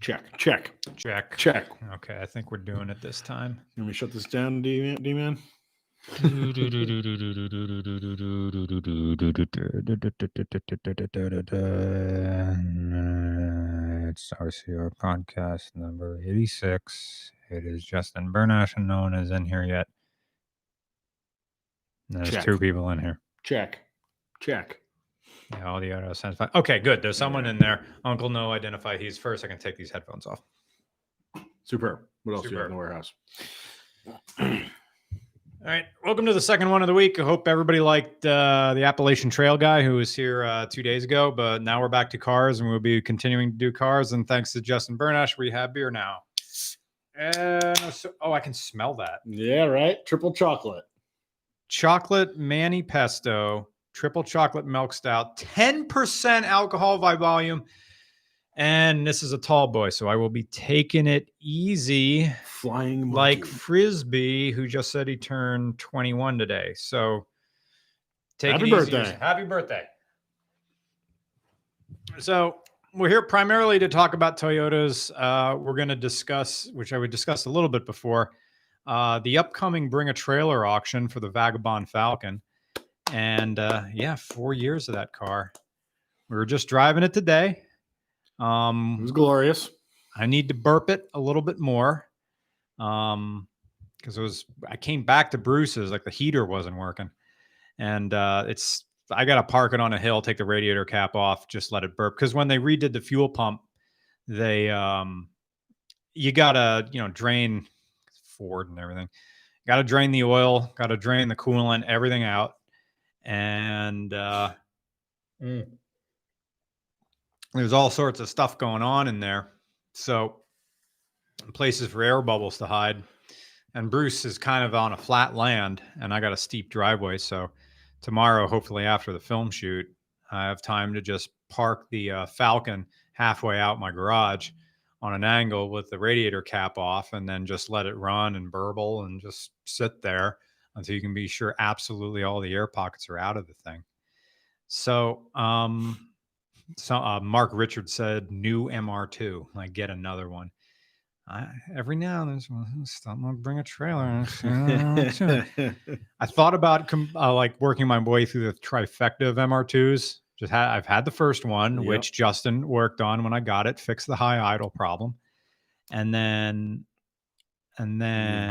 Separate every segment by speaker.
Speaker 1: Check. Check.
Speaker 2: Check.
Speaker 1: Check.
Speaker 2: Okay, I think we're doing it this time.
Speaker 1: Let me shut this down, D man.
Speaker 2: it's RCR podcast number 86. It is Justin Burnash, and no one is in here yet. There's
Speaker 1: Check.
Speaker 2: two people in here.
Speaker 1: Check. Check.
Speaker 2: Yeah, all the auto sounds fine. Okay, good. There's someone in there. Uncle No identify. He's first. I can take these headphones off.
Speaker 1: Superb. What else do you have in
Speaker 2: Superb.
Speaker 1: the warehouse?
Speaker 2: All right, welcome to the second one of the week. I hope everybody liked uh, the Appalachian Trail guy who was here uh, two days ago, but now we're back to cars and we'll be continuing to do cars. And thanks to Justin Burnash, we have beer now. Uh, no, so- oh, I can smell that
Speaker 1: Yeah, right. Triple chocolate.
Speaker 2: chocolate mani pesto, triple chocolate milk stout, 10% alcohol by volume. And this is a tall boy, so I will be taking it easy
Speaker 1: Flying
Speaker 2: like
Speaker 1: monkey.
Speaker 2: Frisbee, who just said he turned 21 today. So take
Speaker 1: Happy
Speaker 2: it easy.
Speaker 1: birthday.
Speaker 2: Happy birthday. So we're here primarily to talk about Toyotas. Uh, we're going to discuss, which I would discuss a little bit before, uh, the upcoming Bring a Trailer auction for the Vagabond Falcon. And uh, yeah, four years of that car. We were just driving it today.
Speaker 1: It
Speaker 2: Um,
Speaker 1: was glorious.
Speaker 2: I need to burp it a little bit more. Um, because it was I came back to Bruce's, like the heater wasn't working. And uh it's I gotta park it on a hill, take the radiator cap off, just let it burp. Because when they redid the fuel pump, they um you gotta, you know, drain Ford and everything. Gotta drain the oil, gotta drain the coolant, everything out. And uh there's all sorts of stuff going on in there. So places for air bubbles to hide. And Bruce is kind of on a flat land, and I got a steep driveway. So tomorrow, hopefully after the film shoot, I have time to just park the uh, Falcon halfway out my garage on an angle with the radiator cap off, and then just let it run and burble and just sit there until you can be sure absolutely all the air pockets are out of the thing. So, um, so uh, Mark Richard said new MR2, like get another one. I, every now and then, there's one, I'm gonna bring a trailer. Uh, I thought about com- uh, like working my way through the trifecta of MR2s. Just had I've had the first one,
Speaker 1: Yep.
Speaker 2: which Justin worked on when I got it, fixed the high idle problem, and then and then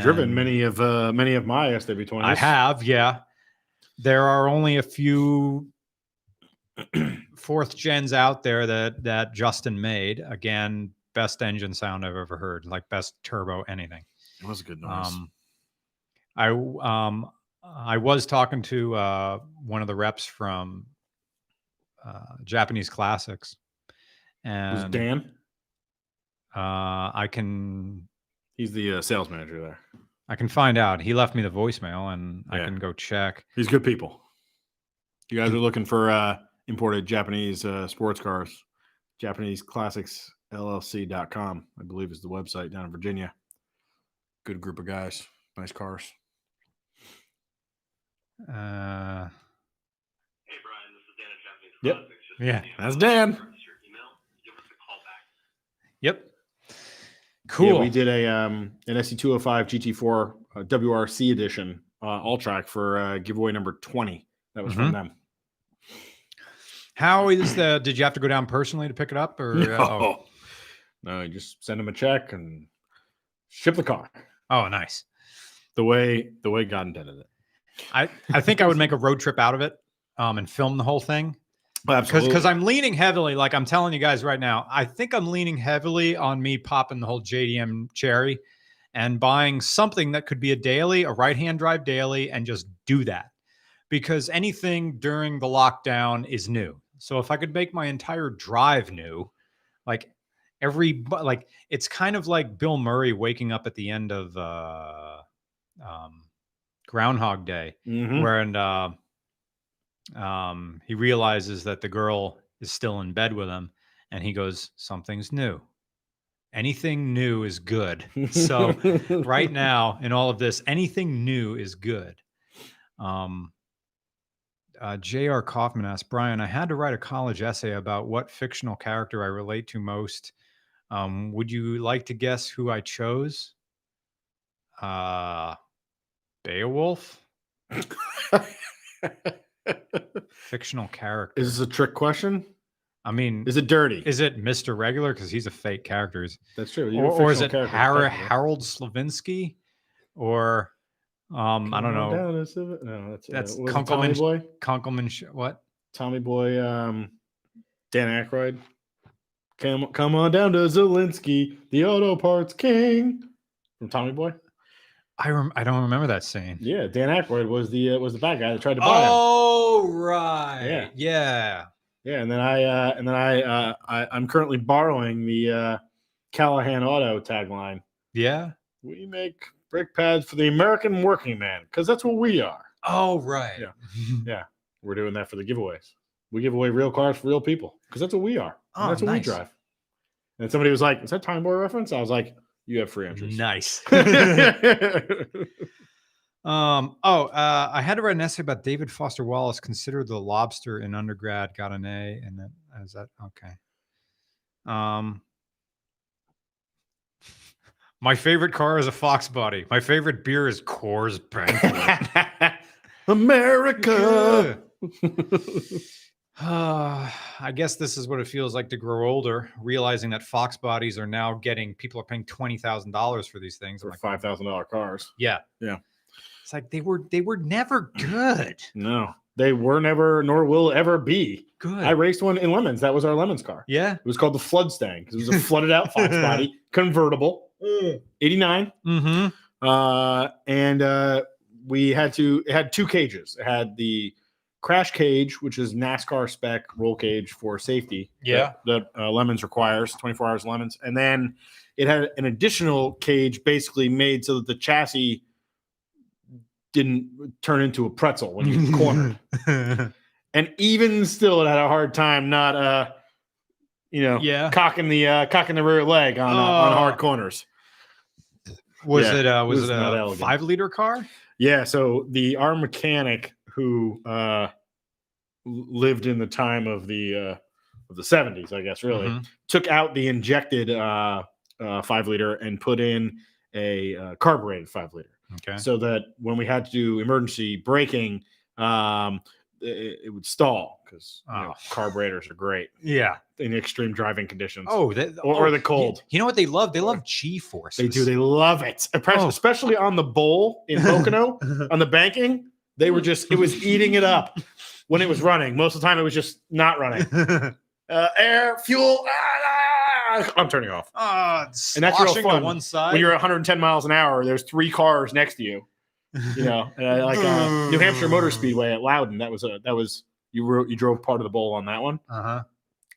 Speaker 1: Driven many of uh many of my SW20s.
Speaker 2: I have, yeah. There are only a few fourth gens out there that that Justin made. Again, best engine sound I've ever heard, like best turbo anything.
Speaker 1: It was a good noise.
Speaker 2: Um, I w- um, I was talking to uh, one of the reps from uh, Japanese Classics,
Speaker 1: it was
Speaker 2: and uh,
Speaker 1: Dan.
Speaker 2: I can
Speaker 1: He's the uh, sales manager there.
Speaker 2: I can find out. He left me the voicemail, and I
Speaker 1: Yeah.
Speaker 2: can go check.
Speaker 1: He's good people. You guys are looking for uh imported Japanese uh sports cars. Japanese classics LLC.com, I believe is the website down in Virginia. Good group of guys, nice cars.
Speaker 2: Uh,
Speaker 3: Hey Brian, this is Dan at Japanese
Speaker 1: Yep.
Speaker 3: Classics. Just
Speaker 2: Yeah.
Speaker 3: looking at
Speaker 1: That's
Speaker 3: my
Speaker 1: Dan.
Speaker 3: reference to your email. Give us a call back.
Speaker 2: yep,
Speaker 1: Yeah,
Speaker 2: cool.
Speaker 1: we did a um an SC205 GT4 uh, WRC edition uh all track for uh giveaway number 20. That was from them.
Speaker 2: How is the? Did you have to go down personally to pick it up, or uh, oh,
Speaker 1: No. no, you just send them a check and ship the car
Speaker 2: oh, nice.
Speaker 1: the way the way God intended it.
Speaker 2: I I think I would make a road trip out of it, um, and film the whole thing. because because I'm leaning heavily, like I'm telling you guys right now, I think I'm leaning heavily on me popping the whole JDM cherry and buying something that could be a daily, a right hand drive daily, and just do that because anything during the lockdown is new. So if I could make my entire drive new, like every bu- like it's kind of like Bill Murray waking up at the end of uh, um, Groundhog Day
Speaker 1: Mhm.
Speaker 2: where and uh, um, he realizes that the girl is still in bed with him, and he goes, "Something's new. Anything new is good." So right now, in all of this, anything new is good. Um, uh, J.R. Kaufman asked Brian, "I had to write a college essay about what fictional character I relate to most." Um, would you like to guess who I chose? Uh, Beowulf, fictional character.
Speaker 1: Is this a trick question?
Speaker 2: I mean,
Speaker 1: Is it dirty?
Speaker 2: is it Mr. Regular? Because he's a fake character. Is-
Speaker 1: That's true.
Speaker 2: Or, or is it Har- Harold Slavinsky? Or um, I don't know,
Speaker 1: no, that's
Speaker 2: That's
Speaker 1: was it
Speaker 2: Kunkelman
Speaker 1: Tommy
Speaker 2: sh-
Speaker 1: Boy.
Speaker 2: Conkelman. Sh- what?
Speaker 1: Tommy Boy. Um, Dan Aykroyd. Come, come on down to Zelensky, the auto parts king. From Tommy Boy.
Speaker 2: I rem- I don't remember that scene.
Speaker 1: Yeah, Dan Aykroyd was the uh, was the bad guy that tried to buy him.
Speaker 2: Oh right, yeah.
Speaker 1: Yeah, and then I uh, and then I, uh, I I'm currently borrowing the uh, Callahan Auto tagline.
Speaker 2: yeah,
Speaker 1: We make brake pads for the American working man because that's what we are.
Speaker 2: Oh right,
Speaker 1: Yeah. We're doing that for the giveaways. We give away real cars for real people because that's what we are. and
Speaker 2: Oh,
Speaker 1: that's what
Speaker 2: nice.
Speaker 1: we drive. And somebody was like, "Is that Time Boy reference?" I was like, "You have free entries."
Speaker 2: nice.
Speaker 1: That's
Speaker 2: Um, oh, uh, I had to write an essay about David Foster Wallace, considered the lobster in undergrad, got an A, and then uh, is that okay? Um, my favorite car is a Fox body. My favorite beer is Coors Banquet.
Speaker 1: America.
Speaker 2: Uh, I guess this is what it feels like to grow older, realizing that Fox bodies are now getting people are paying twenty thousand dollars for these things. I'm
Speaker 1: For
Speaker 2: like,
Speaker 1: five thousand dollar cars.
Speaker 2: yeah,
Speaker 1: Yeah.
Speaker 2: It's like they were they were never good.
Speaker 1: No, they were never, nor will ever be.
Speaker 2: Good.
Speaker 1: I raced one in Lemons. That was our Lemons car.
Speaker 2: yeah.
Speaker 1: It was called the Floodstang because it was a flooded out Fox body convertible, 89.
Speaker 2: Mm-hmm.
Speaker 1: Uh, and uh, we had to, it had two cages. It had the crash cage, which is NASCAR spec roll cage for safety.
Speaker 2: Yeah.
Speaker 1: That, that, uh, Lemons requires 24 hours of Lemons. And then it had an additional cage basically made so that the chassis didn't turn into a pretzel when you cornered. and even still, it had a hard time not, uh, you know,
Speaker 2: yeah.
Speaker 1: cocking the uh, cocking the rear leg on uh, on
Speaker 2: Oh.
Speaker 1: hard corners.
Speaker 2: Was
Speaker 1: Yeah,
Speaker 2: it uh was,
Speaker 1: was
Speaker 2: it
Speaker 1: not
Speaker 2: a
Speaker 1: elegant.
Speaker 2: five liter car?
Speaker 1: Yeah, so the our mechanic who uh, l- lived in the time of the uh, of the seventies, I guess, really
Speaker 2: Mhm.
Speaker 1: took out the injected uh, uh, five liter and put in a uh, carbureted five liter,
Speaker 2: Okay.
Speaker 1: so that when we had to do emergency braking, um, it, it would stall because
Speaker 2: Oh.
Speaker 1: carburetors are great
Speaker 2: Yeah.
Speaker 1: in extreme driving conditions.
Speaker 2: Oh, that,
Speaker 1: Or- or
Speaker 2: oh,
Speaker 1: the
Speaker 2: you-
Speaker 1: cold.
Speaker 2: You, know what they love? They love G force.
Speaker 1: They do. They love it, Espec-
Speaker 2: Oh.
Speaker 1: especially on the bowl in Pocono on the banking. They were just it was eating it up when it was running. Most of the time, it was just not running. Uh, air, fuel. ah, ah, I'm turning off.
Speaker 2: oh,
Speaker 1: And that's real
Speaker 2: to
Speaker 1: fun
Speaker 2: one side.
Speaker 1: When you're 110 miles an hour, there's three cars next to you. You know, uh, like uh, New Hampshire Motor Speedway at Loudon. That was a that was you were you drove part of the bowl on that one.
Speaker 2: uh-huh.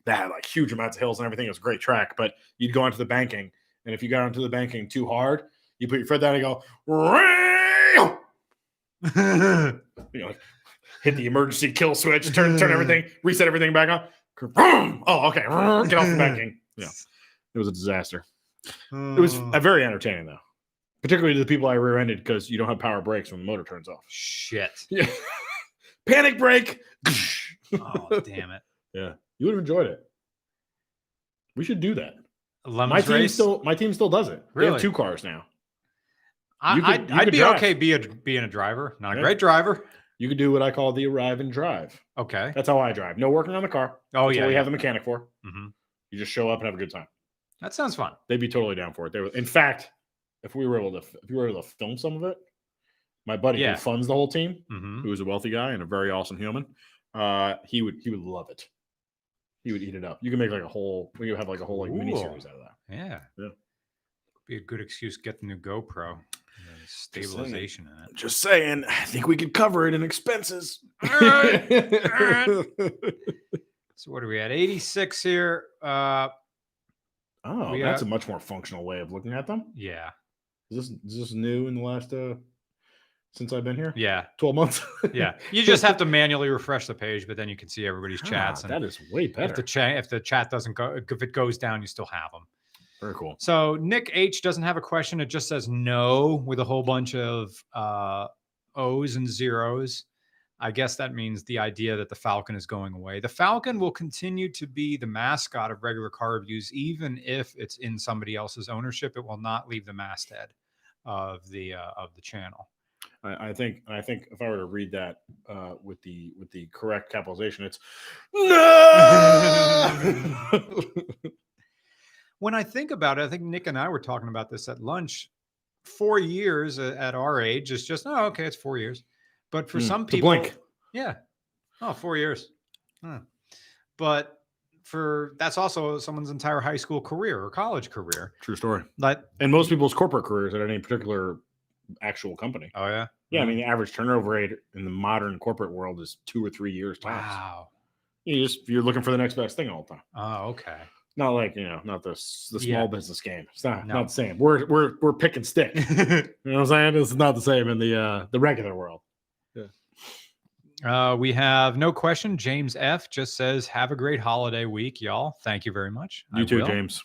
Speaker 1: that had like huge amounts of hills and everything. It was a great track, but you'd go onto the banking, and if you got onto the banking too hard, you put your foot down and go, "Rail!" you know, hit the emergency kill switch, turn turn everything, reset everything back on. Kaboom! Oh, okay, get off the banking. Yeah, it was a disaster. It was
Speaker 2: Oh.
Speaker 1: uh, very entertaining though, particularly to the people I rear-ended because you don't have power brakes when the motor turns off.
Speaker 2: shit.
Speaker 1: Yeah, panic brake.
Speaker 2: Oh damn it.
Speaker 1: you would have enjoyed it. We should do that. my
Speaker 2: Lemons
Speaker 1: team
Speaker 2: race.
Speaker 1: still my team still does it. They
Speaker 2: Really?
Speaker 1: have two cars now.
Speaker 2: I,
Speaker 1: you could-
Speaker 2: I'd,
Speaker 1: you
Speaker 2: I'd
Speaker 1: could
Speaker 2: be
Speaker 1: drive.
Speaker 2: okay be a, being a driver. Not a
Speaker 1: Yeah.
Speaker 2: great driver.
Speaker 1: You could do what I call the arrive and drive.
Speaker 2: Okay.
Speaker 1: That's how I drive. No working on the car.
Speaker 2: Oh
Speaker 1: That's
Speaker 2: yeah.
Speaker 1: what we
Speaker 2: yeah.
Speaker 1: have the mechanic for.
Speaker 2: Mhm.
Speaker 1: You just show up and have a good time.
Speaker 2: That sounds fun.
Speaker 1: They'd be totally down for it. They were, in fact, if we were able to if we were able to film some of it, my buddy
Speaker 2: Yeah.
Speaker 1: who funds the whole team,
Speaker 2: Mm-hmm.
Speaker 1: who is a wealthy guy and a very awesome human, uh, he would he would love it. He would eat it up. You can make like a whole we could have like a whole like mini series
Speaker 2: Cool.
Speaker 1: out of that.
Speaker 2: Yeah.
Speaker 1: Yeah.
Speaker 2: Be a good excuse to get the new GoPro. and the Stabilization in it.
Speaker 1: Just saying, I think we could cover it in expenses.
Speaker 2: So what are we at? 86 here. Uh
Speaker 1: Oh,
Speaker 2: We
Speaker 1: that's
Speaker 2: are-
Speaker 1: a much more functional way of looking at them.
Speaker 2: yeah.
Speaker 1: Is this is this new in the last uh since I've been here?
Speaker 2: Yeah.
Speaker 1: Twelve months.
Speaker 2: Yeah. You just have to manually refresh the page, but then you can see everybody's
Speaker 1: God,
Speaker 2: chats.
Speaker 1: Ah, that
Speaker 2: And
Speaker 1: is way
Speaker 2: if
Speaker 1: better.
Speaker 2: the chat if the chat doesn't go if it goes down, you still have them.
Speaker 1: Very cool.
Speaker 2: So Nick H doesn't have a question. It just says no with a whole bunch of uh O's and zeros. I guess that means the idea that the Falcon is going away. The Falcon will continue to be the mascot of regular car reviews, even if it's in somebody else's ownership. It will not leave the masthead of the uh, of the channel.
Speaker 1: I, I think I think if I were to read that uh, with the with the correct capitalization, it's no.
Speaker 2: when I think about it, I think Nick and I were talking about this at lunch. Four years a- at our age is just oh, okay, it's four years. But for
Speaker 1: Hmm,
Speaker 2: some
Speaker 1: to
Speaker 2: people,
Speaker 1: blink.
Speaker 2: yeah, oh, four years. Huh. But for that's also someone's entire high school career or college career.
Speaker 1: True story.
Speaker 2: But
Speaker 1: And most people's corporate careers at any particular actual company.
Speaker 2: oh yeah,
Speaker 1: Yeah, I mean, the average turnover rate in the modern corporate world is two or three years tops.
Speaker 2: wow,
Speaker 1: You just you're looking for the next best thing all the time.
Speaker 2: oh okay,
Speaker 1: Not like you know, not the s- the
Speaker 2: Yeah.
Speaker 1: small business game. It's not
Speaker 2: No.
Speaker 1: not the same. We're we're we're pick and stick. you know what I'm saying? It's not the same in the uh the regular world.
Speaker 2: Uh, we have no question. James F just says, "Have a great holiday week, y'all." Thank you very much. I will.
Speaker 1: James.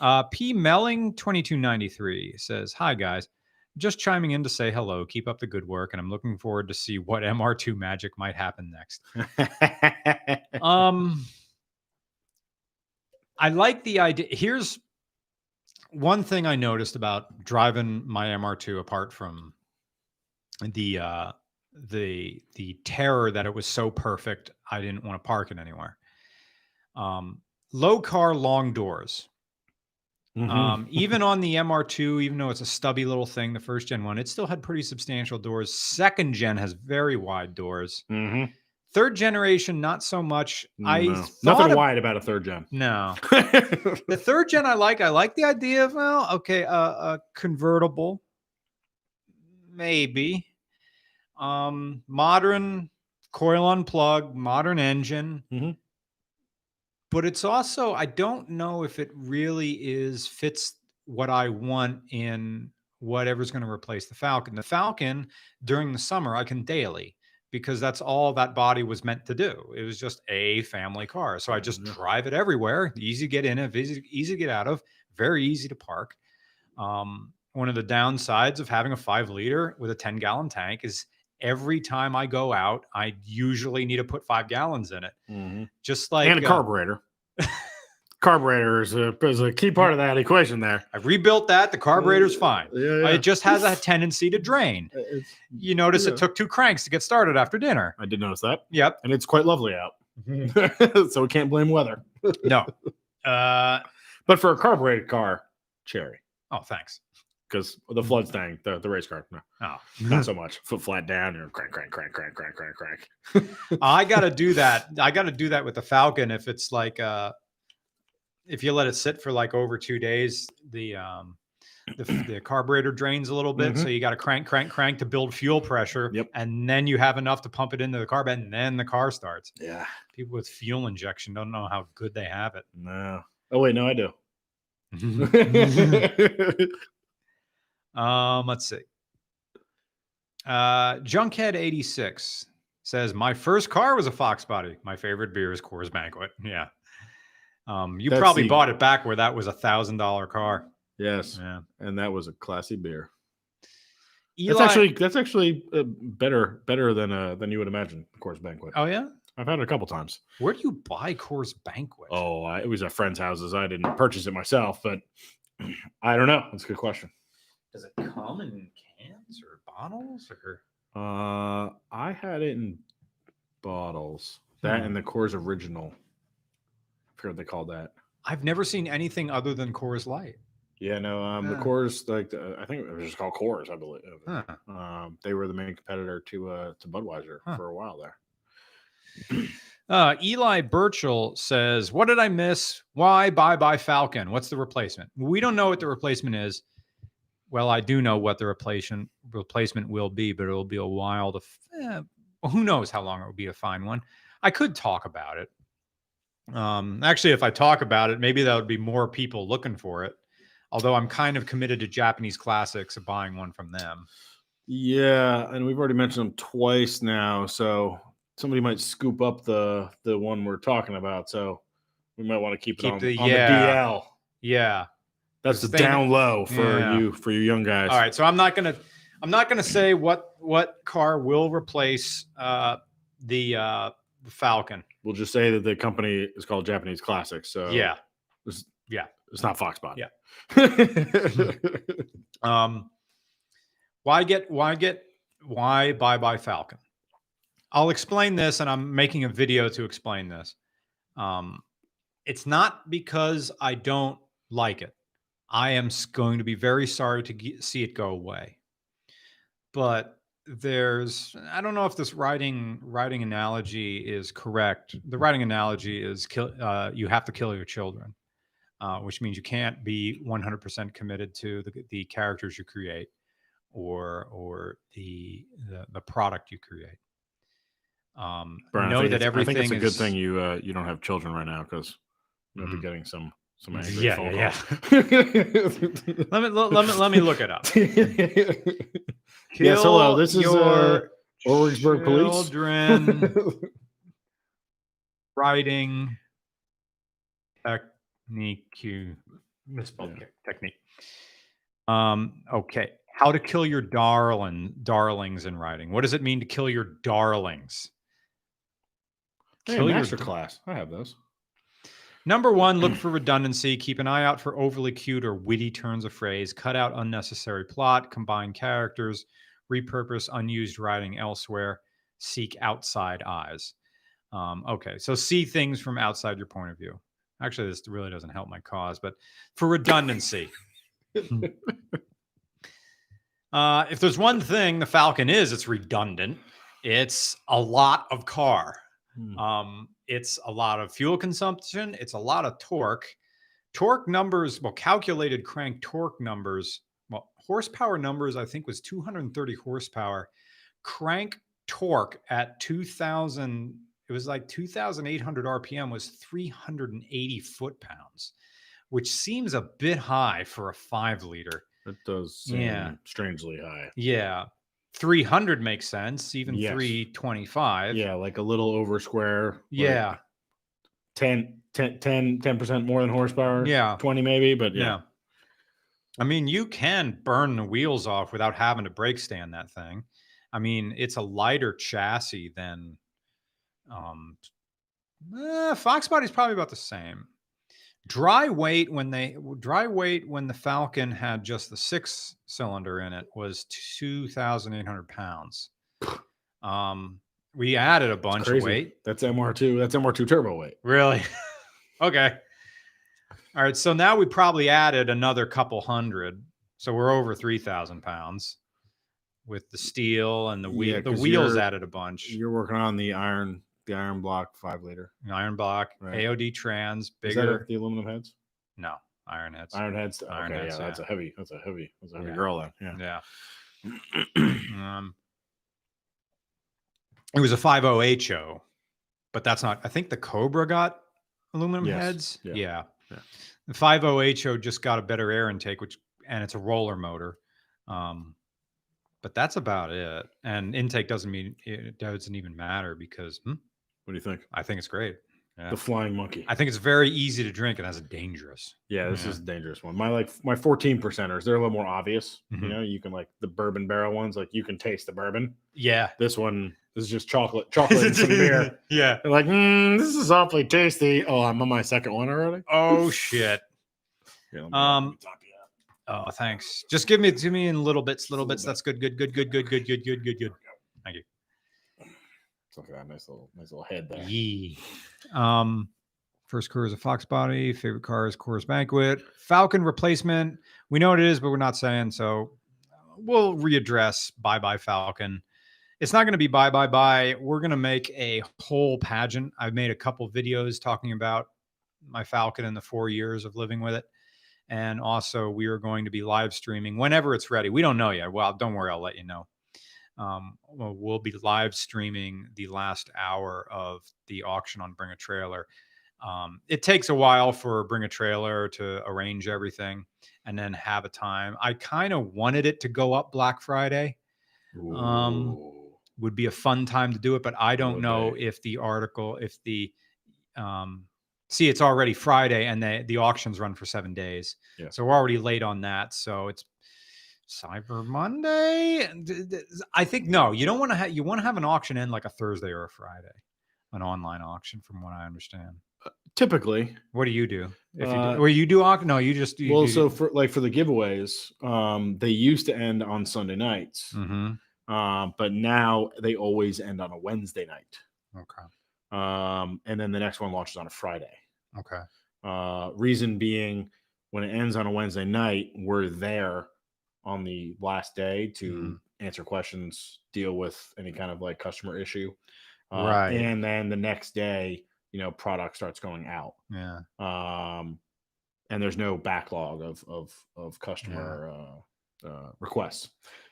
Speaker 2: Uh, P Melling twenty two ninety three says, "Hi guys, just chiming in to say hello. Keep up the good work, and I'm looking forward to see what MR two magic might happen next."
Speaker 1: Mm-hmm.
Speaker 2: um, I like the idea. Here's one thing I noticed about driving my MR two apart from the uh, the the terror that it was so perfect, I didn't want to park it anywhere. Um, low car, long doors.
Speaker 1: Mm-hmm.
Speaker 2: Um, even on the MR2, even though it's a stubby little thing, the first gen one, it still had pretty substantial doors. Second gen has very wide doors.
Speaker 1: hmm
Speaker 2: Third generation, not so much. I
Speaker 1: Mm, nothing
Speaker 2: thought ab- Mm-hmm.
Speaker 1: wide about a third gen.
Speaker 2: No, the third gen I like. I like the idea of well, okay, uh, a convertible, maybe. Um, modern coil unplug, modern engine.
Speaker 1: Mhm.
Speaker 2: But it's also I don't know if it really is fits what I want in whatever's going to replace the Falcon. The Falcon during the summer I can daily because that's all that body was meant to do. It was just a family car. So I just
Speaker 1: Yeah.
Speaker 2: drive it everywhere. Easy to get in of, easy, easy to get out of, very easy to park. Um, one of the downsides of having a five liter with a 10 gallon tank is every time I go out, I usually need to put five gallons in it. Just like
Speaker 1: and a
Speaker 2: uh,
Speaker 1: carburetor. carburetor is a, is a key part of that equation there.
Speaker 2: I rebuilt that. The carburetor's fine.
Speaker 1: Yeah,
Speaker 2: It just has a tendency to drain. You notice
Speaker 1: Yeah.
Speaker 2: it took two cranks to get started after dinner.
Speaker 1: I did notice that,
Speaker 2: Yep.
Speaker 1: and it's quite lovely out, so we can't blame weather.
Speaker 2: No. Uh,
Speaker 1: But for a carbureted car, cherry,
Speaker 2: oh, thanks.
Speaker 1: because
Speaker 2: Mm-hmm.
Speaker 1: the floods thing, the, the race car, no,
Speaker 2: Oh.
Speaker 1: not so much. Foot flat down, and crank, crank, crank, crank, crank, crank, crank.
Speaker 2: I gotta do that. I gotta do that with the Falcon if it's like uh if you let it sit for like over two days, the um the, f- the carburetor drains a little bit, so you got to crank, crank, crank to build fuel pressure,
Speaker 1: Mm-hmm. Yep.
Speaker 2: and then you have enough to pump it into the car bed, and then the car starts.
Speaker 1: Yeah,
Speaker 2: People with fuel injection don't know how good they have
Speaker 1: no. Oh wait, no, I do.
Speaker 2: it. Um, let's see. Uh, Junkhead eighty six says, "My first car was a Fox Body. My favorite beer is Coors Banquet." Yeah. Um, you
Speaker 1: That's
Speaker 2: probably
Speaker 1: the-
Speaker 2: bought it back where that was a thousand dollar car.
Speaker 1: yes,
Speaker 2: Yeah.
Speaker 1: and that was a classy beer.
Speaker 2: Eli,
Speaker 1: That's actually that's actually uh, better better than uh, than you would imagine. Of course, banquet.
Speaker 2: Oh yeah.
Speaker 1: I've had it a couple times.
Speaker 2: Where do you buy Coors Banquet?
Speaker 1: Oh, I, it was at friends' houses. I didn't purchase it myself, but I don't know. That's a good question.
Speaker 2: does it come in cans or bottles or?
Speaker 1: Uh, I had it in bottles. That
Speaker 2: Hmm.
Speaker 1: and the Coors Original. I forget what they called that.
Speaker 2: I've never seen anything other than Coors Light.
Speaker 1: Yeah, no, um, the
Speaker 2: Huh.
Speaker 1: Coors, like the, I think it was just called Coors. I believe
Speaker 2: Huh.
Speaker 1: um, they were the main competitor to uh, to Budweiser
Speaker 2: Huh.
Speaker 1: for a while there.
Speaker 2: Uh, Eli Birchall says, What did I miss? Why bye bye Falcon? What's the replacement? We don't know what the replacement is. Well, I do know what the replacement replacement will be, but it'll be a while to f- eh, who knows how long it will be to find one. I could talk about it. Um, actually, if I talk about it, maybe that would be more people looking for it. Although I'm kind of committed to Japanese classics and buying one from them.
Speaker 1: Yeah, and we've already mentioned them twice now, so somebody might scoop up the the one we're talking about. So we might want to keep it
Speaker 2: Keep
Speaker 1: on,
Speaker 2: the-
Speaker 1: on
Speaker 2: yeah.
Speaker 1: the DL.
Speaker 2: Yeah.
Speaker 1: That's the
Speaker 2: Because they-
Speaker 1: down low for
Speaker 2: Yeah.
Speaker 1: you for you young guys.
Speaker 2: All right, so I'm not gonna I'm not going to say what what car will replace uh, the uh, the Falcon.
Speaker 1: We'll just say that the company is called Japanese Classics. So
Speaker 2: yeah,
Speaker 1: it's not Foxbot.
Speaker 2: Yeah.
Speaker 1: Yeah.
Speaker 2: Um, why get why get why bye bye Falcon? I'll explain this, and I'm making a video to explain this. Um, it's not because I don't like it. I am s- going to be very sorry to ge- see it go away. But there's I don't know if this riding riding analogy is correct. The riding analogy is kill uh, you have to kill your children uh, which means you can't be 100% committed to the, the characters you create or or the the, the product you create. Um,
Speaker 1: Brian, I
Speaker 2: know
Speaker 1: think
Speaker 2: that
Speaker 1: it's- I
Speaker 2: everything
Speaker 1: think it's a good
Speaker 2: is-
Speaker 1: thing you uh, you don't have children right now because you'll be
Speaker 2: Mhm.
Speaker 1: getting some some
Speaker 2: Yeah,
Speaker 1: angry
Speaker 2: yeah,
Speaker 1: phone
Speaker 2: yeah.
Speaker 1: calls.
Speaker 2: Let me let, let me let me look it up.
Speaker 1: Yes, hello, this is, uh,
Speaker 2: your
Speaker 1: Orangeburg Police.
Speaker 2: Children writing technique. You misspelled
Speaker 1: Yeah.
Speaker 2: it, technique. Um. Okay. How to kill your darling darlings in writing? What does it mean to kill your darlings?
Speaker 1: hey,
Speaker 2: Kill your
Speaker 1: master
Speaker 2: d-
Speaker 1: class. I have those.
Speaker 2: Number one, look for redundancy. Keep an eye out for overly cute or witty turns of phrase. Cut out unnecessary plot, combine characters, repurpose unused writing elsewhere. Seek outside eyes. Um, okay, so see things from outside your point of view. Actually, this really doesn't help my cause, but for redundancy. uh, if there's one thing the Falcon is, it's redundant. It's a lot of car.
Speaker 1: Mm-hmm. Oh,
Speaker 2: Um, it's a lot of fuel consumption. It's a lot of torque. Torque numbers, well, calculated crank torque numbers. Well, horsepower numbers, I think, was 230 horsepower. Crank torque at 2,000, it was like 2,800 RPM was 380 foot pounds, which seems a bit high for a five liter.
Speaker 1: That does seem
Speaker 2: Yeah.
Speaker 1: strangely high.
Speaker 2: Yeah. 300 makes sense, even
Speaker 1: Yes.
Speaker 2: 325.
Speaker 1: Yeah, like a little over square. like
Speaker 2: Yeah.
Speaker 1: 10, 10, 10, 10% more than horsepower.
Speaker 2: Yeah.
Speaker 1: 20 maybe, but
Speaker 2: Yeah.
Speaker 1: yeah.
Speaker 2: I mean, you can burn the wheels off without having to brake stand that thing. I mean, it's a lighter chassis than um eh, Fox Body's probably about the same. Dry weight when they w- dry weight when the Falcon had just the six cylinder in it was two thousand eight hundred pounds. Um, we added a bunch of
Speaker 1: crazy.
Speaker 2: weight.
Speaker 1: That's MR2. That's MR2 turbo weight.
Speaker 2: Really? okay. All right. So now we probably added another couple hundred. So we're over 3,000 pounds with the steel and the wheel.
Speaker 1: Yeah,
Speaker 2: the
Speaker 1: 'cause
Speaker 2: wheels
Speaker 1: you're-
Speaker 2: added a bunch.
Speaker 1: You're working on the iron, the iron block five liter.
Speaker 2: An iron block,
Speaker 1: Right.
Speaker 2: AOD trans,
Speaker 1: Is that
Speaker 2: bigger.
Speaker 1: the aluminum heads?
Speaker 2: No, iron heads.
Speaker 1: Iron heads.
Speaker 2: Iron
Speaker 1: okay,
Speaker 2: heads,
Speaker 1: yeah,
Speaker 2: yeah.
Speaker 1: that's a heavy. That's a heavy. That's a heavy
Speaker 2: Yeah.
Speaker 1: girl then. Yeah.
Speaker 2: Yeah. um, it was a 50HO, but that's not, I think the Cobra got aluminum
Speaker 1: Yes,
Speaker 2: heads.
Speaker 1: yeah,
Speaker 2: Yeah.
Speaker 1: yeah.
Speaker 2: The 50HO just got a better air intake, which, and it's a roller motor. Um, but that's about it. And intake doesn't mean it doesn't even matter because hmm,
Speaker 1: What do you think?
Speaker 2: I think it's great. Yeah.
Speaker 1: The flying monkey.
Speaker 2: I think it's very easy to drink and that's dangerous.
Speaker 1: yeah, this
Speaker 2: yeah.
Speaker 1: is a dangerous one. My like my 14 percenters, they're a little more obvious. You
Speaker 2: Mhm.
Speaker 1: know, you can like the bourbon barrel ones, like you can taste the bourbon.
Speaker 2: Yeah.
Speaker 1: This one is just chocolate, chocolate and some beer.
Speaker 2: yeah.
Speaker 1: They're like, mm, this is awfully tasty. Oh, I'm on my second one already.
Speaker 2: Oh, shit.
Speaker 1: Yeah, let me-
Speaker 2: Um,
Speaker 1: let me top you up.
Speaker 2: Oh, thanks. Just give me to me in little bits, little
Speaker 1: Little
Speaker 2: bits. That's good, good, good, good, good, good, good, good, good, good.
Speaker 1: It's like that nice little nice little head there.
Speaker 2: Yee. Um, first car is a Fox Body. Favorite car is Coors Banquet. Falcon replacement. We know what it is, but we're not saying so. uh, We'll readdress Bye Bye Falcon. It's not going to be bye bye bye. We're going to make a whole pageant. I've made a couple videos talking about my Falcon and the four years of living with it. And also, we are going to be live streaming whenever it's ready. We don't know yet. Well, don't worry, I'll let you know. Um, well, we'll be live streaming the last hour of the auction on Bring a Trailer. Um, it takes a while for Bring a Trailer to arrange everything and then have a time. I kind of wanted it to go up Black Friday Um,
Speaker 1: Ooh.
Speaker 2: would be a fun time to do it, but I don't
Speaker 1: would
Speaker 2: know
Speaker 1: be.
Speaker 2: if the article, if the um see it's already Friday and the the auctions run for seven days.
Speaker 1: Yeah.
Speaker 2: So we're already late on that. So it's Cyber Monday. And d- d- I think no, you don't want to have you want to have an auction end like a Thursday or a Friday, an online auction, from what I understand.
Speaker 1: Typically,
Speaker 2: What do you do? If you
Speaker 1: Uh,
Speaker 2: do, well, you do auction. No, you just you,
Speaker 1: well, so for like for the giveaways, um, they used to end on Sunday nights,
Speaker 2: hmm
Speaker 1: um, but now they always end on a Wednesday night,
Speaker 2: okay,
Speaker 1: um, and then the next one launches on a Friday.
Speaker 2: okay,
Speaker 1: Uh, reason being, when it ends on a Wednesday night, we're there on the last day to answer questions, deal with any kind of like customer issue, uh,
Speaker 2: Right.
Speaker 1: And then the next day, you know, product starts going out,
Speaker 2: yeah,
Speaker 1: um, and there's no backlog of of of customer uh, uh, requests.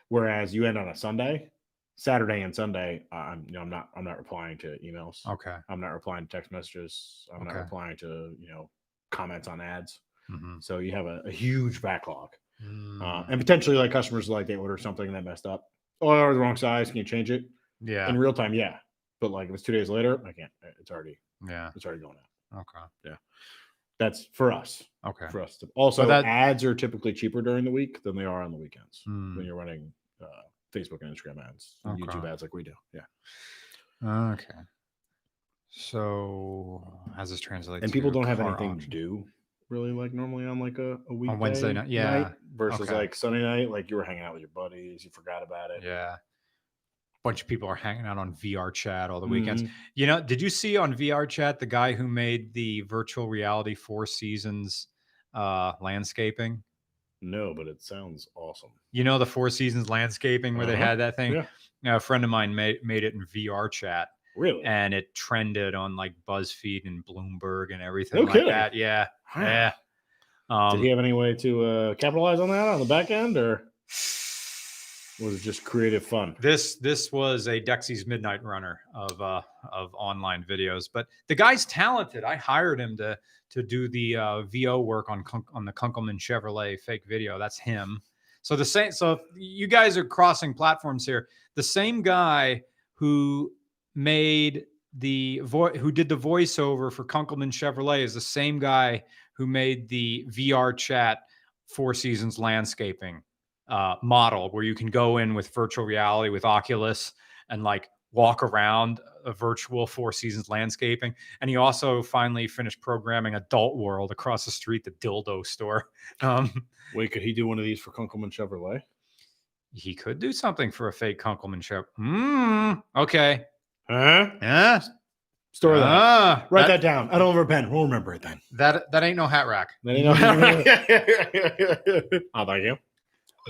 Speaker 1: Whereas you end on a Sunday, Saturday and Sunday, I'm you know, I'm not I'm not replying to emails.
Speaker 2: okay.
Speaker 1: I'm not replying to text messages. I'm
Speaker 2: Okay.
Speaker 1: not replying to you know comments on ads.
Speaker 2: mhm.
Speaker 1: So you have a, a huge backlog, uh,
Speaker 2: Mm,
Speaker 1: and potentially like customers like they order something and that messed up. Oh, I ordered the wrong size. Can you change it
Speaker 2: yeah,
Speaker 1: in real time? Yeah, but like if it's two days later, I can't. It's already
Speaker 2: yeah.
Speaker 1: it's already going out.
Speaker 2: Okay,
Speaker 1: That's for us.
Speaker 2: okay.
Speaker 1: For us. To, also,
Speaker 2: that-
Speaker 1: ads are typically cheaper during the week than they are on the weekends
Speaker 2: Mm,
Speaker 1: when you're running uh, Facebook and Instagram ads, and YouTube
Speaker 2: Okay.
Speaker 1: ads like we do. Yeah,
Speaker 2: Okay. So how does this translate?
Speaker 1: and people
Speaker 2: to
Speaker 1: don't have
Speaker 2: car
Speaker 1: anything to
Speaker 2: auction?
Speaker 1: do really like normally on like a, a weekday
Speaker 2: Wednesday night- yeah,
Speaker 1: versus
Speaker 2: okay.
Speaker 1: like Sunday night like you were hanging out with your buddies you forgot about it
Speaker 2: Yeah. Bunch of people are hanging out on VR chat all the
Speaker 1: Mm-hmm.
Speaker 2: weekends. You know, did you see on VR chat the guy who made the virtual reality Four Seasons uh, landscaping?
Speaker 1: no but it sounds awesome
Speaker 2: You know, the Four Seasons landscaping where they
Speaker 1: Uh-huh.
Speaker 2: had that thing?
Speaker 1: Yeah.
Speaker 2: Now, a friend of mine made, made it in VR chat
Speaker 1: really
Speaker 2: and it trended on like BuzzFeed and Bloomberg and everything
Speaker 1: No
Speaker 2: like
Speaker 1: kidding.
Speaker 2: that. Yeah.
Speaker 1: Huh.
Speaker 2: Yeah.
Speaker 1: did
Speaker 2: Um,
Speaker 1: he have any way to uh, capitalize on that on the back end or was it just creative fun
Speaker 2: Um, this this was a Dexy's midnight runner of uh of online videos, but the guy's talented. I hired him to to do the uh, VO work on Kun- on the Kunkelman Chevrolet fake video. That's him. So the same. So if you guys are crossing platforms here. The same guy who made the vo- who did the voiceover for Kunkelman Chevrolet is the same guy who made the VR chat Four Seasons landscaping uh, model where you can go in with virtual reality with Oculus and like walk around a virtual Four Seasons landscaping. And he also finally finished programming Adult World across the street, the dildo store. Um,
Speaker 1: wait could he do one of these for kunkelman chevrolet
Speaker 2: he could do something for a fake Kunkelman show. Mm, okay.
Speaker 1: huh
Speaker 2: Yeah.
Speaker 1: store that
Speaker 2: Ah,
Speaker 1: write that, down i don't have a pen we'll remember it then
Speaker 2: that, that. That ain't no hat rack.
Speaker 1: Then you know- oh thank you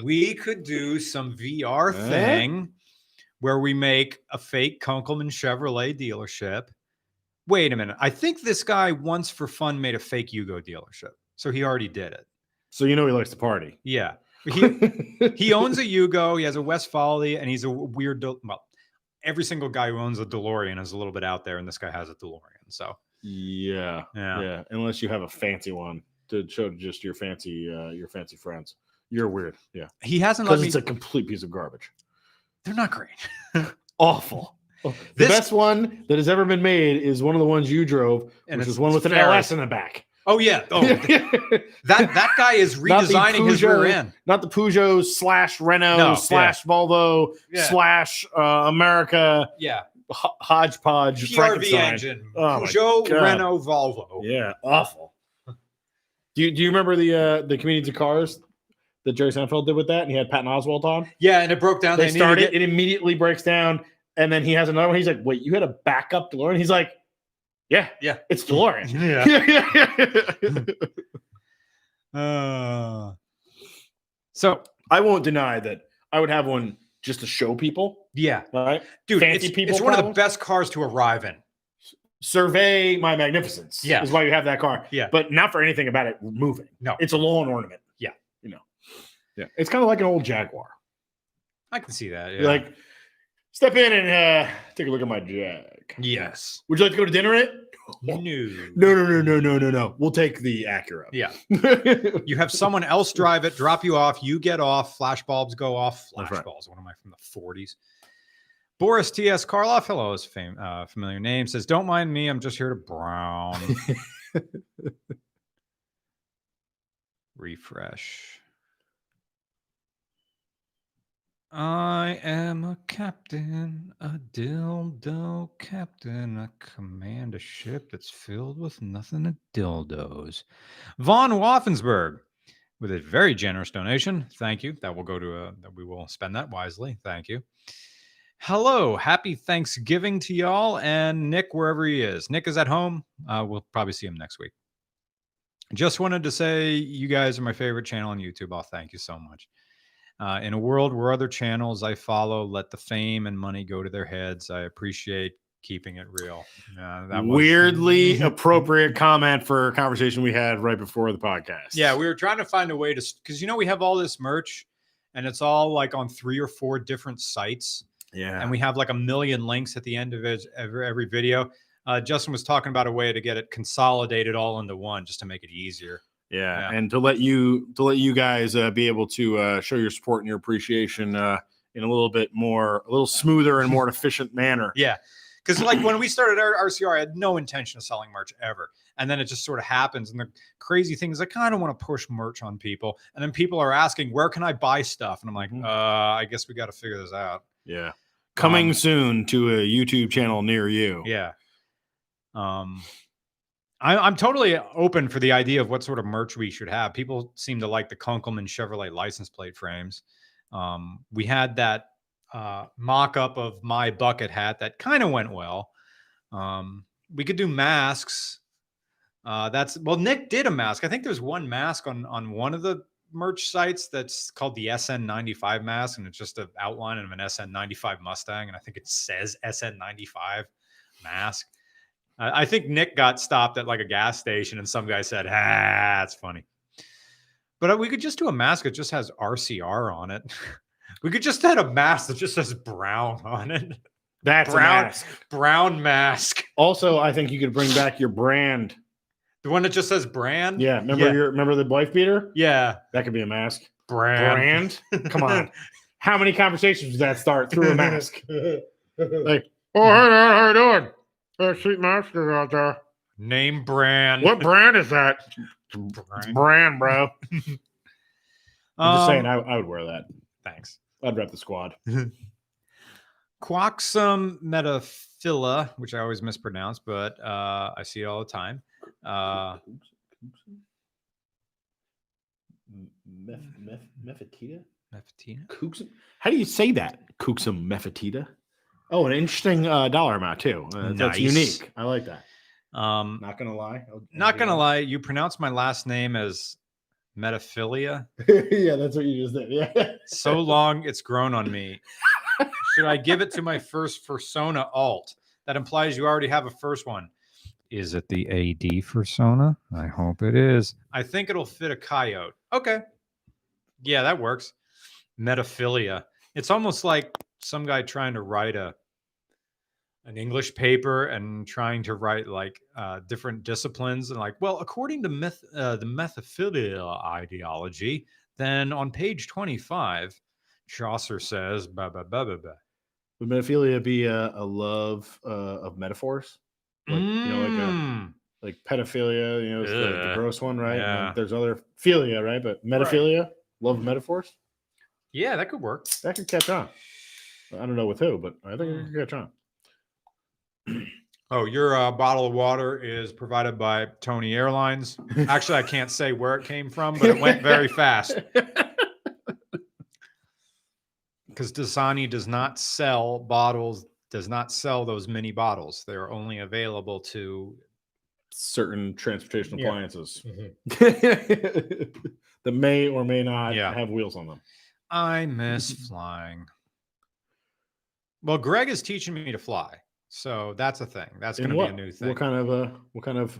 Speaker 2: we could do some VR
Speaker 1: Huh?
Speaker 2: thing where we make a fake Kunkelman Chevrolet dealership. Wait a minute. I think this guy once for fun made a fake Yugo dealership. So he already did it.
Speaker 1: so you know he likes to party
Speaker 2: Yeah. He, he owns a Yugo, he has a West Folly, and he's a weird. Del- well, every single guy who owns a DeLorean is a little bit out there, and this guy has a DeLorean. So,
Speaker 1: yeah
Speaker 2: yeah.
Speaker 1: Yeah, unless you have a fancy one to show to just your fancy uh, your fancy friends. You're weird. Yeah,
Speaker 2: He hasn't let
Speaker 1: because
Speaker 2: me.
Speaker 1: it's a complete piece of garbage.
Speaker 2: they're not great. Awful.
Speaker 1: the
Speaker 2: This-
Speaker 1: best one that has ever been made is one of the ones you drove,
Speaker 2: And
Speaker 1: which
Speaker 2: it's
Speaker 1: was one with an
Speaker 2: Ferrari.
Speaker 1: LS in the back.
Speaker 2: Oh, yeah. Oh, that, that guy is
Speaker 1: Not the
Speaker 2: redesigning his rear
Speaker 1: Peugeot.
Speaker 2: end.
Speaker 1: Not the Peugeot slash Renault
Speaker 2: No, yeah.
Speaker 1: slash Volvo
Speaker 2: Yeah.
Speaker 1: slash uh, America
Speaker 2: Yeah.
Speaker 1: ho- hodgepodge
Speaker 2: PRV
Speaker 1: Frankenstein.
Speaker 2: engine.
Speaker 1: Oh my
Speaker 2: Peugeot,
Speaker 1: God.
Speaker 2: Renault, Volvo.
Speaker 1: Yeah, awful. Do you, do you remember the uh, the comedians of cars that Jerry Seinfeld did with that, and he had Patton Oswalt on?
Speaker 2: Yeah, and it broke down.
Speaker 1: they,
Speaker 2: needed
Speaker 1: start it,
Speaker 2: It.
Speaker 1: it immediately breaks down, and then he has another one. He's like, "Wait, you had a backup DeLorean?" He's like, "Yeah,
Speaker 2: Yeah.
Speaker 1: it's DeLorean."
Speaker 2: Yeah. Uh, so
Speaker 1: I won't deny that I would have one just to show people,
Speaker 2: yeah,
Speaker 1: right?
Speaker 2: dude,
Speaker 1: Fancy
Speaker 2: it's,
Speaker 1: people
Speaker 2: it's one of the
Speaker 1: problem?
Speaker 2: best cars to arrive in.
Speaker 1: Survey my magnificence.
Speaker 2: Yeah.
Speaker 1: is why you have that car.
Speaker 2: Yeah.
Speaker 1: but not for anything about it moving.
Speaker 2: No.
Speaker 1: it's a lawn ornament.
Speaker 2: Yeah.
Speaker 1: you know. Yeah, it's kind of like an old Jaguar.
Speaker 2: I can see that.
Speaker 1: You're
Speaker 2: Yeah.
Speaker 1: like, step in and uh, take a look at my Jag.
Speaker 2: yes,
Speaker 1: Would you like to go to dinner? in It?
Speaker 2: no,
Speaker 1: oh, No, no, no, no, no, no, no. We'll take the Acura.
Speaker 2: Yeah,
Speaker 1: That's
Speaker 2: you have someone else drive it, drop you off, you get off, flash bulbs go off,
Speaker 1: That's
Speaker 2: flash
Speaker 1: right.
Speaker 2: bulbs. What am I from the 40s? Boris T.S. Karloff, hello, is fam- uh, familiar name, says, Don't mind me, I'm just here to brown. Refresh. I am a captain, a dildo captain. I command a ship that's filled with nothing but dildos. Von Waffensberg, with a very generous donation. Thank you. That will go to a, that we will spend that wisely. Thank you. Hello, happy Thanksgiving to y'all and Nick wherever he is. Nick is at home. Uh, we'll probably see him next week. Just wanted to say you guys are my favorite channel on YouTube. Oh, thank you so much. Uh, in a world where other channels I follow let the fame and money go to their heads, I appreciate keeping it real. Uh, that was- Mm-hmm.
Speaker 1: Weirdly appropriate comment for a conversation we had right before the podcast.
Speaker 2: Yeah, we were trying to find a way to because you know we have all this merch, and it's all like on three or four different sites,
Speaker 1: yeah.
Speaker 2: and we have like a million links at the end of it, every, every video. Uh, Justin was talking about a way to get it consolidated all into one, just to make it easier.
Speaker 1: yeah
Speaker 2: Yeah.
Speaker 1: and to let you to let you guys uh, be able to uh, show your support and your appreciation uh, in a little bit more a little smoother and more efficient manner
Speaker 2: Yeah. Because like when we started our RCR, I had no intention of selling merch ever. And then it just sort of happens. And the crazy thing is I kind of want to push merch on people. And then people are asking, where can I buy stuff? And I'm like,
Speaker 1: Mhm.
Speaker 2: uh, I guess we got to figure this out.
Speaker 1: yeah coming
Speaker 2: Um,
Speaker 1: soon to a youtube channel near you
Speaker 2: Yeah. Um, I, I'm totally open for the idea of what sort of merch we should have. People seem to like the Kunkelman Chevrolet license plate frames. Um, we had that uh, mock up of my bucket hat that kind of went well. Um, we could do masks. Uh, that's well, Nick did a mask. I think there's one mask on on one of the merch sites that's called the SN95 mask, and it's just an outline of an SN95 Mustang, and I think it says SN95 mask. I I think Nick got stopped at like a gas station, and some guy said, "Ah, that's funny." But uh, we could just do a mask that just has RCR on it. we could just add a mask that just says brown on it.
Speaker 1: that's a
Speaker 2: Brown-
Speaker 1: mask.
Speaker 2: Brown mask,
Speaker 1: also i think you could bring back your brand
Speaker 2: the one that just says brand.
Speaker 1: yeah remember
Speaker 2: Yeah.
Speaker 1: your remember the life beater
Speaker 2: yeah,
Speaker 1: that could be a mask
Speaker 2: brand.
Speaker 1: brand come on how many conversations did that start through a mask like oh hey there, how you doing Uh, sweet maskers out there
Speaker 2: Name brand.
Speaker 1: uh, what brand is that It's
Speaker 2: Brand.
Speaker 1: brand, bro. I'm just saying,
Speaker 2: Um,
Speaker 1: I, I would wear that.
Speaker 2: Thanks.
Speaker 1: I'd rep the squad.
Speaker 2: Quaxum metaphila, which I always mispronounce, but uh, I see it all the time. Uh,
Speaker 1: Meth, meth, mefatita?
Speaker 2: Mephatina?
Speaker 1: Kooksum? How do you say that? Kooksum mefatita? Oh, an interesting uh, dollar amount, too. Uh, That's
Speaker 2: Nice.
Speaker 1: unique. I like that.
Speaker 2: Um,
Speaker 1: Not going to lie. I'll- I'll
Speaker 2: not
Speaker 1: give
Speaker 2: gonna
Speaker 1: it.
Speaker 2: lie, you pronounce my last name as metaphilia.
Speaker 1: yeah, that's what you just did. Yeah.
Speaker 2: So long, it's grown on me. Should I give it to my first persona alt? That implies you already have a first one. Is it the AD persona? I hope it is. I think it'll fit a coyote. Okay. Yeah, that works. Metaphilia. It's almost like some guy trying to write a an English paper and trying to write like uh, different disciplines and like, well, according to myth, uh, the metaphilia ideology, then on page 25, Chaucer says, ba ba ba ba ba.
Speaker 1: Would metaphilia be a, a love uh, of metaphors? Like, you know, like a,
Speaker 2: Mm.
Speaker 1: like pedophilia, you know, it's the, the
Speaker 2: Ugh.
Speaker 1: gross one, right? And then
Speaker 2: Yeah.
Speaker 1: there's other philia, right? But metaphilia, love metaphors,
Speaker 2: yeah, that could work.
Speaker 1: that could catch on. I don't know with who, but I think it could
Speaker 2: Mm.
Speaker 1: catch on.
Speaker 2: Oh, your uh, bottle of water is provided by Tony Airlines. Actually, I can't say where it came from, but it went very fast because Dasani does not sell bottles, does not sell those mini bottles. They're only available to.
Speaker 1: Certain transportation
Speaker 2: Yeah. Mm-hmm.
Speaker 1: appliances that may or may not
Speaker 2: Yeah.
Speaker 1: have wheels on them.
Speaker 2: I miss
Speaker 1: Mm-hmm.
Speaker 2: flying. Well, Greg is teaching me to fly. So that's a thing. That's
Speaker 1: In
Speaker 2: going to be
Speaker 1: what?
Speaker 2: a new thing.
Speaker 1: What kind of uh, what kind of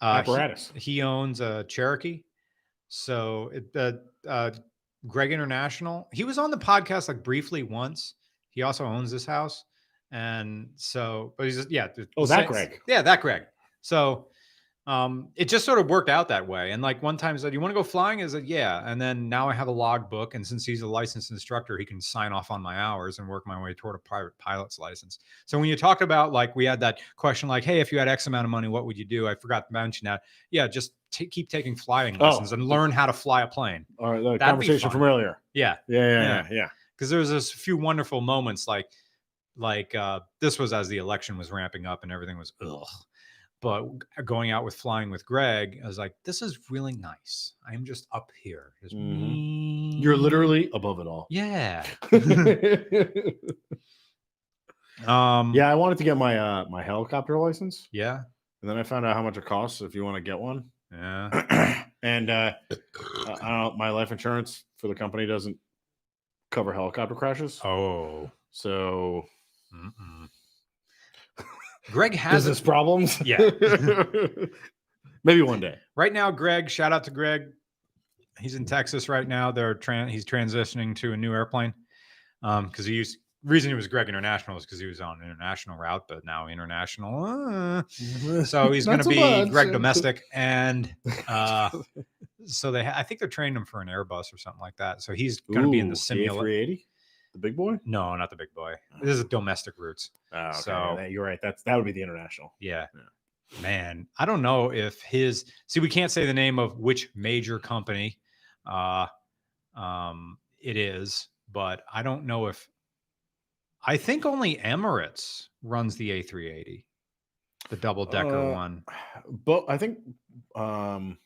Speaker 2: Uh, he-
Speaker 1: apparatus?
Speaker 2: he owns a Cherokee. So it, uh, uh, Greg International, he was on the podcast like briefly once. He also owns this house. And so, but he's, yeah. the-
Speaker 1: Oh,
Speaker 2: the
Speaker 1: that
Speaker 2: sa-
Speaker 1: Greg.
Speaker 2: Yeah, that Greg. So um, it just sort of worked out that way. And like one time he said, you want to go flying? Is it yeah. And then now I have a log book. And since he's a licensed instructor, he can sign off on my hours and work my way toward a private pilot's license. So when you talk about like, we had that question, like, Hey, if you had X amount of money, what would you do? I forgot to mention that yeah, just ta- keep taking flying
Speaker 1: Oh.
Speaker 2: lessons and learn how to fly a plane.
Speaker 1: Or the
Speaker 2: be
Speaker 1: conversation from
Speaker 2: fun.
Speaker 1: earlier.
Speaker 2: Yeah,
Speaker 1: Yeah, yeah, yeah. yeah.
Speaker 2: because there's this few wonderful moments like like uh, this was as the election was ramping up and everything was ugh. But going out with flying with Greg, I was like, this is really nice. I'm just up here. Just
Speaker 1: Mm-hmm. You're literally above it all.
Speaker 2: yeah.
Speaker 1: yeah,
Speaker 2: Um,
Speaker 1: I wanted to get my uh my helicopter license,
Speaker 2: yeah,
Speaker 1: and then I found out how much it costs if you want to get one.
Speaker 2: yeah.
Speaker 1: and uh, I I don't know, my life insurance for the company doesn't cover helicopter crashes.
Speaker 2: Oh,
Speaker 1: So
Speaker 2: mm-mm. Greg has
Speaker 1: business
Speaker 2: this.
Speaker 1: problems.
Speaker 2: Yeah.
Speaker 1: Maybe one day.
Speaker 2: right now greg shout out to greg he's in texas right now they're tran he's transitioning to a new airplane um because he used reason he was greg international is because he was on an international route but now international uh, so he's
Speaker 1: Not
Speaker 2: going to
Speaker 1: so
Speaker 2: be
Speaker 1: much.
Speaker 2: greg domestic and uh so they ha- i think they're training him for an airbus or something like that so he's going to be in the simulator
Speaker 1: Three eighty, the big boy.
Speaker 2: no not the big boy this is domestic routes
Speaker 1: Oh, okay.
Speaker 2: So-
Speaker 1: that- you're right. That's that would be the international.
Speaker 2: Yeah. Man, I don't know if his see, we can't say the name of which major company uh um it is, but I don't know if I think only Emirates runs the A380, the double decker
Speaker 1: Uh,
Speaker 2: one.
Speaker 1: But I think um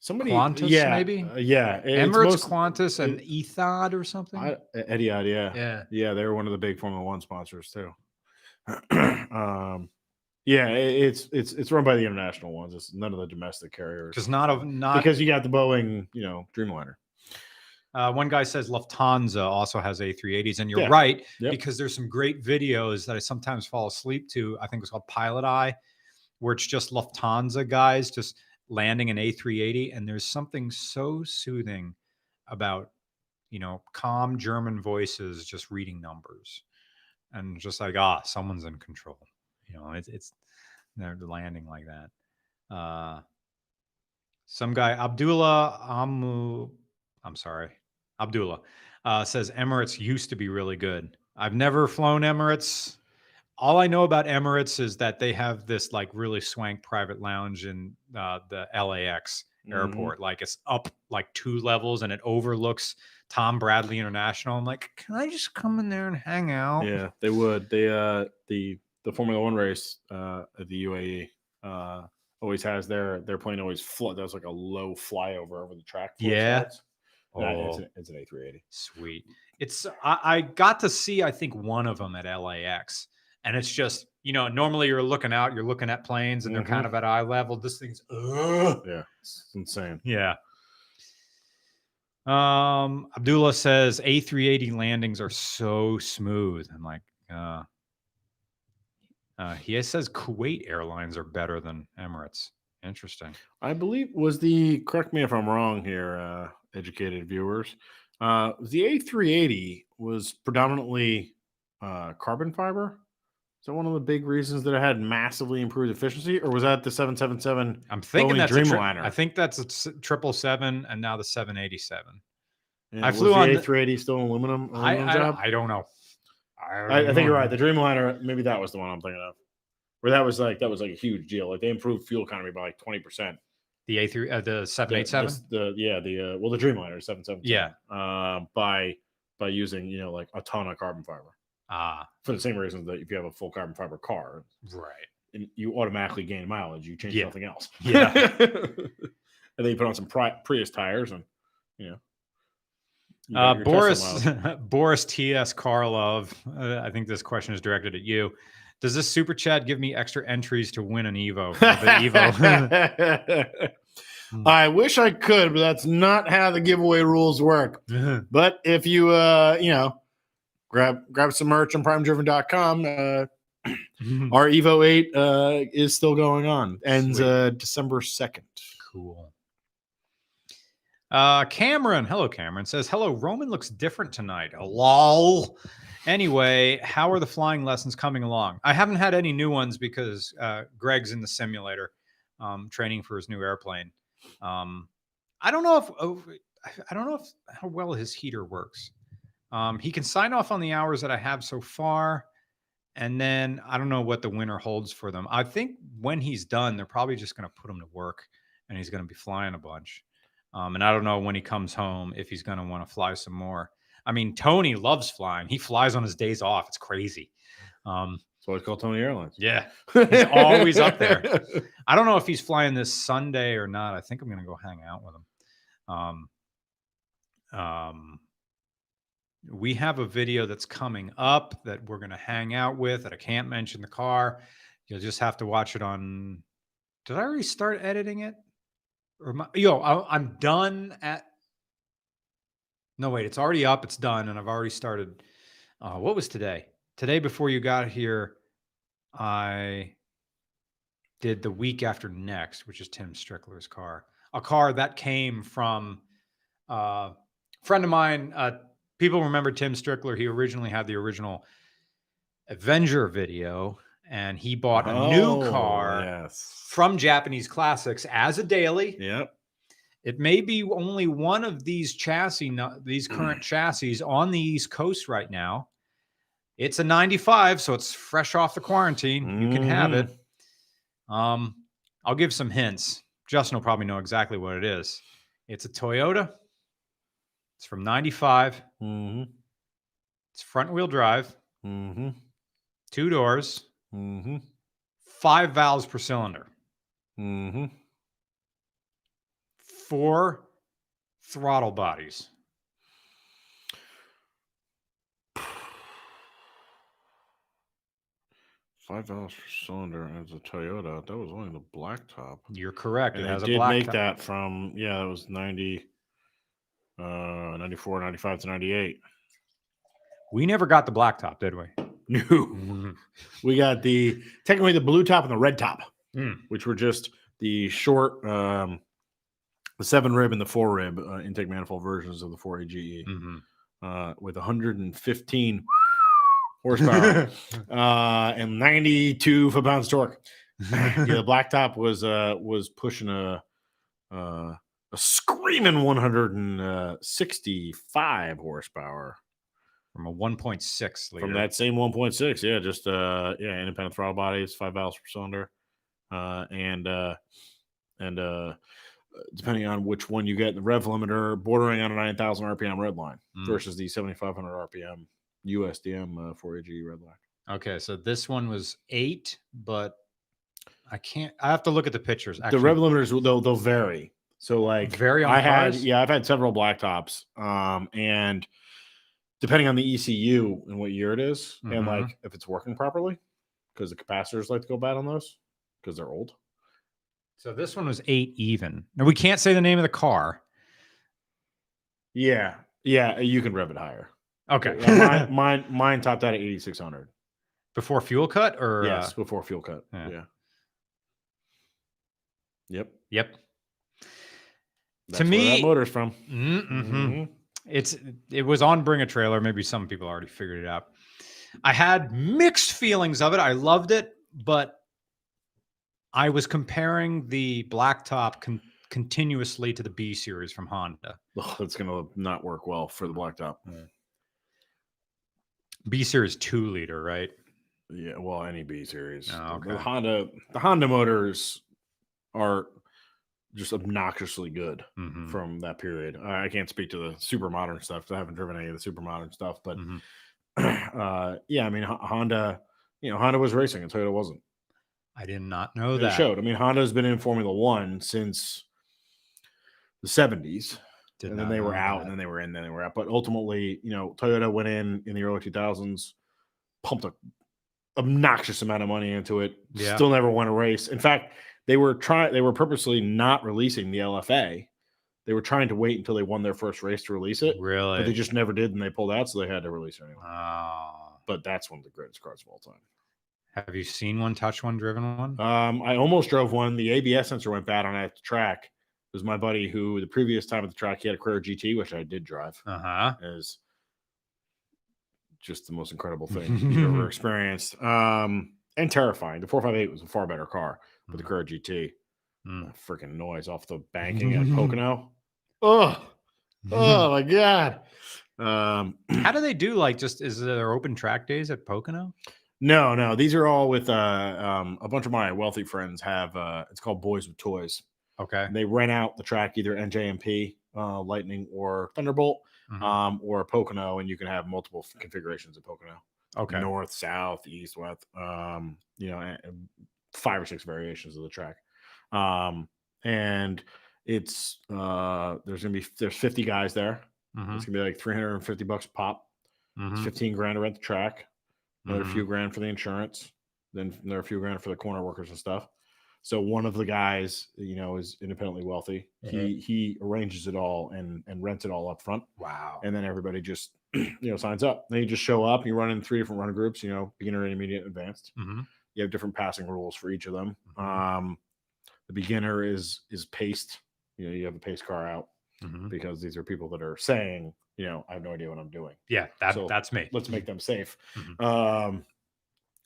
Speaker 1: somebody
Speaker 2: Qantas,
Speaker 1: yeah,
Speaker 2: maybe?
Speaker 1: uh, yeah. it- it's
Speaker 2: Emirates,
Speaker 1: most-
Speaker 2: Qantas, and
Speaker 1: it-
Speaker 2: Ethod or something.
Speaker 1: I, Etihad, yeah.
Speaker 2: yeah.
Speaker 1: Yeah, they were one of the big Formula One sponsors too. um, yeah, i- it's it's it's run by the international ones. It's none of the domestic carriers
Speaker 2: Because not of not
Speaker 1: because you got the Boeing, you know, Dreamliner.
Speaker 2: Uh, one guy says Lufthansa also has A380s, and you're
Speaker 1: Yeah.
Speaker 2: right
Speaker 1: Yep.
Speaker 2: because there's some great videos that I sometimes fall asleep to. I think it's called Pilot Eye, where it's just Lufthansa guys just landing an A380, and there's something so soothing about you know calm German voices just reading numbers, and just like ah, someone's in control. You know, it's it's they're landing like that. Uh, some guy Abdullah Amu, I'm sorry, Abdullah uh, says Emirates used to be really good. I've never flown Emirates. All I know about Emirates is that they have this like really swank private lounge in uh, the LAX
Speaker 1: Mm-hmm.
Speaker 2: airport. Like it's up like two levels and it overlooks Tom Bradley International. I'm like, can I just come in there and hang out?
Speaker 1: Yeah, they would. They uh the the Formula One race uh at the UAE uh always has their their plane always fly does like a low flyover over the track. before it
Speaker 2: Yeah.
Speaker 1: starts. Nah, it's
Speaker 2: Oh.
Speaker 1: an- it's an A three eighty.
Speaker 2: Sweet. It's I, I got to see I think one of them at LAX, and it's just you know normally you're looking out, you're looking at planes, and
Speaker 1: Mhm.
Speaker 2: they're kind of at eye level. This thing's ugh.
Speaker 1: Yeah, it's insane.
Speaker 2: yeah. Um, Abdullah says A380 landings are so smooth. I'm like, uh, uh, he says Kuwait Airlines are better than Emirates. Interesting.
Speaker 1: I believe was the correct me if I'm wrong here, uh, educated viewers. Uh, the A380 was predominantly uh, carbon fiber. Is that one of the big reasons that it had massively improved efficiency, or was that the 777?
Speaker 2: I'm thinking
Speaker 1: Boeing
Speaker 2: that's a tri-
Speaker 1: Dreamliner.
Speaker 2: I think that's a triple seven, and now the seven eighty seven.
Speaker 1: And
Speaker 2: I
Speaker 1: was
Speaker 2: flew
Speaker 1: the
Speaker 2: on the-
Speaker 1: A380 still an aluminum.
Speaker 2: I,
Speaker 1: aluminum
Speaker 2: I,
Speaker 1: job?
Speaker 2: I don't know.
Speaker 1: I, I
Speaker 2: don't
Speaker 1: think you're
Speaker 2: know.
Speaker 1: right. The Dreamliner, maybe that was the one I'm thinking of, where that was like that was like a huge deal. Like they improved fuel economy by like 20 percent.
Speaker 2: The A three, uh, the seven
Speaker 1: the-
Speaker 2: eight seven.
Speaker 1: The, the- yeah, the uh, well, the Dreamliner seven seven.
Speaker 2: Yeah.
Speaker 1: Uh, by by using you know like a ton of carbon fiber
Speaker 2: Ah,
Speaker 1: for the same reasons that if you have a full carbon fiber car,
Speaker 2: right.
Speaker 1: and you automatically gain mileage. You change
Speaker 2: Yeah.
Speaker 1: nothing else.
Speaker 2: Yeah.
Speaker 1: and then you put on some Pri- Prius tires and you know. you got
Speaker 2: Uh,
Speaker 1: your Tesla
Speaker 2: Boris
Speaker 1: miles.
Speaker 2: Boris T S Karlov. Uh, I think this question is directed at you. Does this super chat give me extra entries to win an Evo? for The Evo.
Speaker 1: I wish I could, but that's not how the giveaway rules work. But if you uh you know grab grab some merch on primedriven.com, uh our Evo 8 uh is still going on. Ends
Speaker 2: Sweet.
Speaker 1: uh December 2nd.
Speaker 2: cool. Uh, Cameron, hello, Cameron says, hello. Roman looks different tonight. Lol. Anyway, how are the flying lessons coming along? I haven't had any new ones because uh, Greg's in the simulator, um, training for his new airplane. Um, I don't know if oh, I- I don't know if how well his heater works. Um, he can sign off on the hours that I have so far, and then I don't know what the winter holds for them. I think when he's done, they're probably just going to put him to work, and he's going to be flying a bunch. Um, and I don't know when he comes home if he's going to want to fly some more. I mean, Tony loves flying. He flies on his days off. It's crazy. Um,
Speaker 1: That's why it's called Tony Airlines.
Speaker 2: yeah, He's always up there. I don't know if he's flying this Sunday or not. I think I'm going to go hang out with him. Um, um, we have a video that's coming up that we're going to hang out with that I can't mention the car. You'll just have to watch it on. Did I already start editing it? Or am I- yo, I, I'm done at. No wait, it's already up. It's done, and I've already started. Uh, what was today? Today before you got here, I did the week after next, which is Tim Strickler's car, a car that came from uh, a friend of mine. Uh, people remember Tim Strickler. He originally had the original Avenger video, and he bought a new
Speaker 1: Oh,
Speaker 2: car
Speaker 1: Yes.
Speaker 2: from Japanese Classics as a daily.
Speaker 1: Yep.
Speaker 2: It may be only one of these chassis, no- these current chassis on the East Coast right now. It's a 95, so it's fresh off the quarantine. You can have it. Um, I'll give some hints. Justin will probably know exactly what it is. It's a Toyota. It's from 95.
Speaker 1: Mm-hmm.
Speaker 2: It's front wheel drive,
Speaker 1: Mm-hmm.
Speaker 2: two doors,
Speaker 1: Mm-hmm.
Speaker 2: five valves per cylinder,
Speaker 1: Mm-hmm.
Speaker 2: four throttle bodies.
Speaker 1: Five dollars per cylinder as a Toyota. That was only the blacktop.
Speaker 2: You're correct.
Speaker 1: And
Speaker 2: It
Speaker 1: they
Speaker 2: has a
Speaker 1: did
Speaker 2: black
Speaker 1: make
Speaker 2: top.
Speaker 1: that from yeah, that was 90, uh, 94, 95 to ninety eight.
Speaker 2: We never got the black top, did we? Mm-hmm,
Speaker 1: No, we got the technically the blue top and the red top,
Speaker 2: Mm.
Speaker 1: which were just the short, um, the seven rib and the four rib uh, intake manifold versions of the four AGE
Speaker 2: Mhm.
Speaker 1: uh, with one hundred and fifteen horsepower. uh, and 92 foot pounds torque. yeah, the blacktop was uh was pushing a uh, a screaming 165 uh, horsepower
Speaker 2: From a 1.6 liter.
Speaker 1: from that same 1.6. Yeah, just uh yeah, independent throttle bodies, five valves per cylinder, uh, and uh, and uh, depending on which one you get, the rev limiter bordering on a 9,000 RPM red line
Speaker 2: Mm.
Speaker 1: versus the 7,500 RPM USDM uh, 4AG red line.
Speaker 2: Okay, so this one was eight, but I can't. I have to look at the pictures.
Speaker 1: the rev limiters will- they'll they'll vary. So like
Speaker 2: very on
Speaker 1: I had
Speaker 2: cars?
Speaker 1: yeah, I've had several blacktops. Um and depending on the ECU and what year it is, and
Speaker 2: Mhm.
Speaker 1: like if it's working properly, because the capacitors like to go bad on those because they're old.
Speaker 2: So this one was eight even. Now we can't say the name of the car.
Speaker 1: Yeah. Yeah, you can rev it higher.
Speaker 2: Okay.
Speaker 1: Uh, mine, mine mine topped out at 8600.
Speaker 2: Before fuel cut or
Speaker 1: Yes,
Speaker 2: uh,
Speaker 1: before fuel cut.
Speaker 2: yeah.
Speaker 1: Yeah. Yep.
Speaker 2: yep.
Speaker 1: that's where
Speaker 2: me-
Speaker 1: that motor's from.
Speaker 2: Mm-hmm.
Speaker 1: Mhm.
Speaker 2: It's it was on Bring a Trailer. Maybe some people already figured it out. I had mixed feelings of it. I loved it, but I was comparing the blacktop con- continuously to the B series from Honda.
Speaker 1: Ugh, that's gonna not work well for the blacktop.
Speaker 2: B series two liter, right?
Speaker 1: Yeah, well, any B series.
Speaker 2: Oh,
Speaker 1: The-
Speaker 2: okay.
Speaker 1: The Honda the Honda motors are just obnoxiously good
Speaker 2: Mhm.
Speaker 1: from that period. I I can't speak to the super modern stuff. 'cause I haven't driven any of the super modern stuff, but
Speaker 2: Mhm.
Speaker 1: uh, yeah, I mean Ho- Honda, you know, Honda was racing and Toyota wasn't.
Speaker 2: I did not know
Speaker 1: It
Speaker 2: Oh, that.
Speaker 1: showed. I mean, Honda's been in Formula One since the 70s
Speaker 2: Did
Speaker 1: and then
Speaker 2: not
Speaker 1: they were
Speaker 2: know
Speaker 1: out, and
Speaker 2: that.
Speaker 1: then they were in, then they were out. But ultimately, you know, Toyota went in in the early 2000s, pumped a obnoxious amount of money into it.
Speaker 2: Yeah.
Speaker 1: Still never won a race. In fact, they were trying. They were purposely not releasing the LFA. They were trying to wait until they won their first race to release it,
Speaker 2: really.
Speaker 1: but they just never did, and they pulled out, so they had to release it anyway.
Speaker 2: Oh.
Speaker 1: But that's one of the greatest cars of all time.
Speaker 2: Have you seen one, touch one, driven one?
Speaker 1: Um, I almost drove one. The ABS sensor went bad on it at the track. It was my buddy who, the previous time at the track, he had a Carrera GT, which I did drive.
Speaker 2: Uh huh.
Speaker 1: is just the most incredible thing you've ever experienced. Um, and terrifying. The 458 was a far better car, but the
Speaker 2: Mm.
Speaker 1: Courage GT,
Speaker 2: Mm.
Speaker 1: that freaking noise off the banking at Pocono. Oh, oh my god. Um,
Speaker 2: How do they do? Like, just is there open track days at Pocono?
Speaker 1: no, no, these are all with uh, um, a bunch of my wealthy friends have uh, it's called Boys with Toys.
Speaker 2: Okay.
Speaker 1: They rent out the track either NJMP uh, Lightning, or Thunderbolt,
Speaker 2: Mhm.
Speaker 1: um, or Pocono, and you can have multiple f- configurations of Pocono:
Speaker 2: okay.
Speaker 1: north, south, east, west. Um, you know, and- and five or six variations of the track, um, and it's uh, there's gonna be there's 50 guys there.
Speaker 2: Mhm,
Speaker 1: It's gonna be like 350 bucks pop. It's
Speaker 2: mhm,
Speaker 1: 15 grand to rent the track another
Speaker 2: mhm.
Speaker 1: few grand for the insurance, then another few grand for the corner workers and stuff. So one of the guys, you know, is independently wealthy. He he arranges it all and and rents it all up front,
Speaker 2: Wow.
Speaker 1: and then everybody just you know signs up. Then you just show up. You run in three different runner groups. You know, beginner, intermediate, advanced.
Speaker 2: Mhm,
Speaker 1: You have different passing rules for each of them.
Speaker 2: Mhm.
Speaker 1: Um, the beginner is is paced. You know, you have the pace car out
Speaker 2: mhm.
Speaker 1: because these are people that are saying, you know, I have no idea what I'm doing
Speaker 2: Yeah, that,
Speaker 1: So,
Speaker 2: that's me.
Speaker 1: let's make them safe.
Speaker 2: Mhm.
Speaker 1: Um,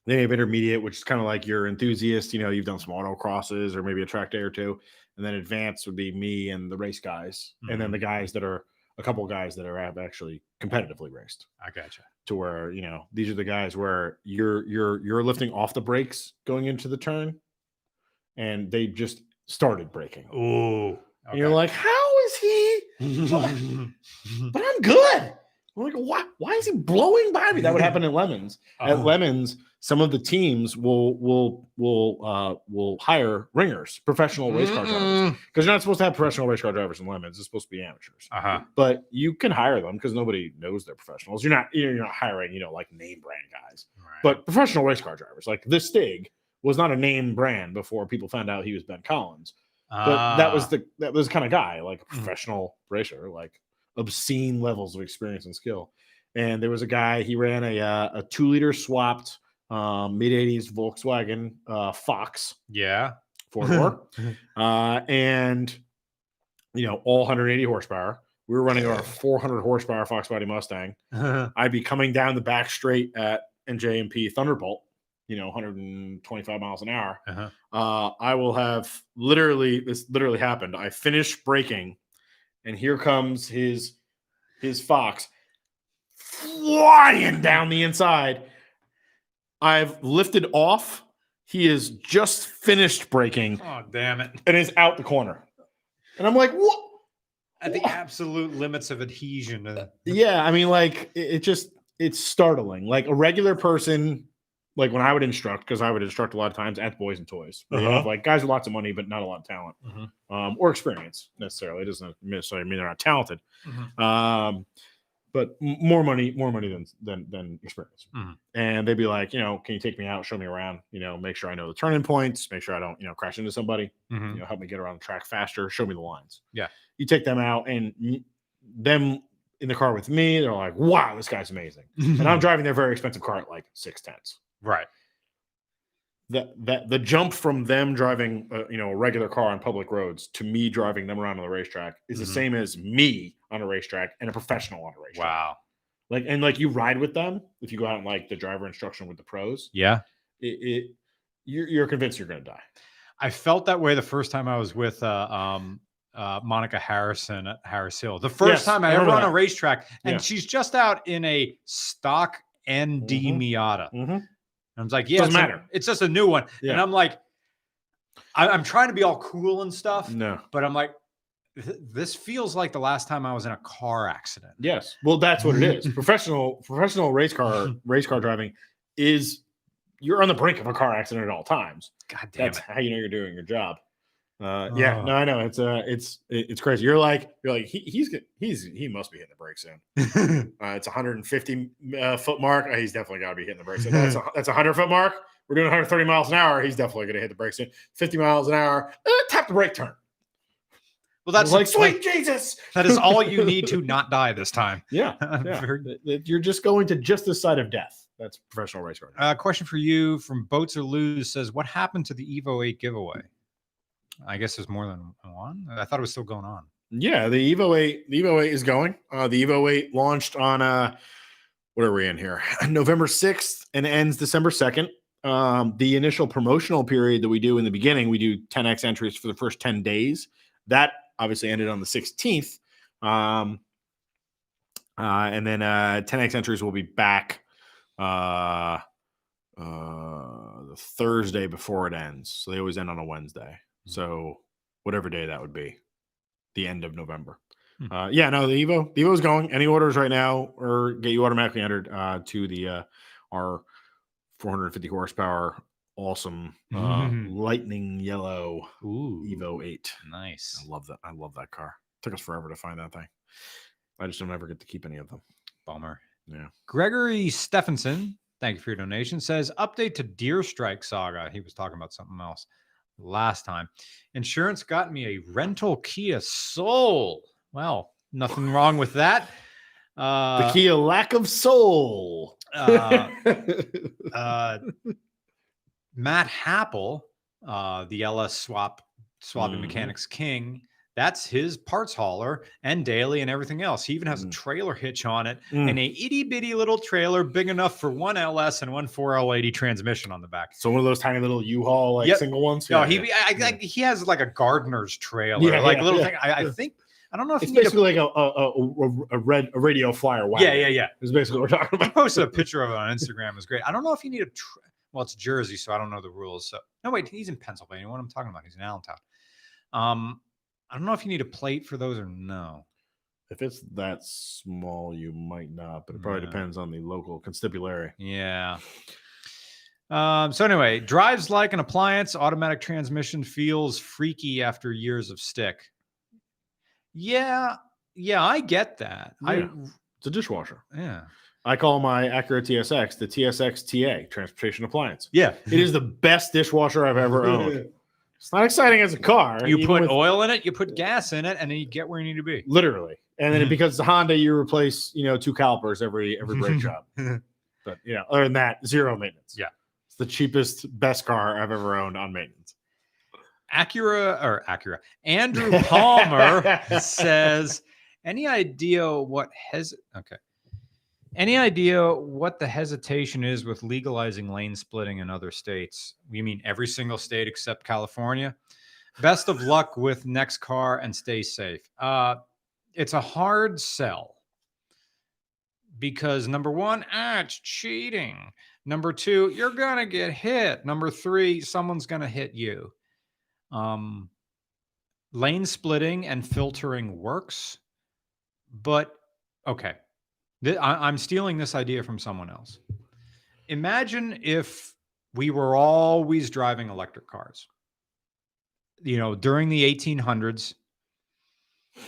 Speaker 1: then you have intermediate, which is kind of like your enthusiast. You know, you've done some auto crosses or maybe a track day or two, and then advanced would be me and the race guys, and then
Speaker 2: Mhm.
Speaker 1: the guys that are a couple guys that are have actually competitively raced
Speaker 2: I gotcha.
Speaker 1: to where you know these are the guys where you're you're you're lifting off the brakes going into the turn, and they just started braking.
Speaker 2: Oh, Ooh.
Speaker 1: And you're like, how is he?
Speaker 2: oh,
Speaker 1: But I'm good. I'm like, why? Why is he blowing by me? That would happen in lemons
Speaker 2: Uh-huh.
Speaker 1: at Lemons, some of the teams will will will uh, will hire ringers, professional race
Speaker 2: Mm.
Speaker 1: car drivers,
Speaker 2: Mm-mm.
Speaker 1: because you're not supposed to have professional race car drivers in Lemons. It's supposed to be amateurs,
Speaker 2: Uh-huh.
Speaker 1: but you can hire them because nobody knows they're professionals. You're not you're not hiring you know like name brand guys,
Speaker 2: Right.
Speaker 1: but professional race car drivers like this Stig was not a name brand before people found out he was Ben Collins, but that was
Speaker 2: Ah,
Speaker 1: the that was kind of guy like a
Speaker 2: Mhm.
Speaker 1: professional racer, like obscene levels of experience and skill. And there was a guy he ran a uh, a two liter swapped um, mid eighties Volkswagen uh, Fox
Speaker 2: yeah.
Speaker 1: four door, uh, and you know all 180 horsepower. We were running our 400 horsepower Fox Body Mustang.
Speaker 2: Oh,
Speaker 1: I'd be coming down the back straight at NJMP Thunderbolt, you know, 125 miles an hour.
Speaker 2: Uh-huh.
Speaker 1: Uh, I will have literally this literally happened. I finish braking, and here comes his his fox flying down the inside. I've lifted off. He is just finished braking
Speaker 2: oh, damn it.
Speaker 1: and is out the corner. And I'm like, what?
Speaker 2: At the
Speaker 1: Wha-
Speaker 2: absolute limits of adhesion. uh,
Speaker 1: yeah i mean like it, it just it's startling like a regular person like when i would instruct because i would instruct a lot of times at boys and toys where you
Speaker 2: Uh-huh.
Speaker 1: have, like guys with lots of money but not a lot of talent
Speaker 2: Mhm.
Speaker 1: um, or experience necessarily it doesn't necessarily mean they're not talented
Speaker 2: Mhm.
Speaker 1: um, but m- more money more money than than than experience
Speaker 2: Mhm.
Speaker 1: and they'd be like you know can you take me out show me around you know make sure i know the turning points make sure i don't you know crash into somebody
Speaker 2: Mhm.
Speaker 1: you know help me get around the track faster show me the lines
Speaker 2: Yeah.
Speaker 1: you take them out and m- them in the car with me they're like wow this guy's amazing and i'm driving their very expensive car at like six tenths
Speaker 2: mm-hmm. right.
Speaker 1: that that the jump from them driving uh, you know a regular car on public roads to me driving them around on the racetrack is
Speaker 2: Mhm.
Speaker 1: the same as me on a racetrack and a professional on a racetrack
Speaker 2: Wow.
Speaker 1: like and like you ride with them if you go out and like the driver instruction with the pros
Speaker 2: Yeah.
Speaker 1: it, it you're, you're convinced you're gonna die
Speaker 2: I felt that way the first time I was with uh, um, uh, Monica Harrison at Harris Hill. The first
Speaker 1: Yes,
Speaker 2: time
Speaker 1: I
Speaker 2: I, ever
Speaker 1: remember
Speaker 2: on a
Speaker 1: that.
Speaker 2: racetrack, and
Speaker 1: Yeah.
Speaker 2: she's just out in a stock ND
Speaker 1: Mhm.
Speaker 2: Miata. And
Speaker 1: mm-hmm.
Speaker 2: I was like, "Yeah,
Speaker 1: Doesn't
Speaker 2: it's a-
Speaker 1: matter.
Speaker 2: it's just a new one." And
Speaker 1: Yeah.
Speaker 2: I'm like, I, "I'm trying to be all cool and stuff,"
Speaker 1: no
Speaker 2: but I'm like, "Th- "This feels like the last time I was in a car accident."
Speaker 1: Yes. Well, that's what it is. professional professional race car race car driving is you're on the brink of a car accident at all times.
Speaker 2: God damn
Speaker 1: That's how you know you're doing your job. Uh, yeah,
Speaker 2: Ah.
Speaker 1: no, I know it's uh, it's it- it's crazy. You're like you're like he, he's get- he's he must be hitting the brakes in.
Speaker 2: it!
Speaker 1: Uh, it's 150 uh, foot mark. Uh, he's definitely got to be hitting the brakes. In. That's a, that's 100 foot mark. We're doing 130 miles an hour. He's definitely going to hit the brakes in 50 miles an hour. Uh, tap the brake turn.
Speaker 2: well,
Speaker 1: That's
Speaker 2: that's
Speaker 1: like
Speaker 2: like
Speaker 1: sweet Jesus.
Speaker 2: that is all you need to not die this time.
Speaker 1: Yeah, yeah. That- that you're just going to just the side of death. That's professional race car. driving.
Speaker 2: Uh, question for you from Boats or Lose says, What happened to the Evo 8 giveaway? I guess there's more than one. I thought it was still going on.
Speaker 1: Yeah, the Evo 8, the Evo 8 is going. Uh, the Evo 8 launched on uh what are we in here? November 6th and ends December 2nd. Um, the initial promotional period that we do in the beginning, we do 10x entries for the first 10 days. That obviously ended on the 16th. Um, uh, and then uh, 10x entries will be back uh, uh, the Thursday before it ends. So they always end on a Wednesday. So whatever day that would be, the end of November.
Speaker 2: Hmm.
Speaker 1: Uh, yeah, no, the Evo, the Evo's going. Any orders right now or get you automatically entered uh, to the uh, our 450 horsepower, awesome uh, lightning yellow
Speaker 2: Ooh,
Speaker 1: Evo 8.
Speaker 2: nice.
Speaker 1: I love that. I love that car. Took us forever to find that thing. I just don't ever get to keep any of them.
Speaker 2: Bummer.
Speaker 1: Yeah.
Speaker 2: Gregory Stephenson, thank you for your donation. Says update to Deer Strike Saga. He was talking about something else last time. Insurance got me a rental Kia Soul. Well, nothing wrong with that.
Speaker 1: The
Speaker 2: Uh,
Speaker 1: key of lack of soul.
Speaker 2: uh, uh, Matt Happel, uh, the LS swap swapping
Speaker 1: Mhm.
Speaker 2: mechanics king. That's his parts hauler and daily and everything else. He even has a
Speaker 1: Mm.
Speaker 2: trailer hitch on it
Speaker 1: Mm.
Speaker 2: and a itty bitty little trailer big enough for one LS and one 4L80 transmission on the back.
Speaker 1: so one of those tiny little U-Haul like
Speaker 2: Yep.
Speaker 1: single ones.
Speaker 2: No,
Speaker 1: Yeah,
Speaker 2: he
Speaker 1: yeah.
Speaker 2: I, I,
Speaker 1: Yeah.
Speaker 2: he has like a gardener's trailer,
Speaker 1: Yeah,
Speaker 2: like
Speaker 1: yeah,
Speaker 2: little
Speaker 1: yeah,
Speaker 2: thing. I, I
Speaker 1: yeah.
Speaker 2: think I don't know if
Speaker 1: It's
Speaker 2: you need a-
Speaker 1: basically like a a, a, a- a red a radio flyer. Wagon.
Speaker 2: yeah, yeah, yeah.
Speaker 1: It's basically what we're talking
Speaker 2: I
Speaker 1: about.
Speaker 2: posted a picture of it on Instagram. It was great. I don't know if you need a. Tra- well, it's Jersey, so I don't know the rules. So no, wait, he's in Pennsylvania. What I'm talking about, he's in Allentown. Um, I don't know if you need a plate for those or no.
Speaker 1: If it's that small, you might not, but it probably
Speaker 2: Yeah.
Speaker 1: depends on the local constabulary.
Speaker 2: Yeah. Um, so anyway, drives like an appliance. Automatic transmission feels freaky after years of stick. Yeah, yeah, I get that. I
Speaker 1: Yeah. It's a dishwasher.
Speaker 2: yeah
Speaker 1: I call my Acura TSX the TSX TA Transportation Appliance.
Speaker 2: yeah.
Speaker 1: It is the best dishwasher I've ever owned. It's not exciting as a car.
Speaker 2: You
Speaker 1: even
Speaker 2: put
Speaker 1: with-
Speaker 2: oil in it, you put gas in it, and then you get where you need to be.
Speaker 1: literally, and then
Speaker 2: Mhm.
Speaker 1: because it's a Honda, you replace you know two calipers every every brake job. But you know, other than that, zero maintenance.
Speaker 2: Yeah.
Speaker 1: it's the cheapest, best car I've ever owned on maintenance.
Speaker 2: Acura or Acura. Andrew Palmer says, any idea what hes okay. Any idea what the hesitation is with legalizing lane splitting in other states? We mean every single state except California. Best of luck with next car and stay safe. Uh, it's a hard sell because number one, ah, it's cheating. Number two, you're gonna get hit. Number three, someone's gonna hit you um, lane splitting and filtering works but okay Th- I, i'm stealing this idea from someone else imagine if we were always driving electric cars you know during the 1800s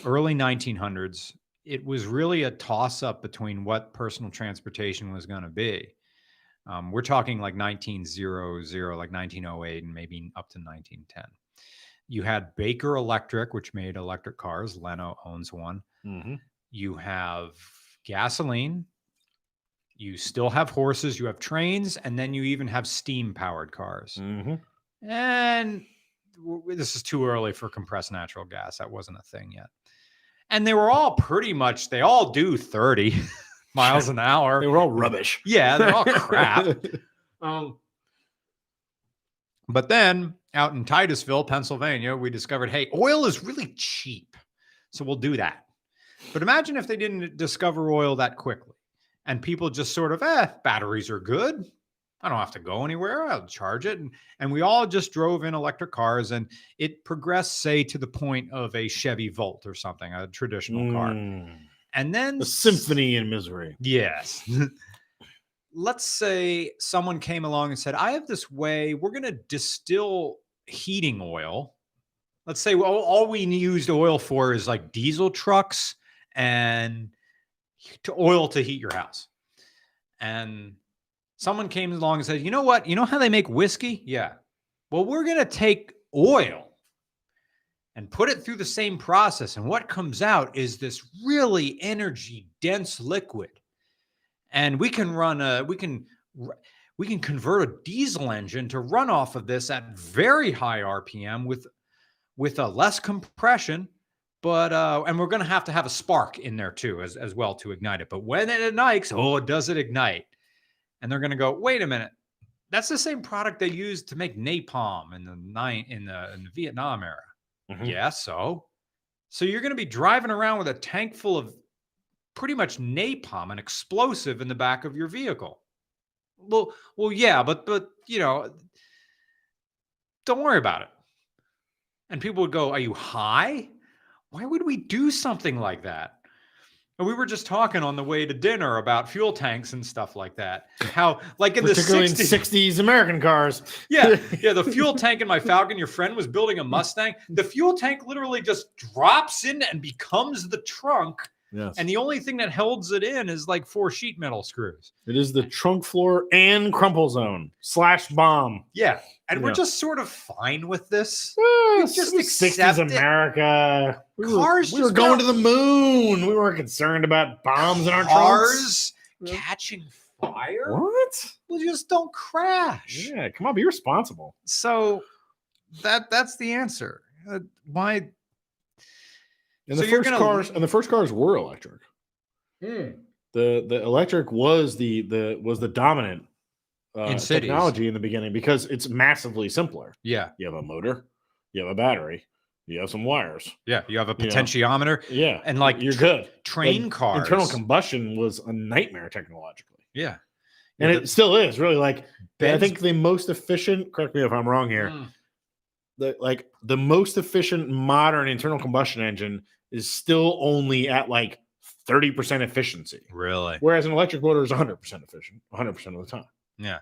Speaker 2: early 1900s it was really a toss up between what personal transportation was going to be um, we're talking like 1900 like 1908 and maybe up to 1910 you had Baker Electric, which made electric cars. Leno owns one. Mm-hmm.
Speaker 1: Mhm.
Speaker 2: You have gasoline. You still have horses. You have trains. And then you even have steam powered cars.
Speaker 1: Mhm.
Speaker 2: And w- w- this is too early for compressed natural gas. That wasn't a thing yet. And they were all pretty much, they all do 30 miles an
Speaker 1: They
Speaker 2: hour.
Speaker 1: were all rubbish.
Speaker 2: Yeah, they're all crap. Um, but then out in Titusville, Pennsylvania, we discovered hey, oil is really cheap. So we'll do that. But imagine if they didn't discover oil that quickly and people just sort of, eh, batteries are good. I don't have to go anywhere. I'll charge it. And, and we all just drove in electric cars and it progressed, say, to the point of a Chevy Volt or something, a traditional car.
Speaker 1: Mm.
Speaker 2: And then
Speaker 1: The
Speaker 2: s-
Speaker 1: symphony in misery.
Speaker 2: Yes. Let's say someone came along and said, I have this way, we're going to distill heating oil. Let's say, well, all we used oil for is like diesel trucks and to oil to heat your house. And someone came along and said, you know what? You know how they make whiskey? Yeah. Well, we're going to take oil and put it through the same process. And what comes out is this really energy dense liquid. And we can run a, we can, r- we can convert a diesel engine to run off of this at very high RPM with, with a less compression. But, uh, and we're going to have to have a spark in there too, as, as well to ignite it. But when it ignites, oh, does it ignite? And they're going to go, wait a minute. That's the same product they used to make napalm in the nine in the, in the Vietnam era.
Speaker 1: Mhm.
Speaker 2: Yeah, so so you're going to be driving around with a tank full of pretty much napalm, an explosive in the back of your vehicle. Well, well, yeah, but but you know, don't worry about it. And people would go, "Are you high? why would we do something like that? And we were just talking on the way to dinner about fuel tanks and stuff like that. How, like in the
Speaker 1: Particularly
Speaker 2: 60s,
Speaker 1: in 60s American cars.
Speaker 2: yeah, yeah, the fuel tank in my Falcon, your friend was building a Mustang. The fuel tank literally just drops in and becomes the trunk.
Speaker 1: Yes.
Speaker 2: And the only thing that holds it in is like four sheet metal screws.
Speaker 1: it is the trunk floor and crumple zone slash bomb.
Speaker 2: Yeah. And we're
Speaker 1: Yeah.
Speaker 2: just sort of fine with this.
Speaker 1: Yes,
Speaker 2: just
Speaker 1: it was 60s
Speaker 2: accept it.
Speaker 1: America. We were,
Speaker 2: Cars
Speaker 1: we were
Speaker 2: just
Speaker 1: going
Speaker 2: got-
Speaker 1: to the moon. We weren't concerned about bombs in our trunks.
Speaker 2: Cars
Speaker 1: Yeah.
Speaker 2: catching fire.
Speaker 1: What?
Speaker 2: Well, just don't crash.
Speaker 1: Yeah, come on, be responsible.
Speaker 2: So that that's the answer. Uh, why?
Speaker 1: And
Speaker 2: So
Speaker 1: the
Speaker 2: you're
Speaker 1: 1st
Speaker 2: gonna-
Speaker 1: cars and the first cars were electric. The the electric was the the was the dominant uh,
Speaker 2: In cities.
Speaker 1: technology in the beginning because it's massively simpler.
Speaker 2: Yeah,
Speaker 1: You have a motor, you have a battery, you have some wires.
Speaker 2: yeah. You have a
Speaker 1: You know.
Speaker 2: potentiometer
Speaker 1: Yeah,
Speaker 2: and like
Speaker 1: you're
Speaker 2: tr-
Speaker 1: good.
Speaker 2: train
Speaker 1: Like,
Speaker 2: cars.
Speaker 1: Internal combustion was a nightmare technologically.
Speaker 2: yeah,
Speaker 1: And
Speaker 2: Yeah,
Speaker 1: it still is really like I
Speaker 2: Ben's-
Speaker 1: think the most efficient, correct me if I'm wrong here,
Speaker 2: Mm.
Speaker 1: the, like the most efficient modern internal combustion engine is still only at like 30% efficiency
Speaker 2: Really?
Speaker 1: whereas an electric motor is 100% efficient 100% of the time
Speaker 2: Yeah.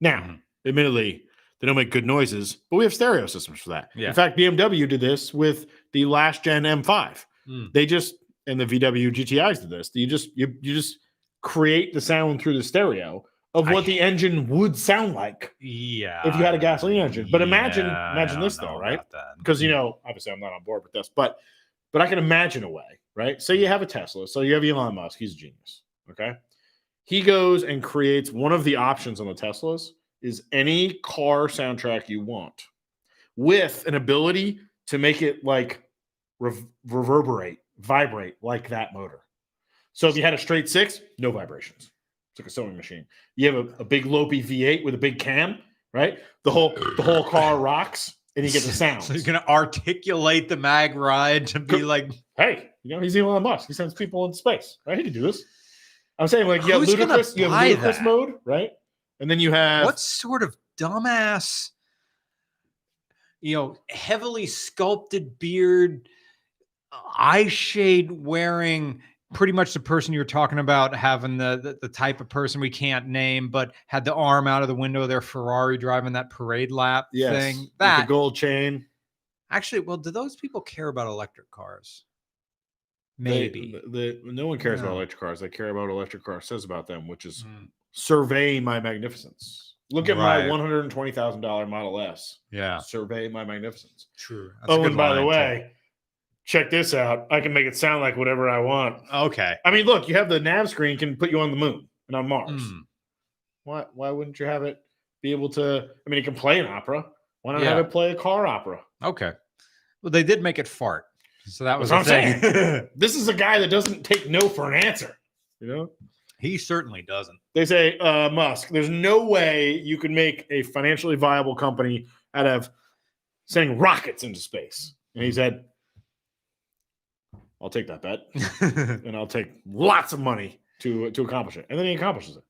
Speaker 1: now
Speaker 2: Mhm.
Speaker 1: admittedly they don't make good noises but we have stereo systems for that
Speaker 2: Yeah.
Speaker 1: in fact bmw did this with the last gen m5
Speaker 2: Mm.
Speaker 1: they just and the vw gtis did this you just you, you just create the sound through the stereo of
Speaker 2: I-
Speaker 1: what the engine would sound like
Speaker 2: Yeah.
Speaker 1: If you had a gasoline engine. But imagine-
Speaker 2: yeah, I
Speaker 1: imagine
Speaker 2: don't
Speaker 1: this, though,
Speaker 2: know
Speaker 1: right?
Speaker 2: about that.
Speaker 1: because you know obviously i'm not on board with this but but i can imagine a way right say you have a tesla so you have elon musk he's a genius okay he goes and creates one of the options on the teslas is any car soundtrack you want with an ability to make it like rev- reverberate vibrate like that motor so if you had a straight six no vibrations it's like a sewing machine you have a, a big lopey v8 with a big cam right the whole the whole car rocks and you get the sound
Speaker 2: So you're gonna articulate the mag ride to be
Speaker 1: Co-
Speaker 2: like
Speaker 1: hey, you know, he's Elon Musk. He sends people into space, right? He can do this. I'm saying, like, you have
Speaker 2: Who's gonna
Speaker 1: ludicrous, you have
Speaker 2: buy
Speaker 1: ludicrous
Speaker 2: that?
Speaker 1: mode, right? And then you have
Speaker 2: what sort of dumbass you know heavily sculpted beard eye shade wearing pretty much the person you were talking about having the, the the type of person we can't name but had the arm out of the window of their ferrari driving that parade lap
Speaker 1: yes,
Speaker 2: thing
Speaker 1: with
Speaker 2: that
Speaker 1: the gold chain.
Speaker 2: actually well do those people care about electric cars
Speaker 1: They-
Speaker 2: maybe
Speaker 1: the, the- no one cares about
Speaker 2: No.
Speaker 1: electric cars. They care about what electric car says about them, which is
Speaker 2: Mm,
Speaker 1: survey my magnificence. Look at my
Speaker 2: Right.
Speaker 1: one hundred and twenty thousand dollar Model S.
Speaker 2: yeah
Speaker 1: Survey my magnificence.
Speaker 2: true
Speaker 1: oh, and by the way, check this out. I can make it sound like whatever I want.
Speaker 2: okay
Speaker 1: I mean, look, you have the nav screen can put you on the moon and on Mars.
Speaker 2: Mm.
Speaker 1: why why wouldn't you have it be able to i mean it can play an opera why not have
Speaker 2: Yeah.
Speaker 1: it play a car opera
Speaker 2: Okay. Well, they did make it fart. So that was
Speaker 1: That's
Speaker 2: a
Speaker 1: what I'm
Speaker 2: thing.
Speaker 1: this is a guy that doesn't take no for an answer you know
Speaker 2: he certainly doesn't.
Speaker 1: they say uh musk there's no way you could make a financially viable company out of sending rockets into space and
Speaker 2: Mm.
Speaker 1: he said i'll take that bet and i'll take lots of money to to accomplish it and then he accomplishes it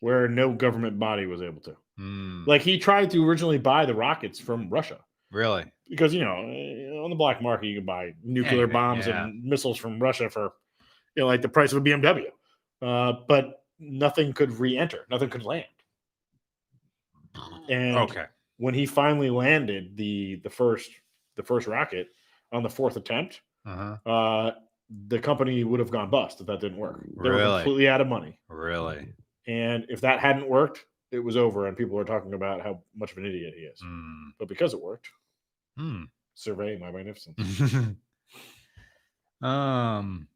Speaker 1: where no government body was able to
Speaker 2: Hmm,
Speaker 1: like he tried to originally buy the rockets from russia
Speaker 2: really?
Speaker 1: because you know eh, on the black market you can buy nuclear
Speaker 2: Anything,
Speaker 1: bombs
Speaker 2: yeah.
Speaker 1: and missiles from Russia for you know like the price of a BMW, uh, but nothing could re-enter, nothing could land. And
Speaker 2: Okay.
Speaker 1: when he finally landed the the first the first rocket on the fourth attempt,
Speaker 2: Uh-huh.
Speaker 1: uh, the company would have gone bust if that didn't work. They were
Speaker 2: Really?
Speaker 1: completely out of money,
Speaker 2: Really?
Speaker 1: and if that hadn't worked, it was over. And people were talking about how much of an idiot he is.
Speaker 2: Hmm.
Speaker 1: But because it worked,
Speaker 2: hmm.
Speaker 1: survey my magnificence.
Speaker 2: um